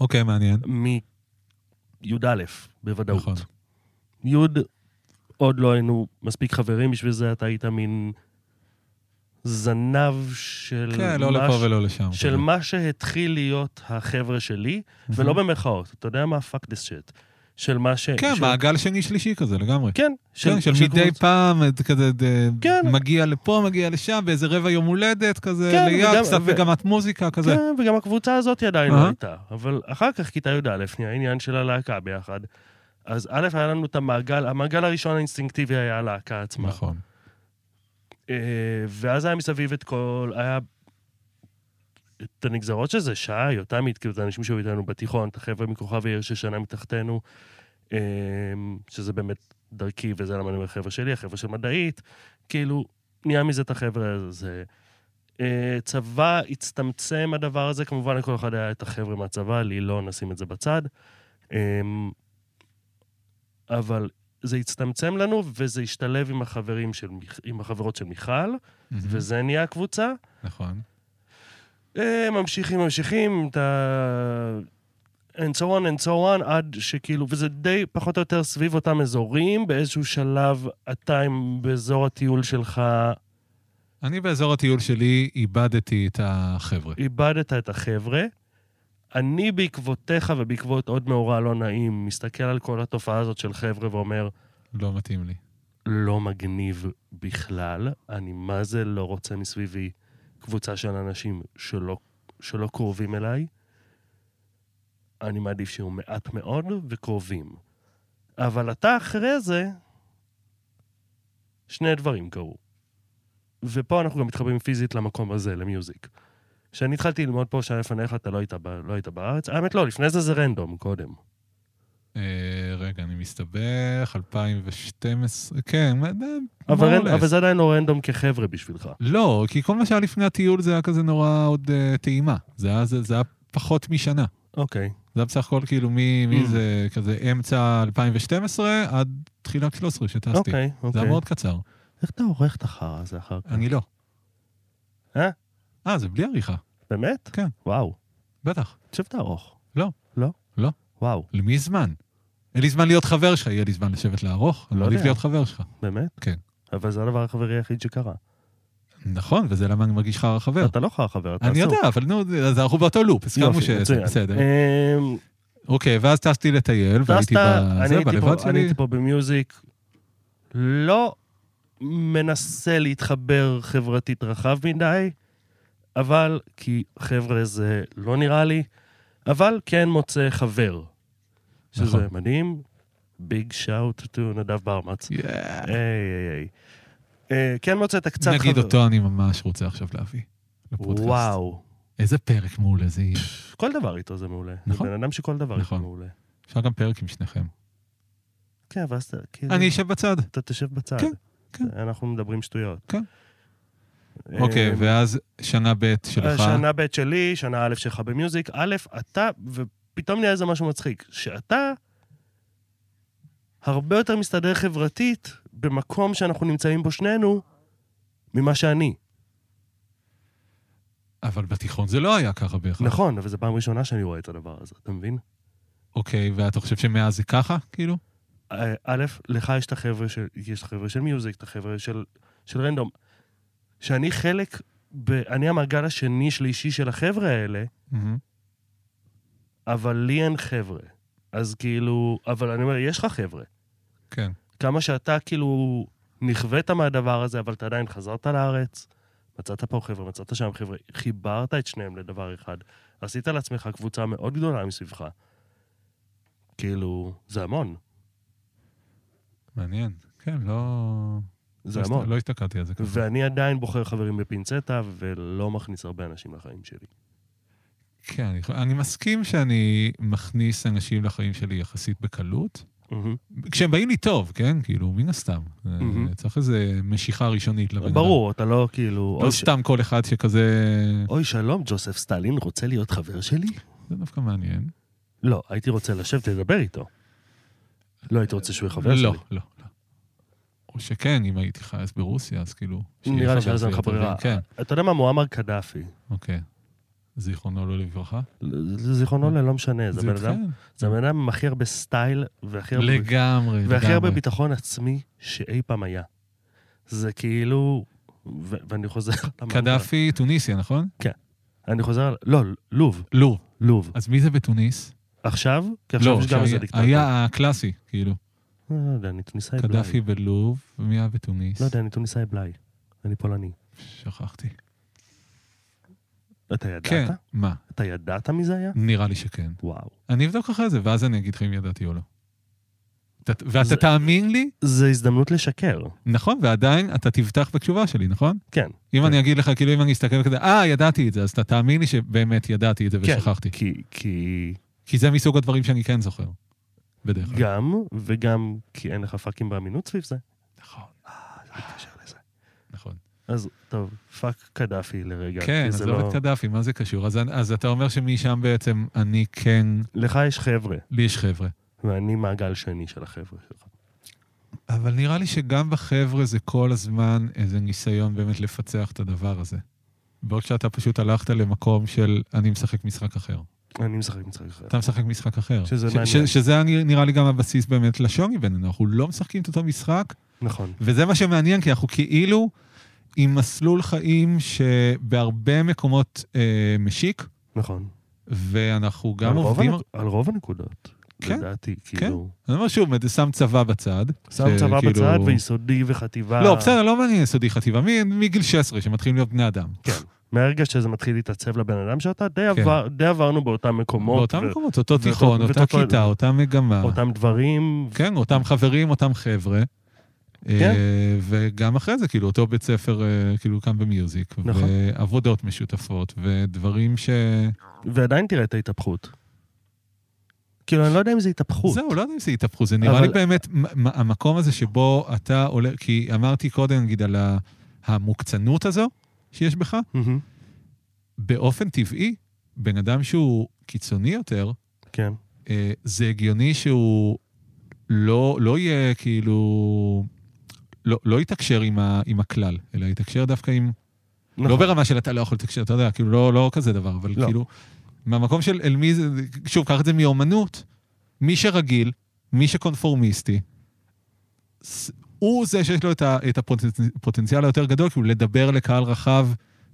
S2: אוקיי, מעניין.
S1: מי"א, בוודאות.
S2: נכון.
S1: י' עוד לא היינו מספיק חברים בשביל זה, אתה היית מין זנב של,
S2: כן, לא לפה Mhm. ולא לשם.
S1: של מה שהתחיל להיות החבר'ה שלי, ולא במרכאות, אתה יודע מה? fuck this shit. של מה ש...
S2: כן,
S1: של...
S2: מעגל שני-שלישי כזה, לגמרי.
S1: כן,
S2: כן, של מדי
S1: קבוצה.
S2: פעם, את כזה, אה,
S1: כן.
S2: מגיע לפה, מגיע לשם, באיזה רבע יום הולדת, כזה,
S1: כן,
S2: ליד,
S1: וגם-
S2: קצת
S1: ו-
S2: מגמת מוזיקה, כזה.
S1: כן, וגם הקבוצה הזאת עדיין
S2: אהה.
S1: לא הייתה. אבל אחר כך כיתה י"א נהיה העניין של הלהקה ביחד. אז א', היה לנו את המעגל, המעגל הראשון האינסטינקטיבי היה הלהקה עצמה.
S2: נכון.
S1: אה, ואז היה מסביב את כל, היה את הנגזרות של זה, שעה, יותם, כאילו, זה אנשים שהיו איתנו בתיכון, את החבר'ה מכוכב העיר ששנה מתחתנו, אה, שזה באמת דרכי, וזה למה אני אומר חבר'ה שלי, החבר'ה של מדעית, כאילו, נהיה מזה את החבר'ה הזה. אה, צבא הצטמצם הדבר הזה, כמובן לכל אחד היה את החבר'ה מהצבא, לי לא, נשים את זה בצד. אה, אבל זה הצטמצם לנו, וזה השתלב עם החברים של, מיכ- עם החברות של מיכל, וזה נהיה הקבוצה.
S2: נכון.
S1: אה, ממשיכים, ממשיכים, אתה... and so on and so on, עד שכאילו, וזה די פחות או יותר סביב אותם אזורים, באיזשהו שלב אתה עם באזור הטיול שלך
S2: אני באזור הטיול שלי איבדתי את החבר'ה.
S1: איבדת את החבר'ה. אני בעקבותיך ובעקבות עוד מאורע לא נעים, מסתכל על כל התופעה הזאת של חבר'ה ואומר,
S2: לא מתאים לי.
S1: לא מגניב בכלל, אני מה זה לא רוצה מסביבי קבוצה של אנשים שלא, שלא קרובים אליי. אני מעדיף שיהיו מעט מאוד וקרובים. אבל אתה אחרי זה, שני דברים קרו. ופה אנחנו גם מתחברים פיזית למקום הזה, למיוזיק. כשאני התחלתי ללמוד פה שנה לפניך, אתה לא היית, ב- לא היית בארץ. האמת לא, לפני זה זה רנדום, קודם.
S2: אה, רגע, אני מסתבך, 2012, כן, מה- אה,
S1: אבל,
S2: more or
S1: רנ...
S2: less.
S1: אבל זה עדיין לא רנדום כחבר'ה בשבילך.
S2: לא, כי כל מה שהיה לפני הטיול זה היה כזה נורא עוד אה, טעימה. זה היה- זה זה היה פחות משנה.
S1: אוקיי.
S2: זה היה בסך הכל כאילו מי מי
S1: Mm.
S2: זה כזה אמצע 2012 עד תחילת 13 שטסתי.
S1: אוקיי,
S2: זה
S1: אוקיי.
S2: היה מאוד קצר.
S1: איך אתה עורך את החרא הזה אחר כך?
S2: אני לא.
S1: אה?
S2: אה, זה בלי עריכה,
S1: באמת?
S2: כן.
S1: וואו.
S2: בטח.
S1: תשב תערוך.
S2: לא.
S1: לא?
S2: לא.
S1: וואו,
S2: למי זמן? אין לי זמן להיות חבר שלך, יהיה לי זמן לשבת לערוך,
S1: לא
S2: לא עדיף
S1: יודע.
S2: להיות חבר שלך.
S1: באמת?
S2: כן.
S1: אבל זה הדבר החברי היחיד שקרה.
S2: נכון, וזה למה אני מרגיש לך חבר.
S1: אתה לא חרא חבר, אתה
S2: אני
S1: עסוק.
S2: יודע, אבל נו, אז אנחנו באותו לופ, הסכמנו
S1: יופי,
S2: שזה
S1: מצוין.
S2: בסדר.
S1: אמ,
S2: אוקיי, ואז טסתי לטייל, והייתי
S1: טסת, אני
S2: בזה,
S1: הייתי
S2: בלבד
S1: פה- אני
S2: שלי.
S1: הייתי פה במיוזיק, לא מנסה להתחבר חברתית רחב מדי, אבל, כי חבר'ה זה לא נראה לי, אבל כן מוצא חבר, שזה
S2: נכון.
S1: מדהים. ביג שאוט טו נדב ברמץ.
S2: Yeah.
S1: היי, היי, היי. אה, כן מוצא את הקצת
S2: נגיד אותו אני ממש רוצה עכשיו להביא. לפודקאסט.
S1: וואו.
S2: איזה פרק מעולה זה יהיה.
S1: כל דבר איתו זה מעולה.
S2: נכון.
S1: זה בן אדם שכל דבר איתו
S2: נכון.
S1: מעולה.
S2: אפשר גם פרק עם שניכם.
S1: כן, ואז אתה, כאילו,
S2: אני אשב בצד.
S1: אתה תשב בצד.
S2: כן, כן.
S1: אנחנו מדברים שטויות.
S2: כן.
S1: אה,
S2: אוקיי, ואז שנה ב' שלך.
S1: שנה ב' שלי, שנה א' שלך במיוזיק. א', אתה, ופתאום נהיה איזה משהו מצחיק, שאתה הרבה יותר מסתדר חברתית במקום שאנחנו נמצאים בו שנינו, ממה שאני.
S2: אבל בתיכון זה לא היה ככה בהכרח.
S1: נכון, אבל זו פעם ראשונה שאני רואה את הדבר הזה, אתה מבין?
S2: אוקיי, ואתה חושב שמאז זה ככה, כאילו?
S1: אה, א', לך יש את החבר'ה של, יש את החבר'ה של מיוזיק, את החבר'ה של, של רנדום. שאני חלק, ב, אני המעגל השני שלישי של החבר'ה האלה, אבל לי אין חבר'ה. אז כאילו, אבל אני אומר, יש לך חבר'ה.
S2: כן.
S1: כמה שאתה כאילו נכווית מהדבר הזה, אבל אתה עדיין חזרת לארץ, מצאת פה חבר'ה, מצאת שם חבר'ה, חיברת את שניהם לדבר אחד. עשית לעצמך קבוצה מאוד גדולה מסביבך. כאילו, זה המון,
S2: מעניין. כן, לא...
S1: זה
S2: לא הסת-
S1: המון.
S2: לא הסתכלתי על זה ככה.
S1: ואני עדיין בוחר חברים בפינצטה, ולא מכניס הרבה אנשים לחיים שלי.
S2: כן, אני חו- אני מסכים שאני מכניס אנשים לחיים שלי יחסית בקלות. כשהם באים לי טוב, כן? כאילו, מן הסתם. אה,
S1: מהמם.
S2: צריך איזה משיכה ראשונית לבן אדם.
S1: ברור, אתה לא כאילו...
S2: לא
S1: "אוי, ש-
S2: סתם כל אחד שכזה...
S1: אוי, שלום, ג'וסף סטלין, רוצה להיות חבר שלי?
S2: זה דווקא מעניין.
S1: לא, הייתי רוצה לשבת לדבר איתו. לא הייתי רוצה שהוא יהיה חבר שלי.
S2: לא, לא, לא. או שכן, אם הייתי חי אז ברוסיה, אז כאילו... שיהיה
S1: נראה לי
S2: חבר
S1: שאז אין
S2: שלי
S1: לך
S2: יותר
S1: ברירה.
S2: טוב. כן,
S1: אתה יודע מה, מועמר קדאפי.
S2: אוקיי. זיכרונו לא לברכה.
S1: זיכרונו לא משנה, זה
S2: זה
S1: בן אדם
S2: כן.
S1: זה הבן אדם עם הכי הרבה סטייל והכי הרבה-
S2: לגמרי,
S1: והכי הרבה
S2: לגמרי.
S1: ביטחון עצמי שאי פעם היה. זה כאילו... ו- ואני חוזר...
S2: קדאפי טוניסיה, נכון?
S1: אני חוזר... על- לא, לוב,
S2: לא.
S1: לוב.
S2: אז מי זה בתוניס?
S1: עכשיו? כי עכשיו
S2: לא,
S1: יש גם איזה
S2: שהיה-
S1: דיקטטור.
S2: היה הקלאסי, כאילו.
S1: לא לא יודע, אני טוניסאי בלאי.
S2: קדאפי בלוב, ומי היה בתוניס?
S1: לא יודע, אני טוניסאי בלאי. אני פולני.
S2: שכחתי.
S1: אתה ידעת?
S2: כן, מה?
S1: אתה ידעת מי זה היה?
S2: נראה לי שכן.
S1: וואו.
S2: אני אבדוק אחרי זה, ואז אני אגיד לך אם ידעתי או לא. אתה- ואתה
S1: זה-
S2: תאמין לי,
S1: זו הזדמנות לשקר.
S2: נכון, ועדיין אתה תבטח בתשובה שלי, נכון?
S1: כן.
S2: אם
S1: כן.
S2: אני אגיד לך, כאילו אם אני אסתכל כזה, אה, ידעתי את זה, אז אתה תאמין לי שבאמת ידעתי את זה
S1: כן,
S2: ושכחתי.
S1: כי- כי...
S2: כי זה מסוג הדברים שאני כן זוכר. בדרך כלל.
S1: גם, וגם כי אין לך פאקים באמינות סביב זה.
S2: נכון,
S1: זה מתקשר לזה.
S2: נכון.
S1: אז טוב, פאק קדאפי לרגע.
S2: כן,
S1: כי
S2: אז
S1: זה
S2: לא רק קדאפי, מה זה קשור? אז- אז אתה אומר שמשם בעצם אני כן,
S1: לך יש חבר'ה,
S2: לי יש חבר'ה.
S1: ואני מעגל שני של החבר'ה שלך.
S2: אבל נראה לי שגם בחבר'ה זה כל הזמן איזה ניסיון באמת לפצח את הדבר הזה. בעוד שאתה פשוט הלכת למקום של אני משחק משחק אחר.
S1: אני משחק משחק אחר.
S2: אתה משחק משחק אחר.
S1: שזה
S2: ש-
S1: מעניין.
S2: ש- שזה אני- נראה לי גם הבסיס באמת לשוני בינינו. אנחנו לא משחקים את אותו משחק,
S1: נכון.
S2: וזה מה שמעניין, כי אנחנו כאילו עם מסלול חיים שבהרבה מקומות אה, משיק,
S1: נכון.
S2: ואנחנו
S1: על
S2: גם
S1: רוב
S2: עובדים...
S1: הנק- על רוב הנקודות,
S2: כן,
S1: לדעתי, כאילו.
S2: אני אומר שוב, שם צבא בצד.
S1: שם צבא
S2: שכאילו-
S1: בצד ויסודי וחטיבה.
S2: לא, בסדר, לא מעניין יסודי חטיבה, מ- מגיל 16, שמתחילים להיות בני אדם.
S1: מהרגע שזה מתחיל להתעצב לבן אדם שאתה, די
S2: כן.
S1: עבר- די עברנו באותם מקומות.
S2: באותם
S1: ו-
S2: מקומות, אותו
S1: ואותו-
S2: תיכון, אותה
S1: ואותו-
S2: כיתה, אותה מגמה.
S1: אותם דברים.
S2: כן, אותם חברים, אותם חבר'ה.
S1: כן.
S2: אה, וגם אחרי זה, כאילו, אותו בית ספר, אה, כאילו, קם במיוזיק.
S1: נכון.
S2: ועבודות משותפות, ודברים ש...
S1: ועדיין תראה את ההתהפכות. כאילו, אני לא יודע אם זה התהפכות.
S2: זהו, לא יודע אם זה התהפכו, זה נראה
S1: אבל-
S2: לי באמת מ- מ- המקום הזה שבו אתה עולה, כי אמרתי קודם, נגיד, על ה- המוקצנות הזו שיש בך,
S1: מהמם,
S2: באופן טבעי, בן אדם שהוא קיצוני יותר,
S1: כן.
S2: אה, זה הגיוני שהוא לא, לא יהיה כאילו... לא, לא יתקשר עם, ה, עם הכלל, אלא יתקשר דווקא עם...
S1: נכון.
S2: לא ברמה של אתה לא יכול לתקשר, אתה יודע, כאילו לא, לא כזה דבר, אבל
S1: לא.
S2: כאילו... מהמקום של אל מי זה... שוב, קח את זה מאומנות. מי שרגיל, מי שקונפורמיסטי, ס- הוא זה שיש לו את, ה, את הפוטנציאל היותר גדול, כאילו לדבר לקהל רחב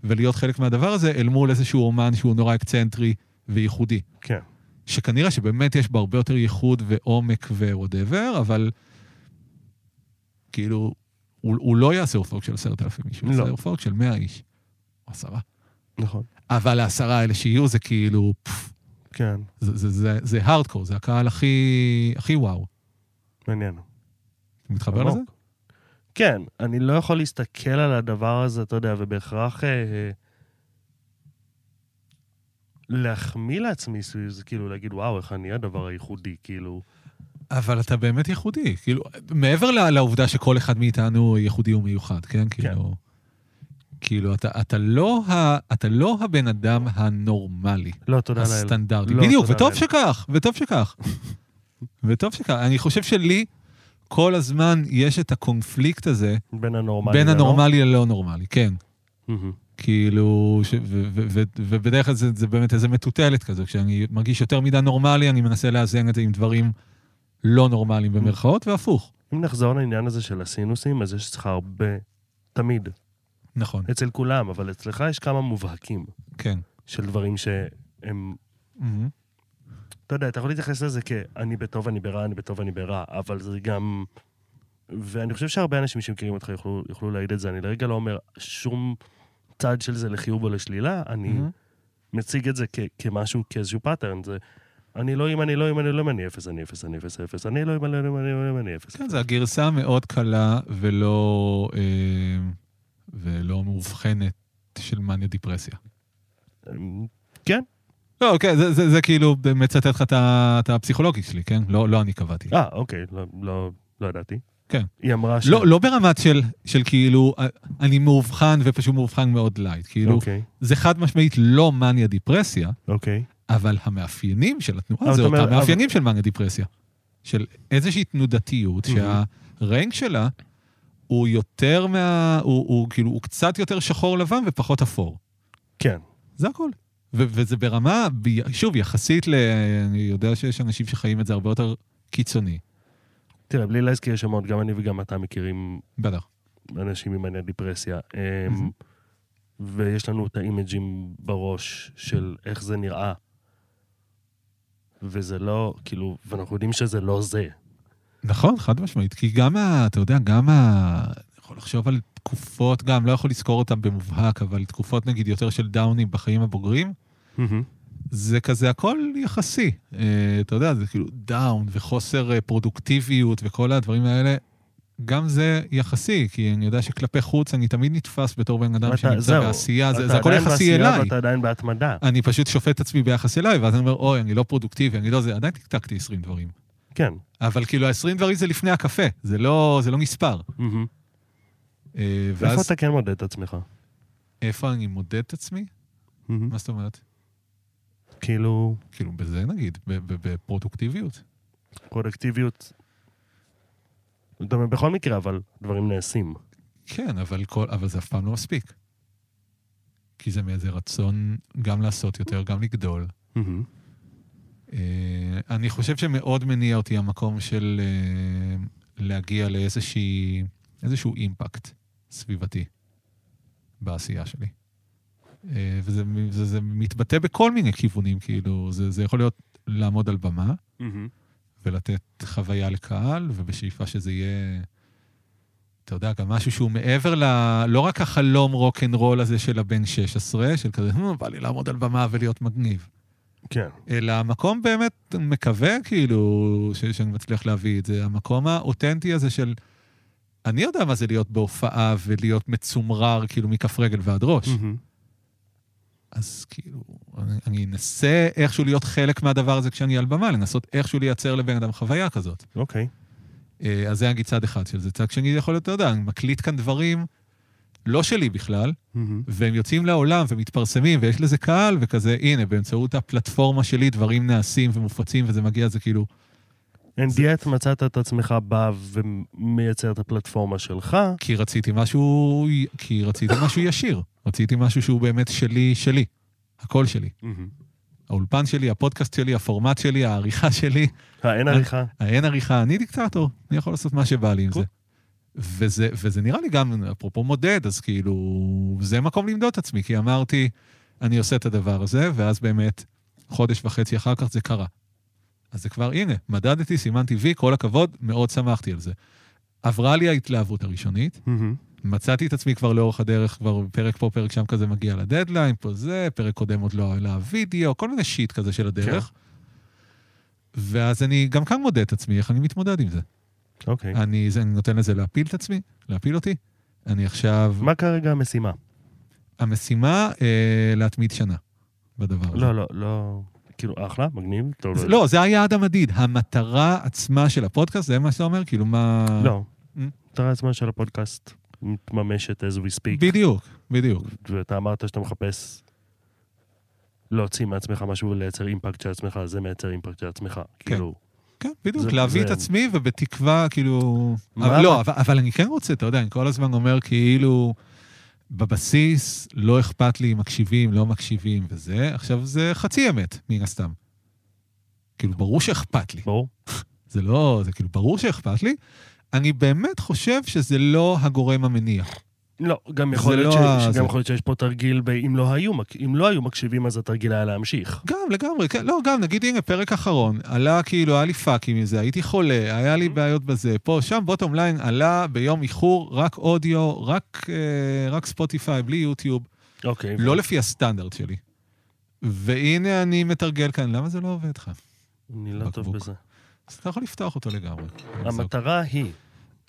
S2: ולהיות חלק מהדבר הזה, אל מול איזשהו אומן שהוא נורא אקצנטרי וייחודי.
S1: כן.
S2: שכנראה שבאמת יש בה הרבה יותר ייחוד ועומק ווואטאבר, אבל כאילו, הוא, הוא לא יעשה הופעות של עשרת אלפים איש, הוא
S1: לא.
S2: יעשה הופעות של מאה איש, או עשרה.
S1: נכון.
S2: אבל העשרה האלה שיהיו זה כאילו, פפ,
S1: כן,
S2: זה, זה, זה, זה הארדקור, זה הקהל הכי, הכי וואו.
S1: מעניין.
S2: אתה מתחבר
S1: עמוק.
S2: לזה?
S1: כן, אני לא יכול להסתכל על הדבר הזה, אתה יודע, ובהכרח אה, אה, להחמיא לעצמי סביב זה, כאילו להגיד, וואו, איך אני הדבר הייחודי, כאילו.
S2: אבל אתה באמת ייחודי, כאילו, מעבר ל- לעובדה שכל אחד מאיתנו ייחודי ומיוחד, כן? כאילו, כאילו, אתה, אתה, לא ה, אתה לא הבן אדם הנורמלי.
S1: לא, תודה לאל.
S2: הסטנדרטי.
S1: לא,
S2: בדיוק,
S1: תודה
S2: וטוב
S1: לאל.
S2: שכך, וטוב שכך. וטוב שכך. אני חושב שלי, כל הזמן יש את הקונפליקט הזה
S1: בין הנורמלי.
S2: בין
S1: ללא.
S2: הנורמלי ללא נורמלי, כן.
S1: מהמם.
S2: כאילו, ש- ו- ו- ו- ובדרך כלל זה זה באמת איזה מטוטלת כזו, כשאני מרגיש יותר מדי נורמלי, אני מנסה לאזן את זה עם דברים לא נורמליים במרכאות, והפוך.
S1: אם נחזור לעניין הזה של הסינוסים, אז יש לך הרבה, תמיד,
S2: נכון,
S1: אצל כולם, אבל אצלך יש כמה מובהקים
S2: כן.
S1: של דברים שהם
S2: מהמם.
S1: אתה יודע, אתה יכול להתייחס לזה כ-אני בטוב, אני ברע, אני בטוב, אני ברע, אבל זה גם... ואני חושב שהרבה אנשים שמכירים אותך יוכלו, יוכלו להעיד את זה. אני לרגע לא אומר שום צד של זה לחיוב או לשלילה, אני
S2: מהמם.
S1: מציג את זה כ- כמשהו, כאיזשהו פאטרן. זה אני לא אם, אני לא אם, אני לא אם, אני אפס, אני אפס, אני אפס, אפס, אני לא אם, אני לא אם, אני לא אם, אני אפס.
S2: כן, זו הגרסה המאוד קלה ולא אה, ולא מאובחנת של מניה דיפרסיה.
S1: אמ, כן.
S2: לא, אוקיי, זה, זה, זה כאילו מצטט לך את ה- את הפסיכולוגית שלי, כן? לא, לא אני קבעתי.
S1: אה, אוקיי, לא, לא, לא ידעתי.
S2: כן.
S1: היא אמרה ש...
S2: לא, לא ברמת של, של כאילו, אה, אני מאובחן ופשוט מאובחן מאוד לייט. כאילו, okay.
S1: אוקיי,
S2: זה חד משמעית לא מניה דיפרסיה,
S1: אוקיי. אבל
S2: אבל המאפיינים של
S1: אבל
S2: התנועה זה
S1: אתה אומר,
S2: אותם
S1: אבל-
S2: מאפיינים של מניה דיפרסיה. של איזושהי תנודתיות
S1: מהמם.
S2: שהרנק שלה הוא יותר מה... הוא, הוא כאילו, הוא קצת יותר שחור לבן ופחות אפור.
S1: כן.
S2: זה הכל. ו- וזה ברמה, ב- שוב, יחסית ל... אני יודע שיש אנשים שחיים את זה הרבה יותר קיצוני.
S1: תראה, בלי להזכיר שמות, גם אני וגם אתה מכירים
S2: בטח.
S1: אנשים עם מניה דיפרסיה.
S2: מהמם.
S1: אמ, ויש לנו את האימג'ים בראש של איך זה נראה. וזה לא, כאילו, ואנחנו יודעים שזה לא זה.
S2: נכון, חד משמעית. כי גם, ה, אתה יודע, גם ה... אני יכול לחשוב על תקופות גם, לא יכול לזכור אותן במובהק, אבל תקופות נגיד יותר של דאונים בחיים הבוגרים, זה כזה הכל יחסי. אה, אתה יודע, זה כאילו דאון וחוסר אה, פרודוקטיביות וכל הדברים האלה. גם זה יחסי, כי אני יודע שכלפי חוץ אני תמיד נתפס בתור בן אדם
S1: אתה-
S2: שנמצא
S1: זהו.
S2: בעשייה, זה
S1: אתה
S2: זה הכל
S1: עדיין
S2: יחסי
S1: בעשייה
S2: אליי.
S1: ואתה עדיין בהתמדה.
S2: אני פשוט שופט את עצמי ביחס אליי, ואז אני אומר, אוי, אני לא פרודוקטיבי, אני לא זה, עדיין תקתקתי 20 דברים.
S1: כן.
S2: אבל כאילו, ה-20 דברים זה לפני הקפה, זה לא, זה לא נספר.
S1: מהמם.
S2: אה,
S1: איפה
S2: ואז,
S1: אתה כן מודד את עצמך?
S2: איפה אני מודד את עצמי?
S1: מהמם.
S2: מה זאת אומרת?
S1: כאילו,
S2: כאילו, בזה נגיד, ב- ב- בפרודוקטיביות.
S1: פרודקטיביות. זאת אומרת, בכל מקרה, אבל דברים נעשים.
S2: כן, אבל, כל, אבל זה אף פעם לא מספיק. כי זה מאיזה רצון גם לעשות יותר, גם לגדול.
S1: מהמם.
S2: אה, אני חושב שמאוד מניע אותי המקום של אה, להגיע לאיזושהי, איזשהו אימפקט סביבתי. בעשייה שלי. אה, וזה זה, זה מתבטא בכל מיני כיוונים, כאילו, זה, זה יכול להיות לעמוד על במה
S1: מהמם.
S2: ולתת חוויה לקהל, ובשאיפה שזה יהיה, אתה יודע, גם משהו שהוא מעבר ל... לא רק החלום רוקנרול הזה של הבן 16, של כזה, "נו, בא לי לעמוד על במה ולהיות מגניב.
S1: כן.
S2: אלא המקום באמת מקווה, כאילו, ש- שאני מצליח להביא את זה, המקום האותנטי הזה של... אני יודע מה זה להיות בהופעה ולהיות מצומרר, כאילו, מכף רגל ועד ראש.
S1: מהמם.
S2: אז כאילו, אני, אני אנסה איכשהו להיות חלק מהדבר הזה כשאני על במה, לנסות איכשהו לייצר לבן אדם חוויה כזאת.
S1: אוקיי.
S2: אה, אז זה נגיד צד אחד של זה. צד שני יכול להיות, אתה יודע, אני מקליט כאן דברים לא שלי בכלל,
S1: מהמם.
S2: והם יוצאים לעולם ומתפרסמים, ויש לזה קהל, וכזה, הנה, באמצעות הפלטפורמה שלי דברים נעשים ומופצים, וזה מגיע, זה כאילו,
S1: NDF מצאת את עצמך בא ומייצר את הפלטפורמה שלך.
S2: כי רציתי משהו, כי רציתי משהו ישיר. רציתי משהו שהוא באמת שלי, שלי. הכל שלי.
S1: מהמם.
S2: האולפן שלי, הפודקאסט שלי, הפורמט שלי, העריכה שלי.
S1: אה, אין עריכה.
S2: אין עריכה, אני דיקטטור, אני יכול לעשות מה שבא לי עם
S1: קול.
S2: זה. וזה, וזה נראה לי גם, אפרופו מודד, אז כאילו, זה מקום למדוד את עצמי, כי אמרתי, אני עושה את הדבר הזה, ואז באמת, חודש וחצי אחר כך זה קרה. אז זה כבר, הנה, מדדתי, סימנתי וי, כל הכבוד, מאוד שמחתי על זה. עברה לי ההתלהבות הראשונית,
S1: מהמם.
S2: מצאתי את עצמי כבר לאורך הדרך, כבר פרק פה, פרק שם כזה מגיע לדדליין, פה זה, פרק קודם עוד לא עלה וידאו, כל מיני שיט כזה של הדרך. ואז אני גם כאן מודד את עצמי, איך אני מתמודד עם זה.
S1: אוקיי.
S2: אני, זה, אני נותן לזה להפיל את עצמי, להפיל אותי. אני עכשיו...
S1: מה כרגע המשימה?
S2: המשימה, אה, להתמיד שנה בדבר הזה.
S1: לא, לא, לא... כאילו, אחלה, מגניב. טוב,
S2: זה- לא, זה היעד המדיד. המטרה עצמה של הפודקאסט, זה מה שאתה אומר? כאילו, מה...
S1: לא.
S2: Mm.
S1: המטרה עצמה של הפודקאסט מתממשת as we speak,
S2: בדיוק, בדיוק.
S1: ואתה אמרת שאתה מחפש להוציא מעצמך משהו ולייצר אימפקט של עצמך, אז זה מייצר אימפקט של עצמך. כאילו,
S2: כן, בדיוק,
S1: זה-
S2: להביא
S1: זה-
S2: את עצמי ובתקווה, כאילו...
S1: מה
S2: אבל
S1: אבל-
S2: לא, אבל, אבל אני כן רוצה, אתה יודע, אני כל הזמן אומר כאילו, בבסיס לא אכפת לי אם מקשיבים, לא מקשיבים וזה, עכשיו זה חצי אמת, מן הסתם. כאילו, ברור שאכפת לי.
S1: ברור?
S2: זה לא, זה כאילו, ברור שאכפת לי. אני באמת חושב שזה לא הגורם המניע.
S1: לא, גם יכול
S2: זה
S1: להיות
S2: לא
S1: ש-
S2: ה-
S1: שגם
S2: זה.
S1: יכול להיות שיש פה תרגיל, ב- אם לא היו מק- אם לא היו מקשיבים, אז התרגיל היה להמשיך.
S2: גם, לגמרי, כן, לא, גם, נגיד, הנה, פרק אחרון, עלה כאילו, היה לי פאקים מזה, הייתי חולה, היה לי בעיות בזה, פה, שם, בוטום ליין, עלה ביום איחור, רק אודיו, רק, אה, רק ספוטיפיי, בלי יוטיוב,
S1: אוקיי. ו-
S2: לא לפי הסטנדרט שלי. והנה אני מתרגל כאן, למה זה לא עובד לך?
S1: אני לא טוב
S2: בקבוק.
S1: בזה.
S2: אז אתה יכול לפתוח אותו לגמרי.
S1: המטרה היא,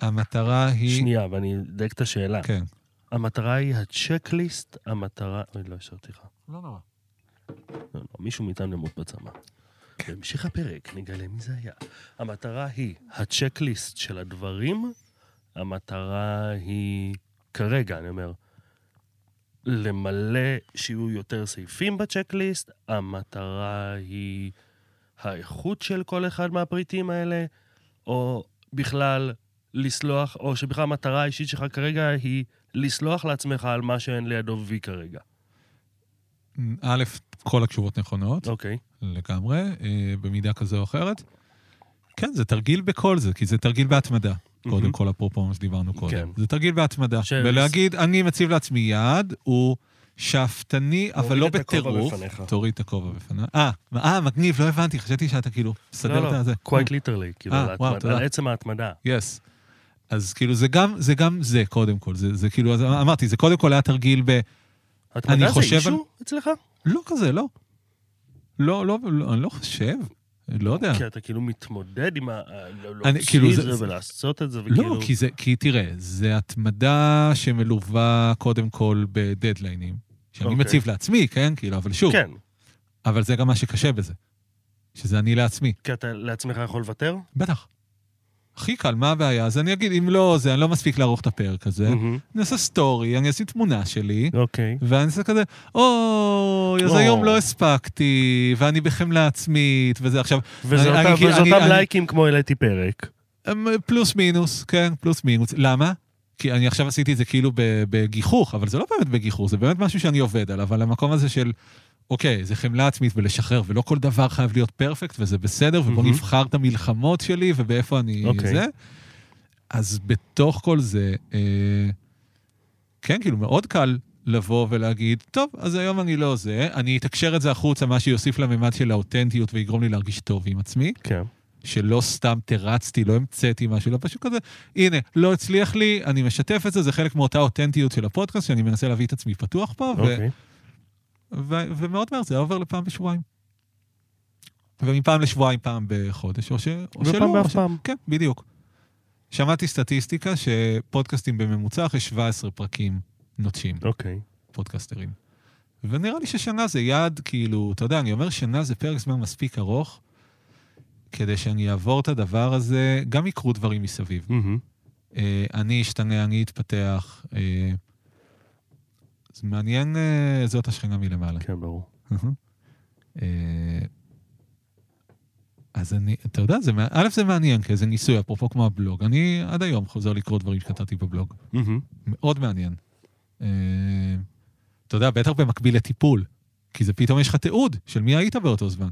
S2: המטרה היא...
S1: שנייה, ואני אדייק את השאלה.
S2: כן.
S1: המטרה היא הצ'קליסט, המטרה... אוי, לא השארתי לך.
S2: לא נורא.
S1: לא, לא, מישהו מאיתנו ימות בצמא. בהמשך הפרק נגלה מי זה היה. המטרה היא הצ'קליסט של הדברים, המטרה היא, כרגע, אני אומר, למלא שיהיו יותר סעיפים בצ'קליסט, המטרה היא האיכות של כל אחד מהפריטים האלה, או בכלל לסלוח, או שבכלל המטרה האישית שלך כרגע היא לסלוח לעצמך על מה שאין לידו וי כרגע.
S2: א', כל התשובות נכונות.
S1: אוקיי.
S2: לגמרי, אה, במידה כזו או אחרת. כן, זה תרגיל בכל זה, כי זה תרגיל בהתמדה. קודם כל, אפרופו מה שדיברנו קודם.
S1: כן.
S2: זה תרגיל בהתמדה.
S1: ש-
S2: ולהגיד, אני מציב לעצמי יעד, הוא שאפתני, אבל
S1: תוריד
S2: לא
S1: את הכובע
S2: בטירוף.
S1: בפניך.
S2: תוריד את הכובע בפניי. אה, מה- אה, מגניב, לא הבנתי, חשבתי שאתה כאילו מסדר את
S1: לא,
S2: זה.
S1: לא, quite literally, כאילו,
S2: אה,
S1: על
S2: וואו,
S1: ההתמד-
S2: תודה.
S1: על עצם ההתמדה.
S2: יס. אז כאילו, זה גם זה, גם זה קודם כל. זה זה כאילו, אז אמרתי, זה קודם כל היה תרגיל ב... אני
S1: התמדה זה
S2: חושב על-
S1: אישו אצלך?
S2: לא כזה, לא. לא, לא, לא, אני לא חושב. לא יודע.
S1: כי אתה כאילו מתמודד עם ה... ה- לא-
S2: אני-
S1: להוציא
S2: כאילו,
S1: את
S2: זה-
S1: זה ולעשות את זה, וכאילו...
S2: לא, כי זה, כי תראה, זה התמדה שמלווה קודם כל בדדליינים. שאני
S1: אוקיי.
S2: מציב לעצמי, כן? כאילו, אבל שוב,
S1: כן,
S2: אבל זה גם מה שקשה בזה. שזה אני לעצמי.
S1: כי אתה לעצמך יכול לוותר.
S2: בטח. הכי קל, מה הבעיה? אז אני אגיד, אם לא זה, אני לא מספיק לערוך את הפרק הזה,
S1: מהמם.
S2: אני אעשה סטורי, אני אשים תמונה שלי,
S1: Mm-hmm. אוקיי.
S2: ואני אעשה כזה, אוי, אז
S1: או.
S2: היום לא הספקתי, ואני בחמלה עצמית, וזה עכשיו...
S1: וזה
S2: אני-
S1: אותם-
S2: אני-
S1: וזה
S2: אני-
S1: אותם
S2: אני-
S1: לייקים כמו העליתי פרק.
S2: אמ, פלוס מינוס, כן, פלוס מינוס. למה? כי אני עכשיו עשיתי את זה כאילו ב- בגיחוך, אבל זה לא באמת בגיחוך, זה באמת משהו שאני עובד עליו, על המקום הזה של, אוקיי, זה חמלה עצמית ולשחרר, ולא כל דבר חייב להיות פרפקט, וזה בסדר, ובוא
S1: מהמם.
S2: נבחר את המלחמות שלי, ובאיפה אני...
S1: אוקיי.
S2: זה. אז בתוך כל זה, אה, כן, כאילו, מאוד קל לבוא ולהגיד, טוב, אז היום אני לא זה, אני אתקשר את זה החוצה, מה שיוסיף לממד של האותנטיות ויגרום לי להרגיש טוב עם עצמי,
S1: כן.
S2: שלא סתם תרצתי, לא המצאתי משהו, לא פשוט כזה, הנה, לא הצליח לי, אני משתף את זה, זה חלק מאותה אותנטיות של הפודקאסט, שאני מנסה להביא את עצמי פתוח פה, ו-
S1: אוקיי.
S2: ו- ומאוד מהר זה היה עובר לפעם בשבועיים. ומפעם לשבועיים, פעם בחודש, או, ש- או שלא.
S1: ופעם
S2: או
S1: באף
S2: ש-
S1: פעם.
S2: כן, בדיוק. שמעתי סטטיסטיקה שפודקאסטים בממוצע אחרי 17 פרקים נוטשים,
S1: אוקיי.
S2: פודקסטרים. ונראה לי ששנה זה יעד, כאילו, אתה יודע, אני אומר שנה זה פרק זמן מספיק ארוך, כדי שאני אעבור את הדבר הזה, גם יקרו דברים מסביב.
S1: מהמם.
S2: אה, אני אשתנה, אני אתפתח. אה, זה מעניין, אה, זאת השכינה מלמעלה.
S1: כן, ברור.
S2: אה, אז אני, אתה יודע, זה, מע- א', זה מעניין, כי זה ניסוי, אפרופו כמו הבלוג. אני עד היום חוזר לקרוא דברים שכתבתי בבלוג.
S1: מהמם.
S2: מאוד מעניין. אה, אתה יודע, בטח במקביל לטיפול, כי זה פתאום יש לך תיעוד של מי היית באותו זמן.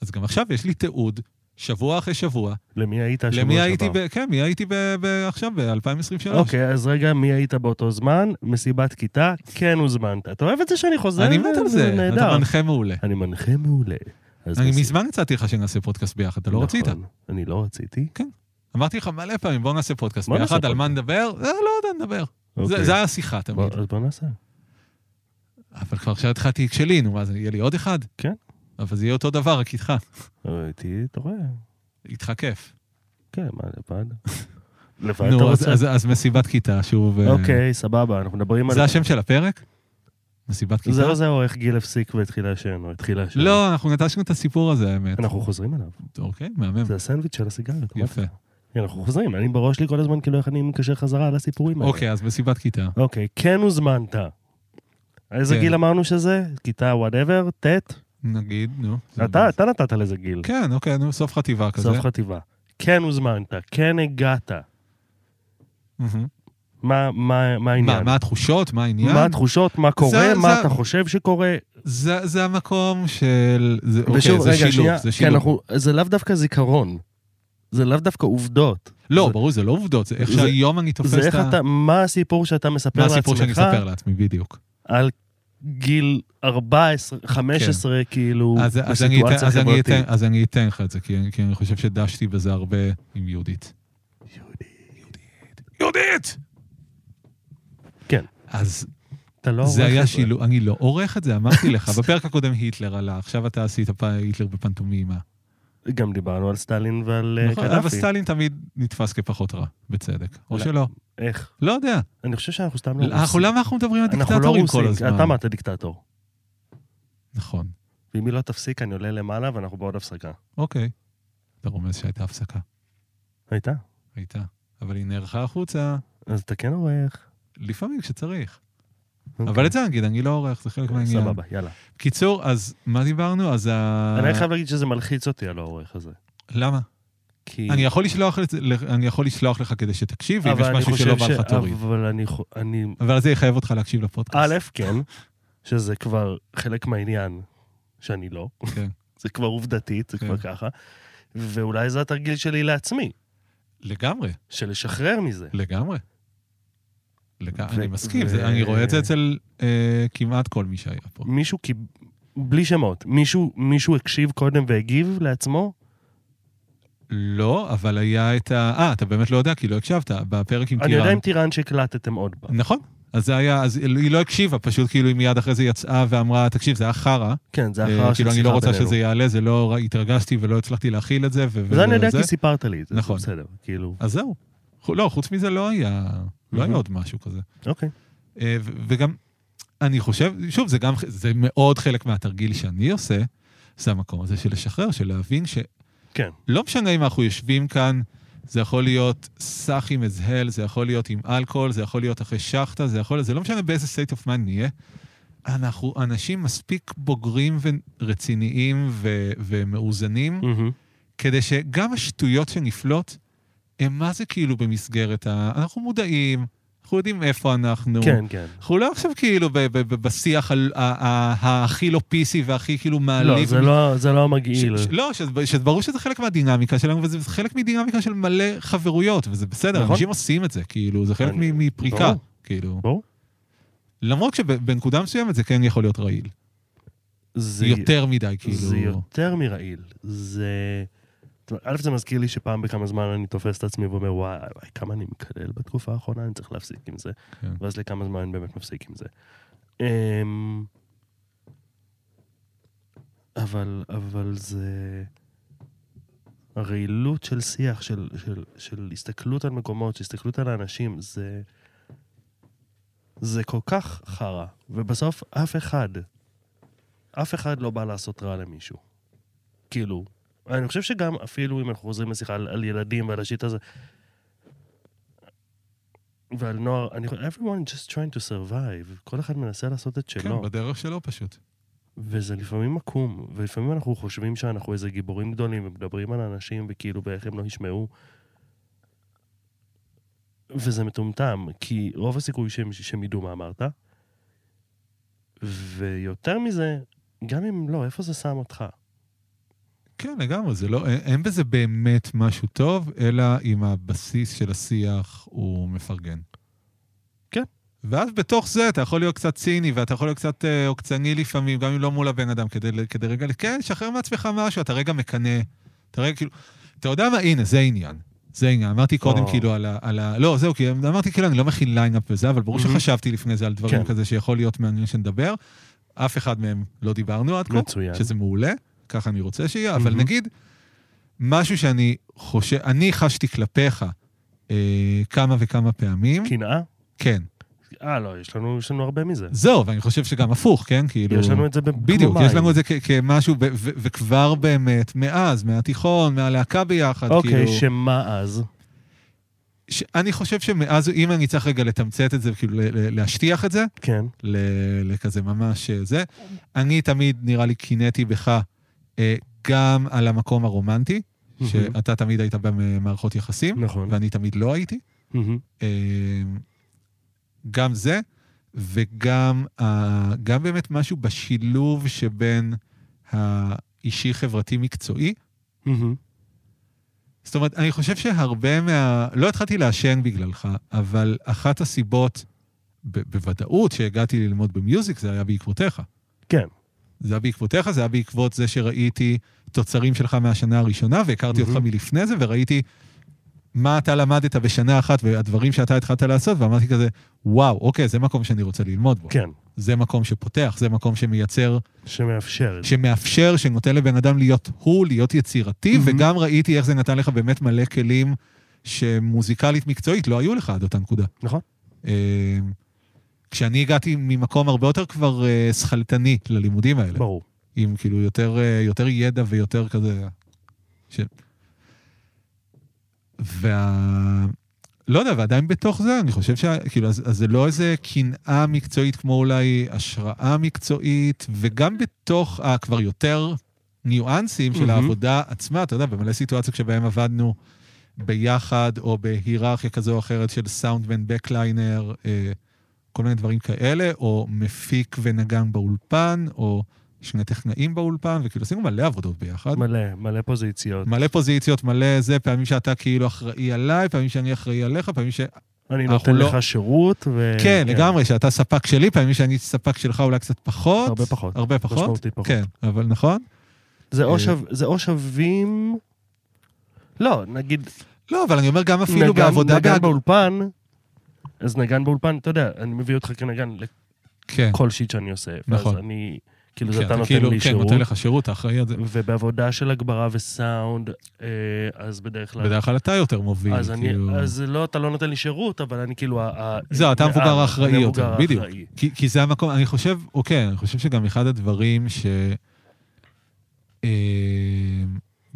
S2: אז גם עכשיו יש לי תיעוד, שבוע אחרי שבוע,
S1: למי היית השבוע
S2: למי הייתי,
S1: שעבר?
S2: ב, כן, מי הייתי ב, ב, עכשיו, ב-2023.
S1: אוקיי, אז רגע, מי היית באותו זמן? מסיבת כיתה, כן הוזמנת. אתה אוהב את זה שאני חוזר?
S2: אני מת על זה, אתה
S1: נהדר.
S2: מנחה מעולה.
S1: אני מנחה מעולה. אז
S2: אני
S1: נסי-
S2: מזמן הצעתי לך שנעשה פודקאסט ביחד, אתה לא
S1: נכון.
S2: רצית.
S1: אני לא רציתי.
S2: אמרתי לך מלא פעמים, בוא נעשה פודקאסט
S1: בוא נעשה
S2: ביחד, על מה
S1: פודקאסט.
S2: נדבר? אה, לא יודע, נדבר. זה-
S1: אוקיי.
S2: זה היה שיחה תמיד.
S1: בוא- אז בוא נעשה.
S2: אבל כבר עכשיו התחלתי את שלי, נו, מה זה, יהיה לי עוד אחד?
S1: כן.
S2: אבל זה יהיה אותו דבר, רק איתך.
S1: אה, תהיה, אתה רואה.
S2: איתך כיף.
S1: כן, מה,
S2: [LAUGHS]
S1: לבד? לבד אתה
S2: נו, אז-
S1: רוצה?
S2: אז- אז מסיבת כיתה, שוב. אה,
S1: אוקיי, סבבה, אנחנו מדברים על...
S2: זה השם של הפרק? מסיבת כיתה?
S1: זהו זהו, איך גיל הפסיק והתחיל לעשן, או התחיל לעשן.
S2: לא, אנחנו נטשנו את הסיפור הזה, האמת.
S1: אנחנו חוזרים אליו.
S2: אוקיי, מהמם.
S1: זה הסנדוויץ' של הסיגריות.
S2: יפה.
S1: כן, אנחנו חוזרים, אני בראש לי כל הזמן, כאילו איך אני מקשר חזרה על הסיפורים האלה.
S2: אוקיי, אז מסיבת כיתה.
S1: אוקיי, כן הוזמנת. איזה
S2: כן.
S1: גיל אמרנו שזה? כיתה וואטאבר? ט'?
S2: נגיד, נו.
S1: אתה אתה נתת לזה גיל.
S2: כן, אוקיי, נו, סוף חטיבה כזה.
S1: סוף חטיבה. כן הוזמנת, כן הגעת.
S2: מהמם.
S1: מה- מה מה
S2: מה,
S1: העניין?
S2: מה התחושות? מה העניין?
S1: מה התחושות? מה קורה?
S2: זה-
S1: מה
S2: זה-
S1: אתה חושב שקורה?
S2: זה זה המקום של... זה- אוקיי,
S1: ושוב,
S2: זה
S1: רגע,
S2: שילוב,
S1: שנייה,
S2: זה
S1: כן,
S2: שילוב.
S1: אנחנו- זה לאו דווקא זיכרון. זה לאו דווקא עובדות.
S2: לא,
S1: זה-
S2: ברור, זה לא עובדות, זה איך
S1: זה-
S2: שהיום אני תופס את ה...
S1: זה איך אתה, מה הסיפור שאתה מספר
S2: מה הסיפור שאני
S1: לעצמך
S2: אספר לעצמי, בדיוק.
S1: על גיל 14, 15, כאילו,
S2: כן. אז- אז אני אתן-
S1: בסיטואציה
S2: אז אני אתן-
S1: חברתית.
S2: אז אני אתן לך את זה, כי אני- כי אני חושב שדשתי בזה הרבה עם יהודית. יהודית!
S1: כן.
S2: אז
S1: אתה לא
S2: זה
S1: עורך
S2: היה
S1: את זה.
S2: שילוב, אני לא עורך את זה, אמרתי
S1: [LAUGHS]
S2: לך. בפרק הקודם היטלר עלה, עכשיו אתה עשית פ- היטלר בפנטומימה.
S1: גם דיברנו על סטלין ועל אה,
S2: נכון, אבל
S1: קדאפי.
S2: סטלין תמיד נתפס כפחות רע, בצדק. או
S1: לא.
S2: שלא,
S1: איך?
S2: לא יודע.
S1: אני חושב שאנחנו סתם לא
S2: אנחנו- למה אנחנו מדברים על
S1: אנחנו לא
S2: דיקטטורים כל
S1: רוסים.
S2: הזמן?
S1: אתה אמרת דיקטטור.
S2: נכון,
S1: ואם היא לא תפסיק, אני עולה למעלה ואנחנו בעוד הפסקה.
S2: אוקיי. אתה רומז שהייתה הפסקה.
S1: הייתה?
S2: הייתה. אבל היא נערכה החוצה,
S1: אז אתה כן עורך.
S2: לפעמים כשצריך. אבל
S1: אוקיי.
S2: את זה נגיד, אני לא עורך, זה חלק מהעניין. אה,
S1: סבבה, יאללה.
S2: קיצור, אז מה דיברנו? אז ה...
S1: אני חייב להגיד שזה מלחיץ אותי, הלא עורך הזה.
S2: למה?
S1: כי...
S2: אני יכול לשלוח את זה- אני יכול לשלוח לך כדי שתקשיב, אם
S1: אבל
S2: יש
S1: אני
S2: משהו
S1: חושב
S2: שלא בא לך
S1: ש-
S2: תוריד.
S1: אבל אני חו- אני
S2: אבל זה יחייב אותך להקשיב לפודקאסט.
S1: א', כן, שזה כבר חלק מהעניין, שאני לא.
S2: כן.
S1: [LAUGHS] זה כבר עובדתית, זה
S2: כן.
S1: כבר ככה. ואולי זה התרגיל שלי לעצמי,
S2: לגמרי,
S1: של לשחרר מזה.
S2: לגמרי. לג-
S1: ו-
S2: אני מסכים,
S1: ו-
S2: זה- אני רואה את זה אצל אה, כמעט כל מי שהיה פה.
S1: מישהו, כי... בלי שמות, מישהו, מישהו הקשיב קודם והגיב לעצמו?
S2: לא, אבל היה את ה... אה, אתה באמת לא יודע, כי לא הקשבת, בפרק עם
S1: אני יודע
S2: טיראן.
S1: עם טיראן שהקלטתם עוד פעם.
S2: נכון. אז זה היה, אז היא לא הקשיבה, פשוט כאילו היא מיד אחרי זה יצאה ואמרה, תקשיב, זה היה חרא.
S1: כן, זה
S2: אה,
S1: אחר של
S2: כאילו, אני
S1: שיחה
S2: לא רוצה
S1: בינינו.
S2: שזה יעלה, זה לא, התרגשתי ולא הצלחתי להכיל את זה. ו-
S1: זה אני יודע
S2: וזה.
S1: כי סיפרת לי את זה, נכון.
S2: נכון.
S1: בסדר, כאילו,
S2: אז זהו. חו- לא, חוץ מזה לא היה, לא היה
S1: מהמם.
S2: עוד משהו כזה.
S1: אוקיי.
S2: אה, ו- וגם, אני חושב, שוב, זה גם, ח- זה מאוד חלק מהתרגיל שאני עושה, זה המקום הזה של לשחרר, של להבין ש...
S1: כן.
S2: לא משנה אם אנחנו יושבים כאן, זה יכול להיות סח עם הזהל, זה יכול להיות עם אלכוהול, זה יכול להיות אחרי שחטה, זה יכול... זה לא משנה באיזה state of mind נהיה. אנחנו אנשים מספיק בוגרים ורציניים ו- ומאוזנים,
S1: מהמם.
S2: כדי שגם השטויות שנפלוט, הם מה זה כאילו במסגרת ה... אנחנו מודעים, אנחנו יודעים איפה אנחנו.
S1: כן, כן.
S2: אנחנו לא עכשיו כאילו ב- ב- ב- בשיח על ה- ה- ה- הכי לא PC והכי כאילו מעליב.
S1: לא, זה לא- זה לא מגעיל.
S2: ש- ש- לא, שזה- שברור שזה חלק מהדינמיקה שלנו, וזה חלק מדינמיקה של מלא חברויות, וזה בסדר,
S1: נכון.
S2: אנשים עושים את זה, כאילו, זה חלק
S1: אני-
S2: מ- מפריקה,
S1: ברור.
S2: כאילו.
S1: ברור.
S2: למרות שבנקודה מסוימת זה כן יכול להיות רעיל.
S1: זה
S2: זה יותר מדי, כאילו.
S1: זה יותר מרעיל. זה... א', זה מזכיר לי שפעם בכמה זמן אני תופס את עצמי ואומר, וואי, וואי, כמה אני מקלל בתקופה האחרונה, אני צריך להפסיק עם זה.
S2: כן.
S1: ואז לכמה זמן אני באמת מפסיק עם זה. אמ, אבל, אבל זה... הרעילות של שיח, של, של, של הסתכלות על מקומות, של הסתכלות על האנשים, זה... זה כל כך חרא, ובסוף אף אחד, אף אחד לא בא לעשות רע למישהו. כאילו, אני חושב שגם אפילו אם אנחנו חוזרים לשיחה על, על ילדים ועל השיט הזה, ועל נוער, אני חושב, everyone just trying to survive, כל אחד מנסה לעשות את שלו.
S2: כן, בדרך שלו פשוט.
S1: וזה לפעמים עקום, ולפעמים אנחנו חושבים שאנחנו איזה גיבורים גדולים, ומדברים על אנשים, וכאילו באיך הם לא ישמעו. וזה מטומטם, כי רוב הסיכוי שהם, שהם ידעו מה אמרת. ויותר מזה, גם אם לא, איפה זה שם אותך?
S2: כן, לגמרי, זה לא, אין- אין בזה באמת משהו טוב, אלא אם הבסיס של השיח הוא מפרגן.
S1: כן.
S2: ואז בתוך זה אתה יכול להיות קצת ציני, ואתה יכול להיות קצת אה, עוקצני לפעמים, גם אם לא מול הבן אדם, כדי, ל- כדי רגע, ל- כן, שחרר מעצמך משהו, אתה רגע מקנא, אתה רגע כאילו, אתה יודע מה, הנה, זה העניין. זה העניין, אמרתי קודם
S1: או.
S2: כאילו על ה... על ה... לא, זהו, כי אמרתי כאילו, אני לא מכין ליינאפ וזה, אבל ברור
S1: מהמם.
S2: שחשבתי לפני זה על דברים
S1: כן.
S2: כזה שיכול להיות מעניין שנדבר. אף אחד מהם לא דיברנו עד כה.
S1: מצוין.
S2: שזה מעולה, ככה אני רוצה שיהיה, אבל
S1: כן. מהמם.
S2: נגיד, משהו שאני חושב, אני חשתי כלפיך אה, כמה וכמה פעמים,
S1: קנאה?
S2: כן.
S1: אה, לא, יש לנו, יש לנו הרבה מזה.
S2: זהו, ואני חושב שגם הפוך, כן? כאילו...
S1: יש לנו את זה ב- כמו
S2: בדיוק, יש
S1: מים.
S2: לנו את זה כ- כמשהו, ב- ו- ו- וכבר באמת, מאז, מהתיכון, מהלהקה ביחד,
S1: אוקיי,
S2: כאילו...
S1: שמה אז?
S2: ש... אני חושב שמאז, אם אני צריך רגע לתמצת את זה, כאילו ל- ל- להשטיח את זה,
S1: כן.
S2: ל- לכזה ממש אה, זה. אני תמיד, נראה לי, קינאתי בך אה, גם על המקום הרומנטי,
S1: מהמם.
S2: שאתה תמיד היית במערכות יחסים,
S1: נכון.
S2: ואני תמיד לא הייתי.
S1: מהמם.
S2: אה, גם זה, וגם ה- גם באמת משהו בשילוב שבין האישי-חברתי-מקצועי.
S1: מהמם.
S2: זאת אומרת, אני חושב שהרבה מה... לא התחלתי לעשן בגללך, אבל אחת הסיבות, ב- בוודאות, שהגעתי ללמוד במיוזיק, זה היה בעקבותיך.
S1: כן.
S2: זה היה בעקבותיך, זה היה בעקבות זה שראיתי תוצרים שלך מהשנה הראשונה, והכרתי אותך
S1: מהמם.
S2: מלפני זה, וראיתי מה אתה למדת בשנה אחת, והדברים שאתה התחלת לעשות, ואמרתי כזה, וואו, אוקיי, זה מקום שאני רוצה ללמוד בו.
S1: כן.
S2: זה מקום שפותח, זה מקום שמייצר,
S1: שמאפשר את זה.
S2: שמאפשר, שנותן לבן אדם להיות הוא, להיות יצירתי,
S1: מהמם.
S2: וגם ראיתי איך זה נתן לך באמת מלא כלים שמוזיקלית, מקצועית, לא היו לך עד אותה נקודה.
S1: נכון.
S2: אה, כשאני הגעתי ממקום הרבה יותר כבר אה, שכלתני ללימודים האלה.
S1: ברור.
S2: עם כאילו יותר, אה, יותר ידע ויותר כזה... ש... וה... לא יודע, ועדיין בתוך זה, אני חושב שכאילו, אז, אז זה לא איזה קנאה מקצועית כמו אולי השראה מקצועית, וגם בתוך הכבר יותר ניואנסים של
S1: מהמם.
S2: העבודה עצמה, אתה יודע, במלא סיטואציות שבהן עבדנו ביחד, או בהיררכיה כזו או אחרת של סאונדמן, בקליינר, אה, כל מיני דברים כאלה, או מפיק ונגן באולפן, או שני טכנאים באולפן, וכאילו עשינו מלא עבודות ביחד.
S1: מלא, מלא פוזיציות.
S2: מלא פוזיציות, מלא זה, פעמים שאתה כאילו אחראי עליי, פעמים שאני אחראי עליך, פעמים ש...
S1: אני
S2: אנחנו
S1: נותן
S2: לא-
S1: לך שירות, ו...
S2: כן, לגמרי, שאתה ספק שלי, פעמים שאני ספק שלך אולי קצת פחות.
S1: הרבה פחות.
S2: הרבה פחות.
S1: משמעותית פחות.
S2: כן, אבל נכון.
S1: זה או
S2: אה,
S1: שו- זה או שווים... לא, נגיד,
S2: לא, אבל אני אומר גם אפילו
S1: נגן-
S2: בעבודה...
S1: נגן
S2: באג-
S1: באולפן, אז נגן באולפן, אתה יודע, אני מביא אותך כנגן
S2: כן,
S1: לכל שיט שאני עושה.
S2: נכון.
S1: ואז אני, כאילו, זה
S2: כן,
S1: אתה
S2: אתה
S1: נותן
S2: כאילו,
S1: לי
S2: כן,
S1: שירות.
S2: נותן לך שירות, אתה אחראי על זה.
S1: ובעבודה של הגברה וסאונד, אה, אז בדרך כלל...
S2: בדרך כלל אתה יותר מוביל,
S1: לא. אז אני,
S2: כאילו.
S1: אז לא, אתה לא נותן לי שירות, אבל אני כאילו ה... ה-
S2: זהו, אתה
S1: מעל,
S2: המבוגר האחראי
S1: אני
S2: יותר,
S1: המבוגר
S2: בדיוק.
S1: האחראי.
S2: כי, כי זה המקום, אני חושב, אוקיי, אני חושב שגם אחד הדברים ש... אה,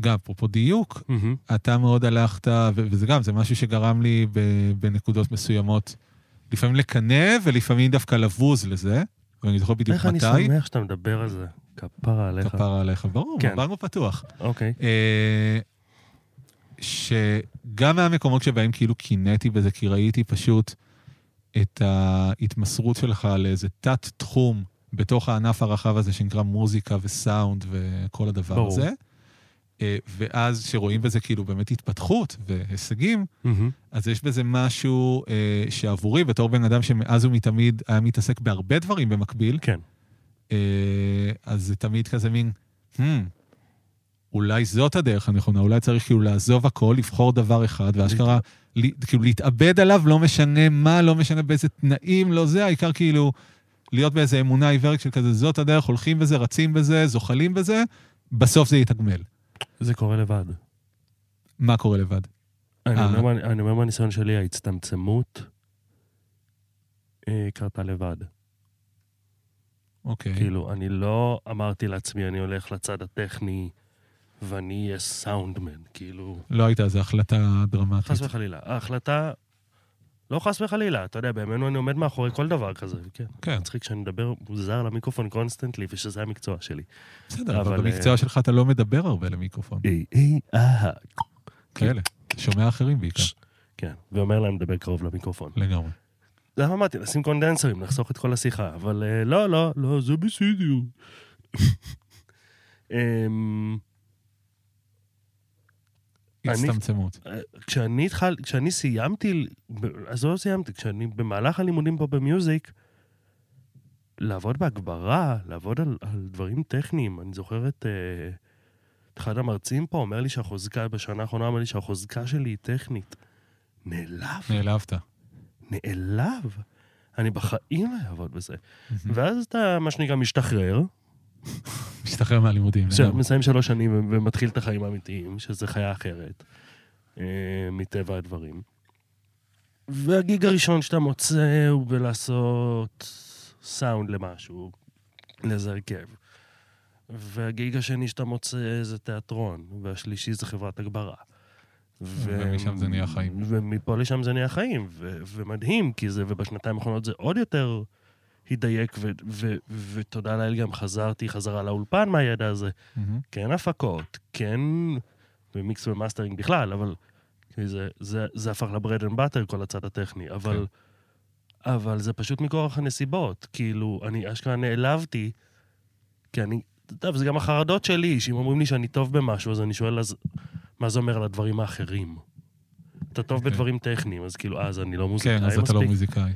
S2: גם אפרופו דיוק,
S1: מהמם.
S2: אתה מאוד הלכת, ו- וזה גם, זה משהו שגרם לי ב, בנקודות מסוימות, לפעמים לקנא ולפעמים דווקא לבוז לזה, ואני זוכר בדיוק
S1: איך אני
S2: מתי.
S1: שמח שאתה מדבר על זה. כפרה עליך.
S2: כפרה עליך, ברור,
S1: כן.
S2: מבנגו פתוח.
S1: אוקיי.
S2: אה, שגם מהמקומות שבהם כאילו קינאתי בזה, כי ראיתי פשוט את ההתמסרות שלך לאיזה תת-תחום בתוך הענף הרחב הזה שנקרא מוזיקה וסאונד וכל הדבר
S1: ברור.
S2: הזה. אה, ואז שרואים בזה כאילו באמת התפתחות והישגים, אז יש בזה משהו אה, שעבורי, בתור בן אדם שמאז ומתמיד היה מתעסק בהרבה דברים במקביל,
S1: כן.
S2: אה, אז זה תמיד כזה מין, hmm, אולי זאת הדרך הנכונה, אולי צריך כאילו לעזוב הכל, לבחור דבר אחד, ואשכרה, לי- כאילו להתאבד עליו, לא משנה מה, לא משנה באיזה תנאים, לא זה, העיקר כאילו להיות באיזה אמונה עיוורת של כזה, זאת הדרך, הולכים בזה, רצים בזה, זוחלים בזה, בסוף זה יתגמל.
S1: זה קורה לבד.
S2: מה קורה לבד?
S1: אני
S2: אה.
S1: אומר מה- אני אומר מהניסיון שלי, ההצטמצמות אה, קרתה לבד.
S2: אוקיי.
S1: כאילו, אני לא אמרתי לעצמי, אני הולך לצד הטכני ואני אהיה סאונדמן, כאילו...
S2: לא הייתה איזו החלטה דרמטית.
S1: חס וחלילה. ההחלטה... לא חס וחלילה, אתה יודע, בימינו אני עומד מאחורי כל דבר כזה, כן.
S2: כן,
S1: מצחיק שאני מדבר מוזר למיקרופון קונסטנטלי, ושזה המקצוע שלי.
S2: בסדר, אבל
S1: אבל, אה, כן.
S2: במקצוע שלך אתה לא מדבר הרבה למיקרופון.
S1: איי, איי, אהה.
S2: כאלה. אתה שומע אחרים בעיקר.
S1: ש- כן, ואומר להם לדבר קרוב למיקרופון.
S2: לגמרי.
S1: למה לא אמרתי? נשים קונדנסרים, נחסוך את כל השיחה, אבל אה, לא, לא, לא, זה בסדר. [LAUGHS] אמ, אני-
S2: הצטמצמות.
S1: כשאני התחל, כשאני סיימתי, ב- אז לא סיימתי, כשאני במהלך הלימודים פה במיוזיק, לעבוד בהגברה, לעבוד על, על דברים טכניים, אני זוכר את אה, את אחד המרצים פה אומר לי שהחוזקה, בשנה האחרונה אומר לי שהחוזקה שלי היא טכנית. נעלב,
S2: נעלבת.
S1: נעלב. אני בחיים לא אעבוד בזה. ואז אתה, מה שנקרא, משתחרר,
S2: משתחרר מהלימודים.
S1: בסדר,
S2: לגמרי.
S1: מסיים שלוש שנים ו- ומתחיל את החיים האמיתיים, שזה חיה אחרת, אה, מטבע הדברים. והגיג הראשון שאתה מוצא הוא בלעשות סאונד למשהו, לאיזה הרכב. והגיג השני שאתה מוצא זה תיאטרון, והשלישי זה חברת הגברה. ו-
S2: ומשם זה נהיה חיים.
S1: ומפה לשם זה נהיה חיים, ו- ומדהים, כי זה, ובשנתיים האחרונות זה עוד יותר הידייק, ו- ו- ותודה לאל גם חזרתי חזרה לאולפן מהידע הזה.
S2: מהמם.
S1: כן הפקות, כן, ומיקס ומאסטרינג בכלל, אבל כי זה, זה, זה הפך לברד אנד באטר, כל הצד הטכני, אבל, כן. אבל זה פשוט מכורח הנסיבות. כאילו, אני אשכרה נעלבתי, כי אני, אתה יודע, וזה גם החרדות שלי, שאם אומרים לי שאני טוב במשהו, אז אני שואל, אז מה זה אומר על הדברים האחרים? אתה טוב
S2: כן.
S1: בדברים טכניים, אז כאילו, אז אני לא מוזיקאי
S2: כן,
S1: מספיק.
S2: אז אתה לא מוזיקאי.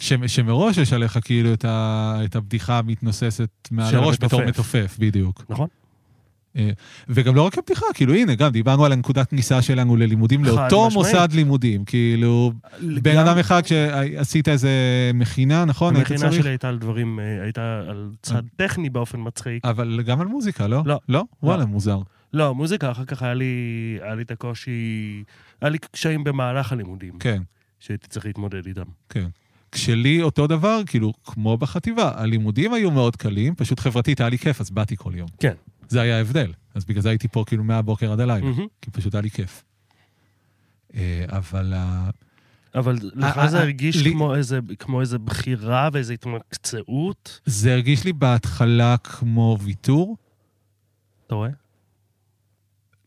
S2: ש- שמראש יש עליך כאילו את ה- את הבדיחה המתנוססת מעל
S1: של
S2: הראש בתור
S1: המתופף.
S2: מתופף, בדיוק.
S1: נכון.
S2: אה, וגם לא רק הבדיחה, כאילו הנה, גם דיברנו על הנקודת כניסה שלנו ללימודים,
S1: חד
S2: לאותו
S1: משמעית.
S2: מוסד לימודים, כאילו, בן אדם אחד שעשית איזה מכינה, נכון? היית
S1: המכינה
S2: צריך,
S1: שלי הייתה על דברים, אה, הייתה על צד טכני באופן מצחיק.
S2: אבל גם על מוזיקה, לא?
S1: לא.
S2: לא? וואלה, מוזר.
S1: לא, מוזיקה, אחר כך היה לי, היה לי את הקושי, היה לי קשיים במהלך הלימודים, כן.
S2: כן.
S1: שהייתי צריך להתמודד איתם.
S2: כן. כשלי אותו דבר, כאילו, כמו בחטיבה, הלימודים היו מאוד קלים, פשוט חברתית היה לי כיף, אז באתי כל יום.
S1: כן. Mm.
S2: זה היה ההבדל. אז בגלל זה הייתי פה כאילו מהבוקר עד הלילה,
S1: מהמם.
S2: כי פשוט היה לי כיף. אה, אבל ה-
S1: אבל
S2: אה,
S1: לך זה
S2: אה,
S1: הרגיש
S2: לי-
S1: כמו איזה- כמו איזה בחירה ואיזו התמקצעות,
S2: זה הרגיש לי בהתחלה כמו ויתור.
S1: אתה רואה?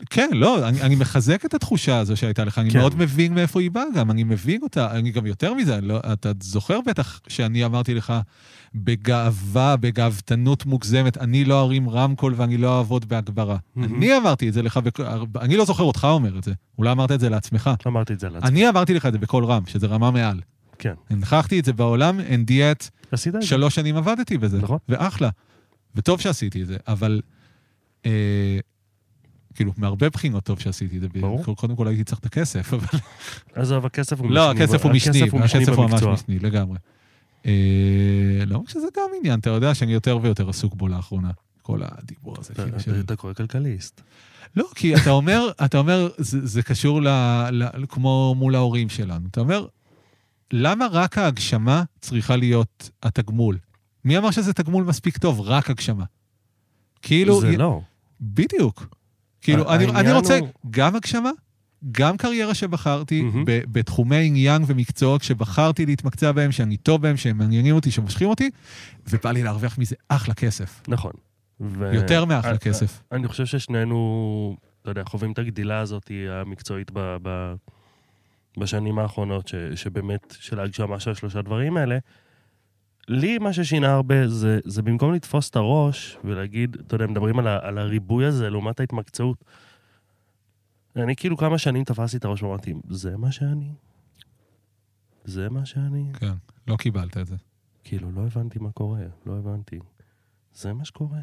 S2: כן, לא, אני, אני מחזק את התחושה הזו שהייתה לך, אני
S1: כן.
S2: מאוד מבין מאיפה היא באה גם, אני מבין אותה, אני גם יותר מזה, אני לא, אתה זוכר בטח שאני אמרתי לך בגאווה, בגאוותנות מוגזמת, אני לא ארים רמקול ואני לא אעבוד בהגברה.
S1: Mhm.
S2: אני אמרתי את זה לך, בכ... אני לא זוכר אותך אומר את זה, אולי אמרת את זה לעצמך.
S1: אמרתי את זה לעצמי.
S2: אני אמרתי לך את זה בקול רם, שזה רמה מעל.
S1: כן.
S2: הנכחתי את זה בעולם, אין דיאט,
S1: עשית את זה?
S2: שלוש שנים עבדתי בזה,
S1: נכון.
S2: ואחלה. וטוב שעשיתי את זה, אבל אה, כאילו, מהרבה בחינות טוב שעשיתי את זה.
S1: ברור.
S2: קוד- קודם כל הייתי צריך את הכסף, אבל...
S1: עזוב, הכסף הוא משני.
S2: לא, הכסף הוא משני,
S1: הכסף הוא משני
S2: הכסף הוא ממש
S1: במקצוע.
S2: משני, לגמרי. אה, לא רק שזה גם עניין, אתה יודע שאני יותר ויותר עסוק בו לאחרונה. כל הדיבור הזה.
S1: אתה-
S2: כאילו,
S1: אתה-
S2: של-
S1: אתה קורא כלכליסט.
S2: לא, כי אתה אומר, אתה אומר, זה, זה קשור ל, ל, כמו מול ההורים שלנו. אתה אומר, למה רק ההגשמה צריכה להיות התגמול? מי אמר שזה תגמול מספיק טוב? רק הגשמה. כאילו,
S1: זה לא.
S2: בדיוק. כאילו, אני, אני
S1: העניין
S2: רוצה
S1: הוא-
S2: גם הגשמה, גם קריירה שבחרתי,
S1: מהמם.
S2: ב, בתחומי עניין ומקצועות שבחרתי להתמקצע בהם, שאני טוב בהם, שהם מעניינים אותי, שמושכים אותי, ובא לי להרוויח מזה אחלה כסף.
S1: נכון. ו-
S2: יותר מאחלה
S1: אה,
S2: כסף.
S1: אני חושב ששנינו, אתה יודע, חווים את הגדילה הזאת המקצועית ב, ב, בשנים האחרונות, ש, שבאמת, של ההגשמה של שלושה דברים האלה. לי מה ששינה הרבה זה, זה במקום לתפוס את הראש ולהגיד, אתה יודע, מדברים על, ה, על הריבוי הזה לעומת ההתמקצעות. אני כאילו כמה שנים תפסתי את הראש ואמרתי, זה מה שאני? זה מה שאני?
S2: כן, לא קיבלת את זה.
S1: כאילו, לא הבנתי מה קורה, לא הבנתי. זה מה שקורה,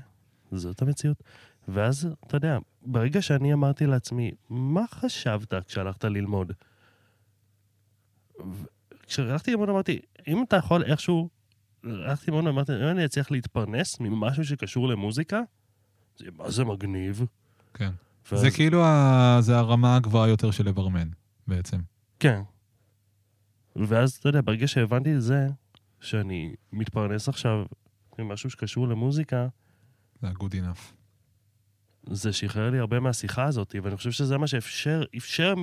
S1: זאת המציאות. ואז, אתה יודע, ברגע שאני אמרתי לעצמי, מה חשבת כשהלכת ללמוד? ו- כשהלכתי ללמוד אמרתי, אם אתה יכול איכשהו... הלכתי ללמוד ואמרתי, אם אני אצליח להתפרנס ממשהו שקשור למוזיקה, זה מה זה מגניב.
S2: כן.
S1: ואז-
S2: זה כאילו, ה... זה הרמה הגבוהה יותר של לברמן, בעצם.
S1: כן. ואז, אתה יודע, ברגע שהבנתי את זה, שאני מתפרנס עכשיו ממשהו שקשור למוזיקה,
S2: זה ה-good enough.
S1: זה שחרר לי הרבה מהשיחה הזאת, ואני חושב שזה מה שאפשר, אפשר מ-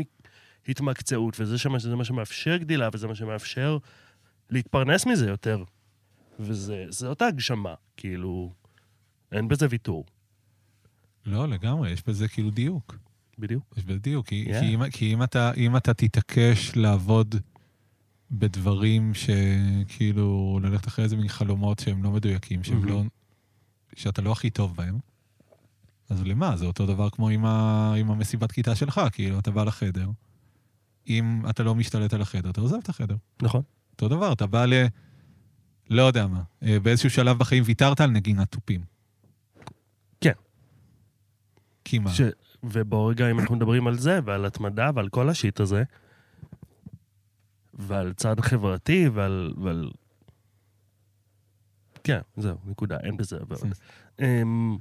S1: התמקצעות, וזה שמה, זה מה שמאפשר גדילה, וזה מה שמאפשר להתפרנס מזה יותר. וזה זה אותה הגשמה, כאילו, אין בזה ויתור,
S2: לא, לגמרי, יש בזה כאילו דיוק.
S1: בדיוק.
S2: יש בזה דיוק, כי,
S1: Yeah.
S2: כי, אם, כי אם, אתה, אם אתה תתעקש לעבוד בדברים שכאילו, ללכת אחרי איזה מין חלומות שהם לא מדויקים, שהם
S1: Mhm.
S2: לא, שאתה לא הכי טוב בהם, אז למה? זה אותו דבר כמו עם, ה, עם המסיבת כיתה שלך, כאילו, אתה בא לחדר, אם אתה לא משתלט על החדר, אתה עוזב את החדר.
S1: נכון.
S2: אותו דבר, אתה בא ל... לא יודע מה, אה, באיזשהו שלב בחיים ויתרת על נגינת תופים.
S1: כן.
S2: כמעט.
S1: ש... ובו רגע, אם אנחנו מדברים על זה, ועל התמדה, ועל כל השיט הזה, ועל צעד חברתי, ועל... ועל... כן, זהו, נקודה, אין בזה הרבה עוד. אמ,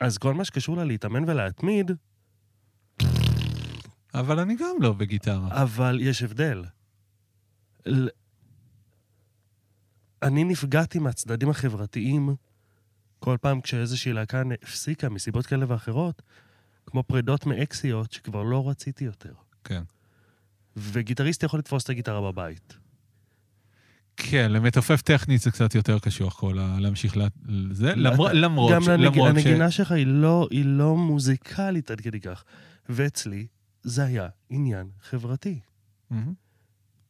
S1: אז כל מה שקשור לה להתאמן ולהתמיד,
S2: אבל אני גם לא בגיטרה.
S1: אבל יש הבדל. ל- אני נפגעתי מהצדדים החברתיים כל פעם כשאיזושהי להקה הפסיקה מסיבות כאלה ואחרות, כמו פרידות מאקסיות שכבר לא רציתי יותר.
S2: כן.
S1: וגיטריסט יכול לתפוס את הגיטרה בבית.
S2: כן, למתופף טכנית זה קצת יותר קשוח כל ה... להמשיך ל... זה, למרות, למרות,
S1: גם
S2: ש-
S1: לנג...
S2: למרות
S1: הנגינה שלך היא לא, היא לא מוזיקלית עד כדי כך. ואצלי זה היה עניין חברתי.
S2: מהמם.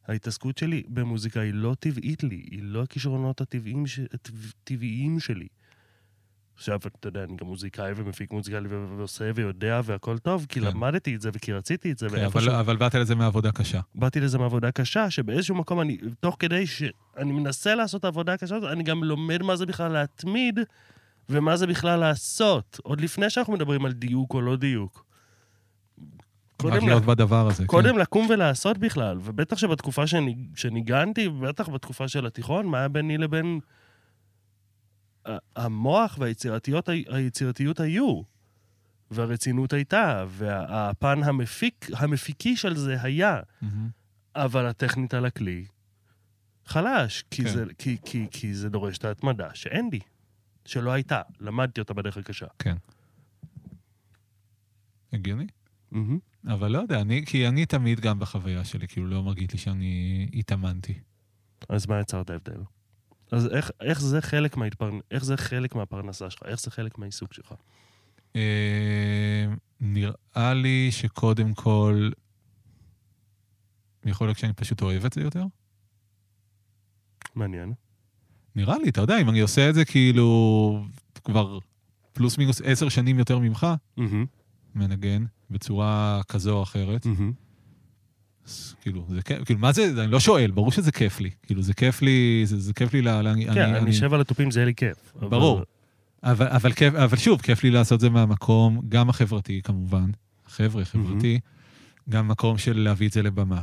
S1: ההתעסקות שלי במוזיקה היא לא טבעית לי, היא לא הכישרונות הטבעיים, ש... הטבעיים שלי. עכשיו, אתה יודע, אני גם מוזיקאי ומפיק מוזיקלי ו- ועושה ויודע והכל טוב, כי
S2: כן.
S1: למדתי את זה וכי רציתי את זה,
S2: כן, אבל,
S1: ואיפשהו
S2: אבל באת לזה מעבודה קשה.
S1: באתי לזה מעבודה קשה, שבאיזשהו מקום אני, תוך כדי שאני מנסה לעשות עבודה קשה, אני גם לומד מה זה בכלל להתמיד, ומה זה בכלל לעשות, עוד לפני שאנחנו מדברים על דיוק או לא דיוק.
S2: רק
S1: קודם,
S2: להיות
S1: לק...
S2: בדבר הזה. כן.
S1: קודם לקום ולעשות בכלל, ובטח שבתקופה שאני, שניגנתי, ובטח בתקופה של התיכון, מה היה ביני לבין ה- המוח והיצירתיות, ה- היצירתיות היו, והרצינות הייתה, והפן המפיק, המפיקי של זה היה.
S2: כן. מהמם.
S1: אבל הטכנית על הכלי חלש, כי,
S2: כן.
S1: כן. זה, כי, כי, כי זה דורש את ההתמדה שאין לי, שלא הייתה, למדתי אותה בדרך הקשה.
S2: הגיוני.
S1: Mm-hmm.
S2: אבל לא יודע, אני, כי אני תמיד גם בחוויה שלי, כאילו לא מרגיש לי שאני התאמנתי.
S1: אז מה יצר את ההבדל? אז איך, איך, זה חלק מההתפר... איך זה חלק מהפרנסה שלך? איך זה חלק מהעיסוק שלך?
S2: אה, נראה לי שקודם כל, יכול להיות שאני פשוט אוהב את זה יותר.
S1: מעניין.
S2: נראה לי, אתה יודע, אם אני עושה את זה כאילו כבר פלוס מינוס עשר שנים יותר ממך,
S1: Mm-hmm.
S2: מנגן בצורה כזו או אחרת.
S1: Mm-hmm.
S2: אז כאילו, זה כיף, כאילו, מה זה, אני לא שואל, ברור שזה כיף לי. כאילו, זה כיף לי, זה, זה כיף לי ל... ל-
S1: כן, אני, אני אשב על התופים, זה יהיה לי כיף.
S2: ברור. אבל, אבל, כיף, אבל שוב, כיף לי לעשות זה מהמקום, גם החברתי כמובן, חבר'ה, חברתי, גם מקום של להביא את זה לבמה,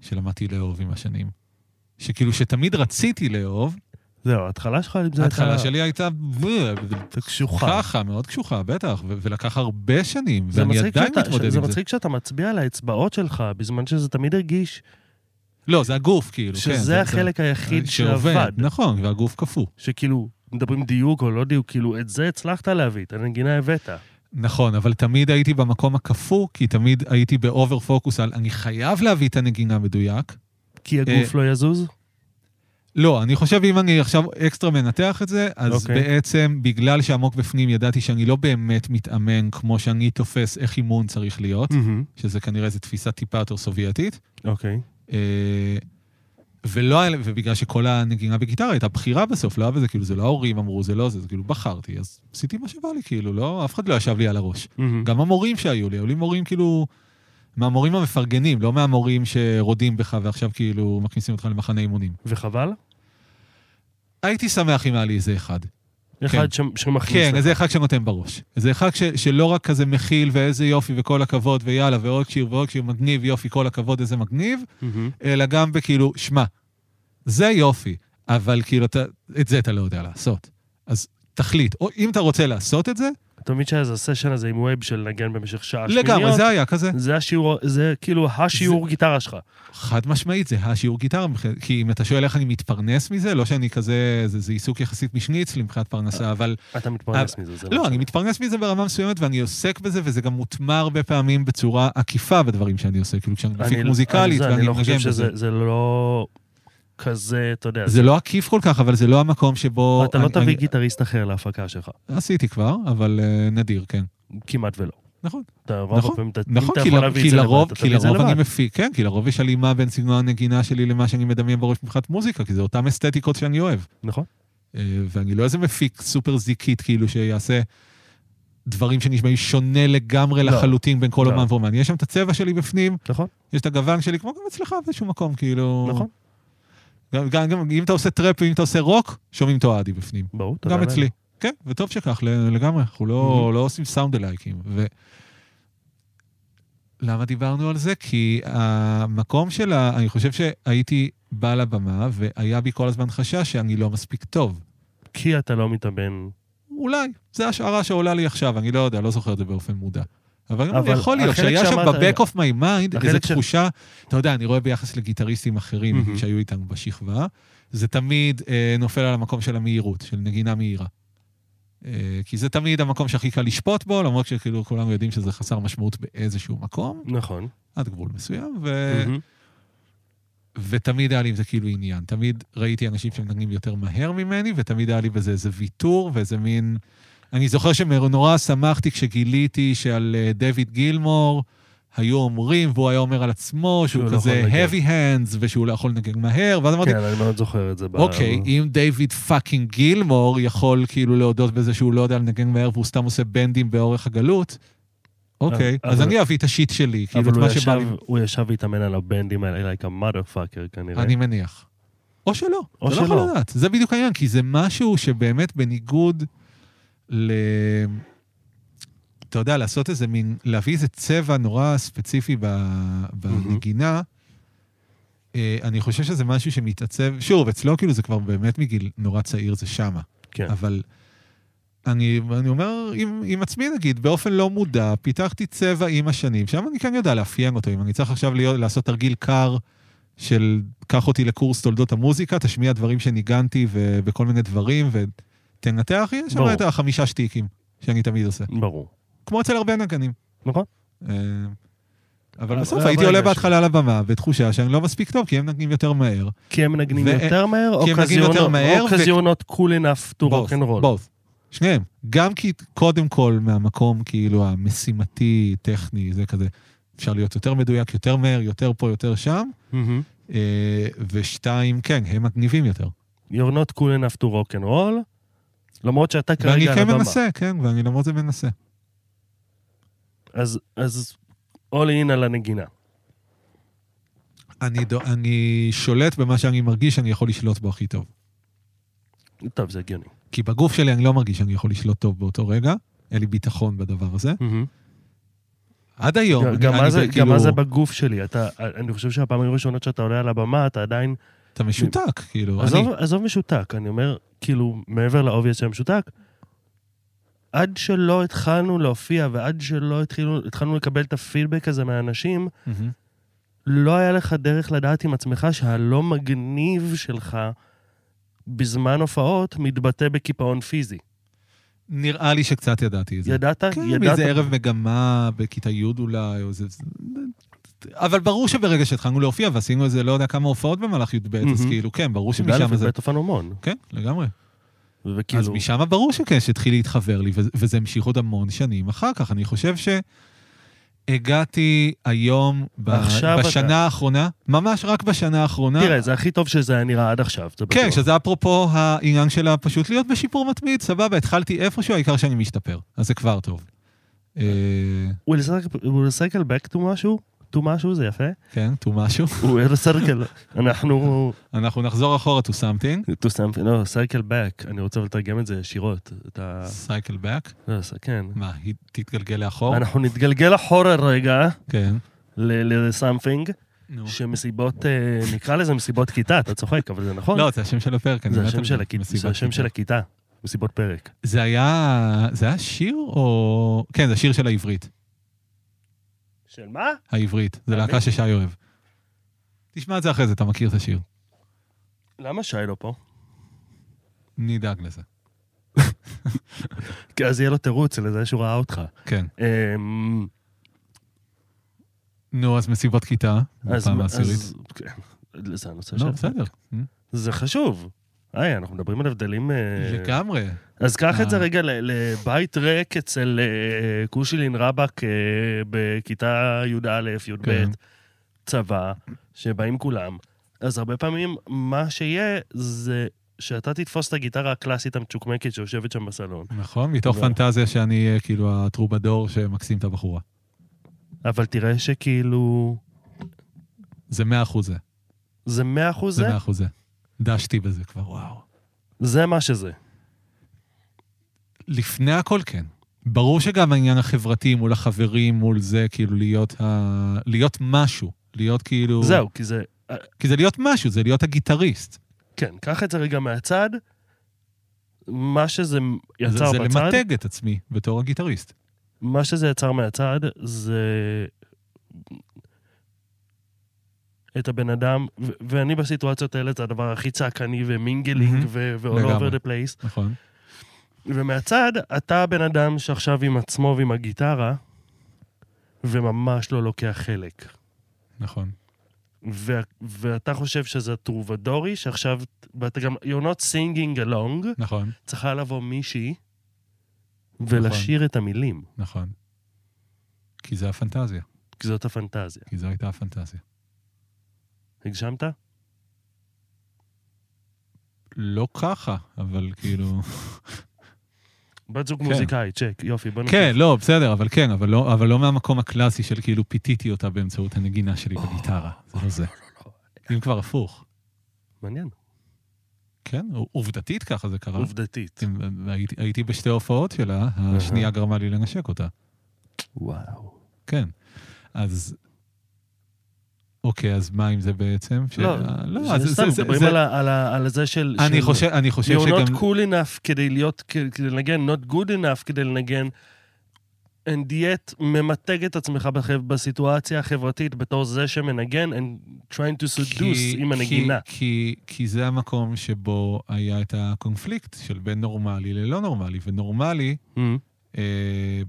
S2: שלמדתי לאהוב עם השנים. שכאילו, שתמיד רציתי לאהוב,
S1: אבל... זהו, ההתחלה שלך עם זה הייתה...
S2: ההתחלה שלי הייתה
S1: הייתה קשוחה.
S2: ככה, מאוד קשוחה, בטח, ו- ולקח הרבה שנים,
S1: זה
S2: ואני
S1: מצחיק
S2: עדיין
S1: שאתה-
S2: מתמודד עם
S1: זה
S2: זה.
S1: מצחיק שאתה מצביע על האצבעות שלך, בזמן שזה תמיד הרגיש
S2: לא, זה הגוף, כאילו, כן.
S1: שזה החלק היחיד
S2: שעובד,
S1: שעבד.
S2: נכון, והגוף קפוא.
S1: שכאילו, מדברים דיוק או לא דיוק, כאילו, את זה הצלחת להביא, את הנגינה הבאת.
S2: נכון, אבל תמיד הייתי במקום הקפוא, כי תמיד הייתי באובר פוקוס על אני חייב להביא את הנגינה מדויק.
S1: כי
S2: אה,
S1: הגוף לא יזוז?
S2: לא, אני חושב אם אני עכשיו אקסטרה מנתח את זה, אז okay.
S1: אוקיי.
S2: בעצם בגלל שעמוק בפנים ידעתי שאני לא באמת מתאמן כמו שאני תופס איך אימון צריך להיות, שזה כנראה איזו תפיסה טיפה יותר סובייטית,
S1: אוקיי.
S2: אה, ולא היה, ובגלל שכל הנגינה בגיטרה הייתה בחירה בסוף, לא היה בזה, כאילו, זה לא ההורים אמרו, זה לא זה, זה כאילו בחרתי, אז עשיתי מה שבא לי, כאילו, לא, אף אחד לא ישב לי על הראש.
S1: מהמם.
S2: גם המורים שהיו לי, היו לי מורים כאילו, מהמורים המפרגנים, לא מהמורים שרודים בך ועכשיו כאילו מכניסים אותך למחנה אימונים.
S1: וחבל?
S2: הייתי שמח אם היה לי איזה אחד.
S1: אחד שם- שמכניס...
S2: כן,
S1: לך.
S2: איזה אחד שנותן בראש. איזה אחד ש, שלא רק כזה מכיל ואיזה יופי וכל הכבוד ויאללה ועוד שיר ועוד שיר מגניב, יופי, כל הכבוד, איזה מגניב,
S1: מהמם.
S2: אלא גם בכאילו, שמע, זה יופי, אבל כאילו, אתה, את זה אתה לא יודע לעשות. אז תחליט, או אם אתה רוצה לעשות את זה,
S1: תמיד שהיה איזה סשן הזה עם ווב של לנגן במשך שעה שמיניות.
S2: לגמרי, זה היה כזה.
S1: זה השיעור, זה כאילו השיעור גיטרה שלך.
S2: חד משמעית, זה השיעור גיטרה, מבחינת- כי אם אתה שואל איך אני מתפרנס מזה, לא שאני כזה, זה, זה עיסוק יחסית משניצל מבחינת פרנסה, אבל
S1: אתה מתפרנס מזה, זה
S2: לא,
S1: משנה.
S2: אני מתפרנס מזה ברמה מסוימת ואני עוסק בזה, וזה גם מוטמע הרבה פעמים בצורה עקיפה בדברים שאני עושה, כאילו כשאני מפיק
S1: אני-
S2: מוזיקלית
S1: אני-
S2: ואני
S1: אני לא חושב
S2: מנגן בזה.
S1: שזה זה לא כזה, אתה יודע,
S2: זה לא עקיף כל כך, אבל זה לא המקום שבו...
S1: אתה לא
S2: אני-
S1: תביא
S2: אני-
S1: גיטריסט אחר להפקה שלך.
S2: עשיתי כבר, אבל אה, נדיר, כן.
S1: כמעט ולא.
S2: נכון.
S1: אתה
S2: נכון,
S1: רוב הפעמים, אתה- אם
S2: נכון,
S1: אתה
S2: כי
S1: יכול
S2: ל-
S1: להביא
S2: כי
S1: את זה לבד,
S2: לרוב,
S1: אתה
S2: כי
S1: תביא את זה
S2: לרוב אני
S1: לבד.
S2: מפיק, כן, כי לרוב יש הלימה בין סגנון הנגינה שלי למה שאני מדמיין בראש מבחינת מוזיקה, כי זה אותן אסתטיקות שאני אוהב.
S1: נכון.
S2: אה, ואני לא איזה מפיק סופר זיקית, כאילו, שיעשה דברים שנשמעים שונה לגמרי
S1: לא.
S2: לחלוטין בין כל
S1: לא.
S2: אומן ואומן. יש שם את הצבע שלי בפנים,
S1: נכון,
S2: יש את הגוון שלי, כמו גם אצלך באיזשהו מקום, כאילו...
S1: נכון,
S2: גם, גם, גם אם אתה עושה טראפ ואם אתה עושה רוק, שומעים את אוהדי בפנים.
S1: ברור. אתה
S2: גם
S1: יודע, Mm-hmm.
S2: אצלי. כן, וטוב שכך ל- לגמרי, אנחנו לא, לא עושים סאונד אלייקים. ו... למה דיברנו על זה? כי המקום שלה, אני חושב שהייתי בא לבמה והיה בי כל הזמן חשש שאני לא מספיק טוב.
S1: כי אתה לא מתאבן.
S2: אולי, זו השערה שעולה לי עכשיו, אני לא יודע, לא זוכר את זה באופן מודע. אבל, אבל
S1: אבל
S2: יכול להיות
S1: החלק
S2: שהיה שם
S1: שאמרת-
S2: ב-back of my mind
S1: החלק
S2: איזו
S1: ש-
S2: תחושה, אתה יודע, אני רואה ביחס לגיטריסטים אחרים
S1: מהמם.
S2: שהיו איתנו בשכבה, זה תמיד אה, נופל על המקום של המהירות, של נגינה מהירה. אה, כי זה תמיד המקום שהכי קל לשפוט בו, למרות שכאילו כולנו יודעים שזה חסר משמעות באיזשהו מקום,
S1: נכון.
S2: עד גבול מסוים, ו...
S1: מהמם.
S2: ותמיד היה לי עם זה כאילו עניין. תמיד ראיתי אנשים שמנגנים יותר מהר ממני, ותמיד היה לי בזה איזה ויתור ואיזה מין... אני זוכר שנורא שמחתי כשגיליתי שעל אה, דיוויד גילמור היו אומרים, והוא היה אומר על עצמו שהוא
S1: שהוא לא
S2: כזה
S1: יכול לנגן.
S2: heavy hands ושהוא לא יכול לנגן מהר, ואז אמרתי,
S1: כן, אני מאוד זוכר את זה. ב-
S2: אוקיי, אם דיוויד פאקינג גילמור יכול כאילו להודות בזה שהוא לא יודע לנגן מהר והוא סתם עושה בנדים באורך הגלות, אוקיי,
S1: אה, אבל-
S2: אז אני אביא את השיט שלי, כאילו את
S1: אבל הוא
S2: מה שבא לי,
S1: ישב- הוא ישב והתאמן על הבנדים האלה, like a motherfucker כנראה.
S2: אני מניח. או שלא,
S1: או
S2: אתה לא יכול
S1: שלא.
S2: לדעת. זה בדיוק העניין, כי זה משהו שבאמת בניגוד ל... אתה יודע, לעשות איזה מין, להביא איזה צבע נורא ספציפי ב... בנגינה, אה, אני חושב שזה משהו שמתעצב, שוב, אצלו כאילו זה כבר באמת מגיל נורא צעיר, זה שמה.
S1: כן.
S2: אבל אני, אני אומר עם, עם עצמי, נגיד, באופן לא מודע, פיתחתי צבע עם השנים, שם אני כן יודע לאפיין אותו. אם אני צריך עכשיו להיות, לעשות תרגיל קר של קח אותי לקורס תולדות המוזיקה, תשמיע דברים שניגנתי ובכל מיני דברים, ותנתח, יש שם
S1: ברור.
S2: את החמישה שטיקים שאני תמיד עושה.
S1: ברור.
S2: כמו אצל הרבה נגנים.
S1: נכון.
S2: אה, אבל
S1: אבל-
S2: בסוף
S1: אבל
S2: הייתי
S1: רגע,
S2: עולה
S1: יש-
S2: בהתחלה לבמה בתחושה שאני לא מספיק טוב, כי הם נגנים יותר מהר.
S1: כי הם מנגנים
S2: ו-
S1: יותר מהר, או
S2: כי הם מנגנים יותר מהר, ו-
S1: כזה you're not cool enough to
S2: both,
S1: rock and roll.
S2: both. שניהם. גם כי קודם כל מהמקום כאילו המשימתי, טכני, זה כזה, אפשר להיות יותר מדויק, יותר מהר, יותר פה, יותר שם.
S1: מהמם.
S2: אה, ושתיים, כן, הם מגניבים יותר.
S1: You're not cool enough to rock and roll, למרות שאתה
S2: ואני
S1: כרגע על
S2: כן
S1: הבמה.
S2: מנסה, כן, ואני למרות זה מנסה.
S1: אז- אז all in על הנגינה.
S2: אני, דו, אני שולט במה שאני מרגיש שאני יכול לשלוט בו הכי טוב.
S1: טוב, זה הגיוני.
S2: כי בגוף שלי אני לא מרגיש שאני יכול לשלוט טוב באותו רגע, אין לי ביטחון בדבר הזה.
S1: מהמם.
S2: עד היום,
S1: גם-
S2: אני-
S1: גם
S2: אני
S1: מה זה-
S2: כאילו-
S1: גם מה זה בגוף שלי? אתה- אני חושב שהפעמים הראשונות שאתה עולה על הבמה, אתה עדיין...
S2: אתה משותק, כאילו, אני,
S1: עזוב- עזוב משותק, אני אומר, כאילו, מעבר לאובייס של משותק, עד שלא התחלנו להופיע ועד שלא התחילו- התחלנו לקבל את הפידבק הזה מהאנשים,
S2: מהמם.
S1: לא היה לך דרך לדעת עם עצמך שהלא מגניב שלך בזמן הופעות מתבטא בקיפאון פיזי.
S2: נראה לי שקצת ידעתי את זה.
S1: ידעת?
S2: כן,
S1: ידעת?
S2: מאיזה ערב מגמה בכיתה י' אולי, או זה... זה- אבל ברור שברגע שהתחלנו להופיע ועשינו איזה לא יודע כמה הופעות במהלך י"ב, אז
S1: מהמם.
S2: כאילו, כן, ברור
S1: באלף
S2: שמשם זה...
S1: ובית הופענו המון.
S2: כן, לגמרי.
S1: וכאילו,
S2: אז משם ברור שכן, שהתחיל להתחבר לי, ו- וזה המשיך עוד המון שנים אחר כך. אני חושב ש... הגעתי היום, ב-
S1: עכשיו אתה-
S2: בשנה האחרונה, ממש רק בשנה האחרונה.
S1: תראה, זה הכי טוב שזה היה נראה עד עכשיו, זה בטוח.
S2: כן, שזה אפרופו העניין שלה פשוט להיות בשיפור מתמיד, סבבה, התחלתי איפשהו, העיקר שאני משתפר, אז זה כבר טוב. אה,
S1: We'll circle- we'll circle back to משהו, to משהו, זה יפה.
S2: כן, to משהו.
S1: We'll circle, אנחנו...
S2: אנחנו נחזור אחורה to something,
S1: to something, לא, circle back, אני רוצה לתרגם את זה ישירות. את ה...
S2: cycle back.
S1: לא, זה- כן.
S2: מה, היא תתגלגל לאחור?
S1: אנחנו נתגלגל אחורה רגע
S2: כן.
S1: ל-something,
S2: נו.
S1: שמסיבות, אה, נקרא לזה מסיבות כיתה, אתה צוחק, אבל זה נכון.
S2: לא, זה השם של הפרק. אני
S1: זה
S2: מת
S1: השם
S2: על
S1: של הכיתה, זה
S2: מסיבת
S1: השם
S2: כיתה.
S1: של הכיתה, מסיבות פרק.
S2: זה היה... זה היה שיר או... כן, זה שיר של העברית.
S1: של מה?
S2: העברית. זה
S1: האמת?
S2: להקה ששי אוהב. תשמע את זה אחרי זה, אתה מכיר את השיר.
S1: למה שי לא פה?
S2: נדאג לזה.
S1: כי אז יהיה לו תירוץ לזה שהוא ראה אותך.
S2: כן.
S1: אמ,
S2: נו, אז מסיבות כיתה.
S1: אז...
S2: בפעם
S1: אז- אה.
S2: העשירית.
S1: כן, זה הנושא
S2: לא,
S1: שלך.
S2: בסדר.
S1: זה חשוב. היי, אנחנו מדברים על הבדלים... אה,
S2: לגמרי.
S1: אז קח את זה
S2: אה.
S1: רגע ל- לבית ריק אצל אה, קושילין רבאק אה, בכיתה י"א, י"ב,
S2: כן.
S1: צבא, שבאים כולם. אז הרבה פעמים מה שיהיה זה שאתה תתפוס את הגיטרה הקלאסית המצ'וקמקת שיושבת שם בסלון.
S2: נכון, מתוך
S1: לא.
S2: פנטזיה שאני אהיה כאילו הטרובדור שמקסים את הבחורה.
S1: אבל תראה שכאילו...
S2: זה מאה אחוז זה.
S1: זה מאה אחוז
S2: זה
S1: זה,
S2: מאה אחוז זה. דשתי בזה כבר, וואו.
S1: זה מה שזה.
S2: לפני הכל כן. ברור שגם העניין החברתי מול החברים, מול זה, כאילו להיות, ה... להיות משהו. להיות כאילו...
S1: זהו, כי זה...
S2: כי זה להיות משהו, זה להיות הגיטריסט.
S1: כן, קח את זה רגע מהצד. מה שזה
S2: זה,
S1: יצר
S2: זה
S1: בצד...
S2: למתג את עצמי בתור הגיטריסט.
S1: מה שזה יצר מהצד זה את הבן אדם, ו- ואני בסיטואציות האלה זה הדבר הכי צעקני ומינגלינג
S2: מהמם.
S1: ו-all
S2: לגמרי.
S1: over the place.
S2: נכון.
S1: ומהצד, אתה הבן אדם שעכשיו עם עצמו ועם הגיטרה, וממש לא לוקח חלק.
S2: נכון.
S1: ו- ואתה חושב שזה טרובדורי, שעכשיו, ואתה גם, you're not singing along,
S2: נכון.
S1: צריכה לבוא מישהי ולשיר את המילים,
S2: נכון. כי זה הפנטזיה.
S1: כי זאת הפנטזיה.
S2: כי זו הייתה הפנטזיה.
S1: הגשמת?
S2: לא ככה, אבל
S1: [LAUGHS]
S2: כאילו...
S1: בת זוג
S2: כן.
S1: מוזיקאי, צ'ק, יופי, בוא נמשיך.
S2: כן, לא, בסדר, אבל כן, אבל לא, אבל לא מהמקום הקלאסי של כאילו פיתיתי אותה באמצעות הנגינה שלי בגיטרה. זה
S1: [LAUGHS]
S2: לא זה. אם כבר הפוך.
S1: מעניין,
S2: כן, עובדתית ככה זה קרה.
S1: עובדתית.
S2: אם- הייתי- הייתי בשתי הופעות שלה, השנייה גרמה לי לנשק אותה.
S1: וואו.
S2: כן. אז... אוקיי, אז מה עם זה בעצם? ש-
S1: לא,
S2: אה,
S1: לא,
S2: אז
S1: זה סתם, מדברים
S2: זה-
S1: על ה- על ה- על זה של...
S2: אני
S1: של-
S2: חושב, אני חושב
S1: You're not
S2: שגם...
S1: cool enough כדי להיות, כ- כדי לנגן, not good enough כדי לנגן. And yet, ממתג את עצמך בח- בסיטואציה החברתית בתור זה שמנגן and trying to seduce עם הנגינה.
S2: כי, כי, כי זה המקום שבו היה את הקונפליקט של בין נורמלי ללא נורמלי. ונורמלי,
S1: אמ,
S2: אה,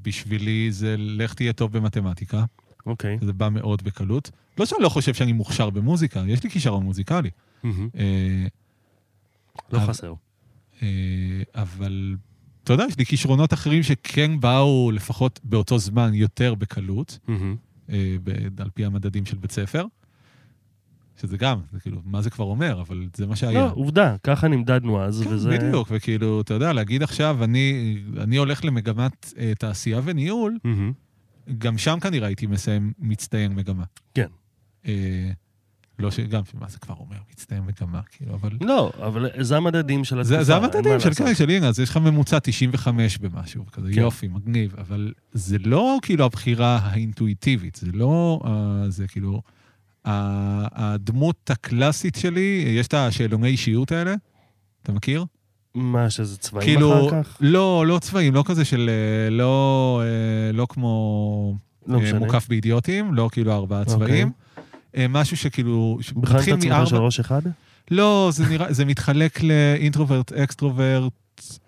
S2: בשבילי זה לך תהיה טוב במתמטיקה,
S1: אוקיי.
S2: זה בא מאוד בקלות. לא שאני לא חושב שאני מוכשר במוזיקה, יש לי כישרון מוזיקלי.
S1: אמ,
S2: אה,
S1: לא
S2: אבל-
S1: חסר.
S2: אה, אבל אתה יודע, יש לי כישרונות אחרים שכן באו לפחות באותו זמן יותר בקלות,
S1: אמ,
S2: אה, ב- על פי המדדים של בית ספר. שזה גם, זה כאילו, מה זה כבר אומר, אבל זה מה שהיה.
S1: לא, עובדה, ככה נמדדנו אז,
S2: כן,
S1: וזה...
S2: בדיוק, וכאילו, אתה יודע, להגיד עכשיו, אני, אני הולך למגמת אה, תעשייה וניהול,
S1: אמ,
S2: גם שם כנראה הייתי מסיים מצטיין מגמה.
S1: כן.
S2: אה, לא שגם, מה זה כבר אומר, מצטיין מגמה, כאילו, אבל...
S1: לא, אבל זה המדדים של התקופה.
S2: זה, זה
S1: אין מה
S2: המדדים של
S1: לעשות.
S2: כן, של הנה, אז יש לך ממוצע 95 במשהו, כזה
S1: כן.
S2: יופי, מגניב, אבל זה לא כאילו הבחירה האינטואיטיבית, זה לא, אה, זה כאילו, ה- הדמות הקלאסית שלי, יש את השאלוני אישיות האלה, אתה מכיר?
S1: מה, שזה צבעים
S2: כאילו,
S1: אחר כך?
S2: לא, לא צבעים, לא כזה של, אה, לא, אה, לא כמו
S1: לא
S2: אה,
S1: משנה.
S2: מוקף באידיוטים, לא כאילו ארבעה
S1: אוקיי.
S2: צבעים. אה, משהו שכאילו,
S1: בחנת
S2: מתחיל
S1: את עצמך של
S2: מארבע,
S1: ראש אחד?
S2: לא, זה נראה, זה מתחלק לאינטרוברט, אקסטרוברט,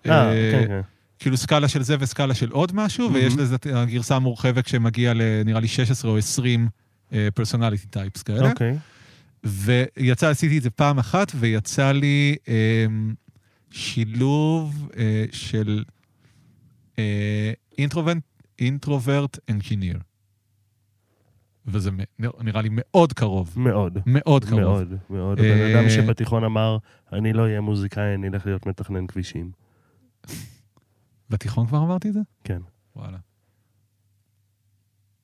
S1: אה,
S2: אה,
S1: כן, כן.
S2: כאילו סקאלה של זה וסקאלה של עוד משהו, ויש
S1: מהמם.
S2: לזה את הגרסה המורחבת שמגיעה לנראה לי 16 או 20 פרסונליטי טייפס כאלה.
S1: אוקיי.
S2: ויצא, עשיתי את זה פעם אחת, ויצא לי אמ, שילוב אה, של אינטרוברט אנג'יניר. וזה מ- נראה לי מאוד קרוב.
S1: מאוד.
S2: מאוד קרוב.
S1: מאוד, מאוד. הבן
S2: אה,
S1: אדם שבתיכון אמר, אני לא אהיה מוזיקאי, אני אלך להיות מתכנן כבישים.
S2: בתיכון כבר אמרתי את זה?
S1: כן.
S2: וואלה.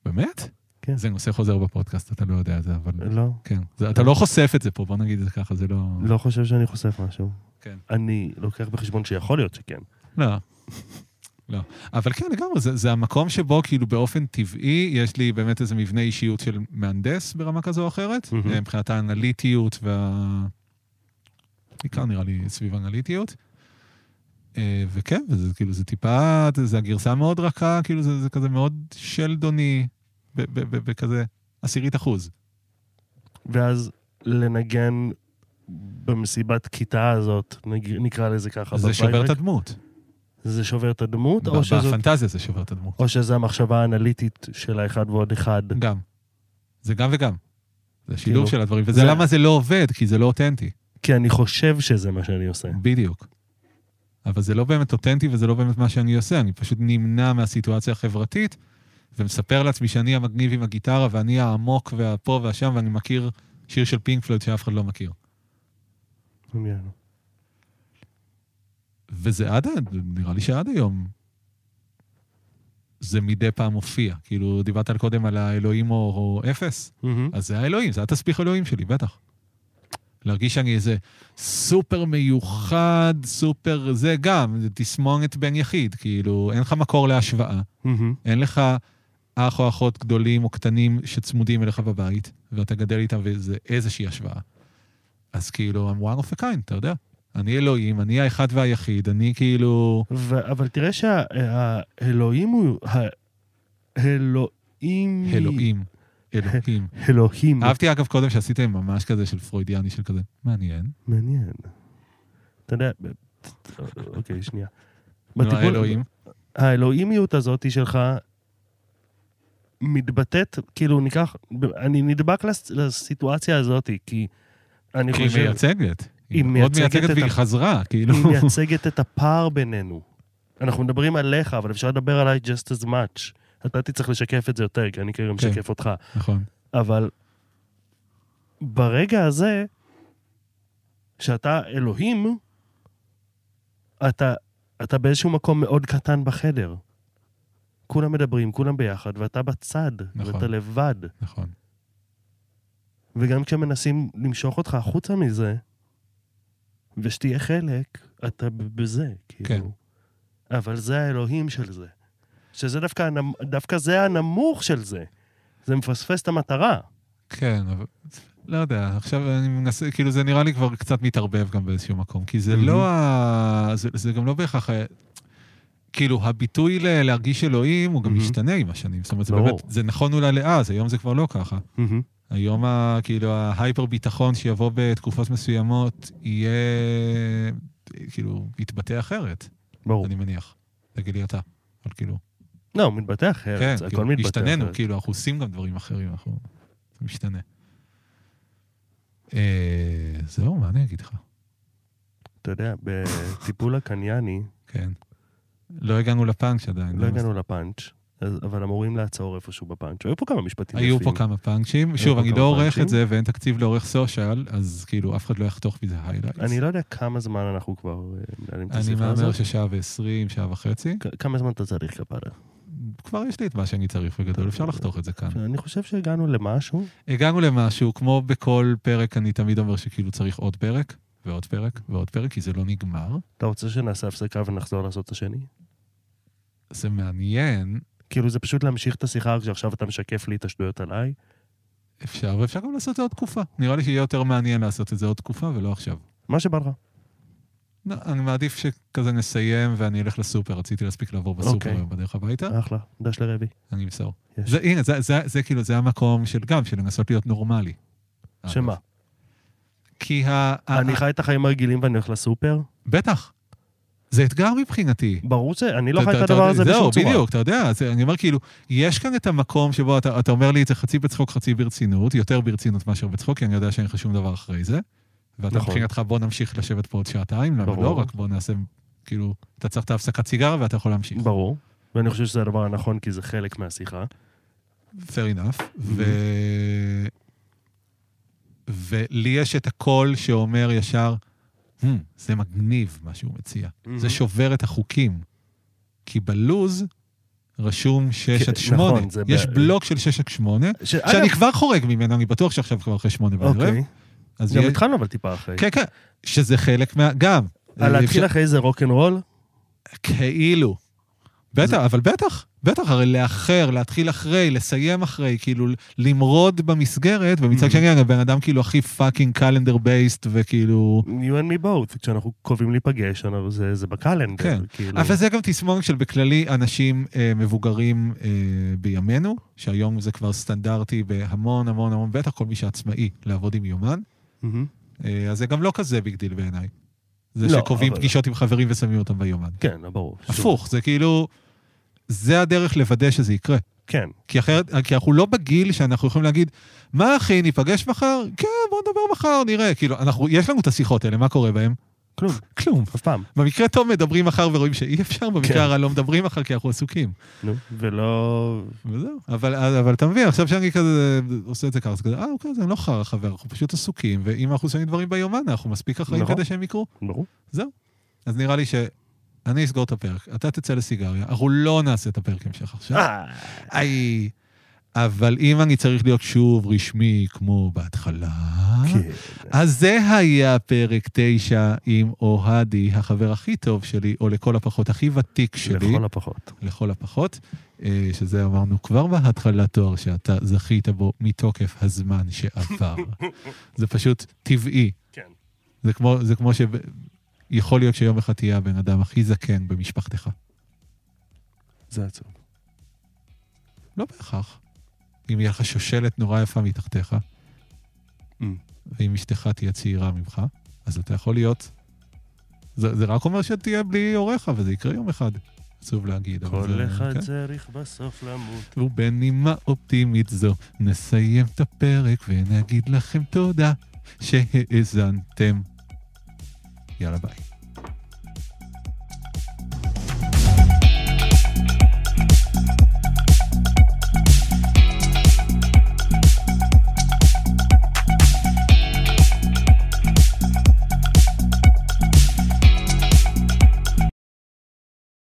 S2: באמת?
S1: כן.
S2: זה נושא חוזר בפודקאסט, אתה לא יודע את זה, אבל...
S1: לא,
S2: כן. זה, אתה לא חושף את זה פה, בוא נגיד את זה ככה, זה לא...
S1: לא חושב שאני חושף משהו.
S2: כן.
S1: אני לוקח בחשבון שיכול להיות שכן.
S2: לא. לא. אבל כן, לגמרי, זה, זה המקום שבו כאילו באופן טבעי יש לי באמת איזה מבנה אישיות של מהנדס ברמה כזו או אחרת,
S1: מהמם.
S2: mm-hmm. מבחינת האנליטיות וה... בעיקר נראה לי סביב אנליטיות. אה, וכן, וזה כאילו, זה טיפה, זה, זה הגרסה מאוד רכה, כאילו, זה, זה כזה מאוד שלדוני, ב- ב- ב- בכזה עשירית אחוז.
S1: ואז לנגן במסיבת כיתה הזאת, נג- נקרא לזה ככה,
S2: זה שובר את
S1: בפרייבק,
S2: הדמות.
S1: זה שובר את הדמות,
S2: ב-
S1: או שזאת-
S2: בפנטזיה זה שובר את הדמות.
S1: או שזה המחשבה האנליטית של האחד ועוד אחד.
S2: גם. זה גם וגם. זה שילוב
S1: כאילו,
S2: של הדברים, וזה
S1: זה-
S2: למה זה לא עובד, כי זה לא אותנטי.
S1: כי אני חושב שזה מה שאני עושה.
S2: בדיוק. אבל זה לא באמת אותנטי וזה לא באמת מה שאני עושה, אני פשוט נמנע מהסיטואציה החברתית ומספר לעצמי שאני המגניב עם הגיטרה ואני העמוק והפה והשם ואני מכיר שיר של פינק פלויד שאף אחד לא מכיר.
S1: מעניין.
S2: וזה עד, ה- נראה לי שעד היום זה מדי פעם מופיע. כאילו, דיברת על קודם על האלוהים או, או אפס.
S1: מהמם.
S2: אז זה האלוהים, זה התסביך אלוהים שלי, בטח. להרגיש שאני איזה סופר מיוחד, סופר זה גם, זה תסמונת בן יחיד, כאילו, אין לך מקור להשוואה,
S1: מהמם.
S2: אין לך אח או אחות גדולים או קטנים שצמודים אליך בבית, ואתה גדל איתם וזה איזושהי השוואה. אז כאילו, I'm one of a kind, אתה יודע. אני אלוהים, אני האחד והיחיד, אני כאילו...
S1: ו- אבל תראה שהאלוהים הוא... האלוהים...
S2: אלוהים. אלוהים.
S1: אלוהים.
S2: אהבתי, אגב, קודם שעשיתם ממש כזה של פרוידיאני, של כזה, מעניין.
S1: מעניין. אתה יודע... ב- אוקיי, שנייה.
S2: נו,
S1: בטיפול-
S2: לא האלוהים.
S1: האלוהימיות הזאת שלך מתבטאת, כאילו ניקח, אני נדבק לס- לסיטואציה הזאת, כי אני
S2: כי היא
S1: חושב,
S2: מייצגת.
S1: היא
S2: היא מאוד
S1: מייצגת
S2: מייצגת
S1: את
S2: והיא
S1: ה-
S2: חזרה, כאילו.
S1: היא לא- מייצגת את הפער בינינו. אנחנו מדברים עליך, אבל אפשר לדבר עליי just as much. אתה תצטרך לשקף את זה יותר, כי אני כרגע
S2: כן.
S1: משקף אותך.
S2: [LAUGHS] נכון.
S1: אבל ברגע הזה, שאתה אלוהים, אתה, אתה באיזשהו מקום מאוד קטן בחדר. כולם מדברים, כולם ביחד, ואתה בצד,
S2: נכון.
S1: נכון. ואתה לבד.
S2: נכון.
S1: וגם כשמנסים למשוך אותך החוצה מזה, ושתהיה חלק, אתה ב- בזה, כאילו.
S2: כן.
S1: אבל זה האלוהים של זה. שזה דווקא, הנמ- דווקא זה הנמוך של זה. זה מפספס את המטרה.
S2: כן, אבל... לא יודע, עכשיו אני מנסה, כאילו זה נראה לי כבר קצת מתערבב גם באיזשהו מקום, כי זה
S1: מהמם.
S2: לא ה... זה, זה גם לא בהכרח... ה- כאילו, הביטוי ל- להרגיש אלוהים הוא גם
S1: מהמם.
S2: משתנה עם השנים. זאת אומרת, זה
S1: ברור.
S2: באמת, זה נכון אולי לאז, היום זה כבר לא ככה. היום ה, כאילו ההייפר ביטחון שיבוא בתקופות מסוימות יהיה, כאילו, יתבטא אחרת,
S1: ברור.
S2: אני מניח. תגיד לי אתה, אבל כאילו...
S1: לא, הוא מתבטא אחרת,
S2: כן,
S1: הכל
S2: כאילו,
S1: מתבטא
S2: השתננו,
S1: אחרת.
S2: כאילו, אנחנו עושים גם דברים אחרים, אנחנו... זה משתנה. אה, זהו, מה אני אגיד לך? כאילו.
S1: אתה יודע, בטיפול הקנייני,
S2: [LAUGHS] כן. לא הגענו לפאנץ' עדיין. אה?
S1: לא הגענו לפאנץ', אז- אבל אמורים לעצור איפשהו בפאנץ'. היו פה כמה משפטים
S2: היו
S1: יפים.
S2: פה כמה פאנצ'ים. שוב,
S1: פה
S2: אני
S1: כמה
S2: לא עורך
S1: פאנצ'ים.
S2: את זה, ואין תקציב לעורך סושיאל, אז כאילו, אף אחד לא יחתוך מזה היילייטס.
S1: אני לא יודע כמה זמן אנחנו כבר אה, מנהלים את
S2: אני
S1: השיחה
S2: מהמר
S1: הזאת.
S2: ששעה ועשרים, שעה וחצי.
S1: כ- כמה זמן אתה צריך כפרה?
S2: כבר יש לי את מה שאני צריך בגדול, אפשר לחתוך את זה כאן.
S1: אני חושב שהגענו למשהו.
S2: הגענו למשהו, כמו בכל פרק, אני תמיד אומר שכאילו צריך עוד פרק, ועוד פרק, ועוד פרק, כי זה לא נגמר.
S1: אתה רוצה שנעשה הפסקה ונחזור לעשות את השני?
S2: זה מעניין,
S1: כאילו זה פשוט להמשיך את השיחה, רק שעכשיו אתה משקף לי את השטויות עליי.
S2: אפשר, ואפשר גם לעשות את זה עוד תקופה. נראה לי שיהיה יותר מעניין לעשות את זה עוד תקופה ולא עכשיו.
S1: מה שבא לך.
S2: לא, אני מעדיף שכזה נסיים ואני אלך לסופר, רציתי להספיק לעבור בסופר
S1: אוקיי.
S2: היום בדרך הביתה,
S1: אחלה, דש לרבי.
S2: אני אמסור.
S1: יש.
S2: זה, הנה, זה, זה, זה כאילו, זה המקום של גם, של לנסות להיות נורמלי. אגב.
S1: שמה?
S2: כי ה...
S1: אני
S2: ה-
S1: חי את החיים הרגילים ואני הולך לסופר?
S2: בטח. זה אתגר מבחינתי.
S1: ברור שאני לא חי
S2: אתה-
S1: את
S2: אתה- אתה-
S1: הדבר הזה בשום צורה.
S2: זהו, בדיוק, אתה יודע, זה- אני אומר כאילו, יש כאן את המקום שבו אתה אתה אומר לי את זה חצי בצחוק, חצי ברצינות, יותר ברצינות מאשר בצחוק, כי אני יודע שאין לך שום דבר אחרי זה. ואתה
S1: נכון.
S2: מבחינתך, בוא נמשיך לשבת פה עוד שעתיים, למה
S1: ברור.
S2: לא? רק בוא נעשה, כאילו, אתה צריך את ההפסקת סיגר ואתה יכול להמשיך.
S1: ברור, ואני חושב שזה הדבר הנכון כי זה חלק מהשיחה.
S2: fair enough.
S1: Mm-hmm.
S2: ו... ולי יש את הקול שאומר ישר, "Hmm, זה מגניב מה שהוא מציע.
S1: Mm-hmm.
S2: זה שובר את החוקים. כי בלוז רשום 6
S1: כן,
S2: עד 8.
S1: נכון, זה ב-
S2: יש בלוק של 6 עד 8,
S1: ש-
S2: שאני
S1: אגב,
S2: כבר חורג ממנו, אני בטוח שעכשיו כבר אחרי 8 בערב.
S1: אוקיי.
S2: אז
S1: גם
S2: יהיה-
S1: התחלנו אבל טיפה אחרי.
S2: כן, כן, שזה חלק מה... גם.
S1: על להתחיל
S2: אפשר-
S1: אחרי זה רוקנרול?
S2: כאילו. בטח, אבל בטח, בטח, הרי לאחר, להתחיל אחרי, לסיים אחרי, כאילו למרוד במסגרת, ומצד
S1: Mhm.
S2: שני, אני הבן אדם כאילו הכי פאקינג קלנדר בייסט, וכאילו...
S1: You and me both, כשאנחנו קובעים להיפגש, אנחנו- זה זה בקלנדר.
S2: כן.
S1: כאילו.
S2: אבל זה גם תסמונת של בכללי אנשים אה, מבוגרים אה, בימינו, שהיום זה כבר סטנדרטי בהמון המון המון, בטח כל מי שעצמאי, לעבוד עם יומן.
S1: מהמם.
S2: אה, אז זה גם לא כזה ביג דיל בעיניי. זה
S1: לא,
S2: שקובעים
S1: אבל-
S2: פגישות עם חברים ושמים אותם ביומן.
S1: כן, לא, ברור. שוב,
S2: הפוך, זה כאילו... זה הדרך לוודא שזה יקרה.
S1: כן.
S2: כי אחרת, כי אנחנו לא בגיל שאנחנו יכולים להגיד, מה אחי, ניפגש מחר? כן, בוא נדבר מחר, נראה. כאילו, אנחנו, יש לנו את השיחות האלה, מה קורה בהן?
S1: כלום.
S2: כלום.
S1: אף פעם.
S2: במקרה טוב מדברים מחר ורואים שאי אפשר,
S1: כן.
S2: במקרה הרע לא מדברים מחר כי אנחנו עסוקים.
S1: נו, ולא...
S2: וזהו. אבל, אבל אתה מבין, עכשיו שאני כזה עושה את זה ככה, אז כזה, אה, אוקיי, זה לא חרא חבר, אנחנו פשוט עסוקים, ואם אנחנו שמים דברים ביומן, אנחנו מספיק אחראים
S1: נכון.
S2: כדי שהם יקרו.
S1: ברור.
S2: אז נראה לי שאני אסגור את הפרק, אתה תצא לסיגריה, אנחנו לא נעשה את הפרק המשך עכשיו.
S1: אה,
S2: איי. אבל אם אני צריך להיות שוב רשמי כמו בהתחלה, אה,
S1: כן.
S2: אז זה היה פרק 9 עם אוהדי, החבר הכי טוב שלי, או לכל הפחות הכי ותיק שלי,
S1: לכל הפחות.
S2: לכל הפחות, אה, שזה אמרנו כבר בהתחלה תואר שאתה זכית בו מתוקף הזמן שעבר. זה פשוט טבעי.
S1: כן.
S2: זה כמו, זה כמו ש... יכול להיות שיום אחד תהיה הבן אדם הכי זקן במשפחתך.
S1: זה עצוב.
S2: לא בהכרח. אם יהיה לך שושלת נורא יפה מתחתיך,
S1: Mm.
S2: ואם אשתך תהיה צעירה ממך, אז אתה יכול להיות... זה, זה רק אומר שתהיה בלי הוריך, וזה יקרה יום אחד. עצוב להגיד. אבל
S1: כל
S2: זה-
S1: אחד
S2: כן.
S1: צריך בסוף למות.
S2: ובנימה אופטימית זו, נסיים את הפרק ונגיד לכם תודה שהאזנתם. יאללה ביי.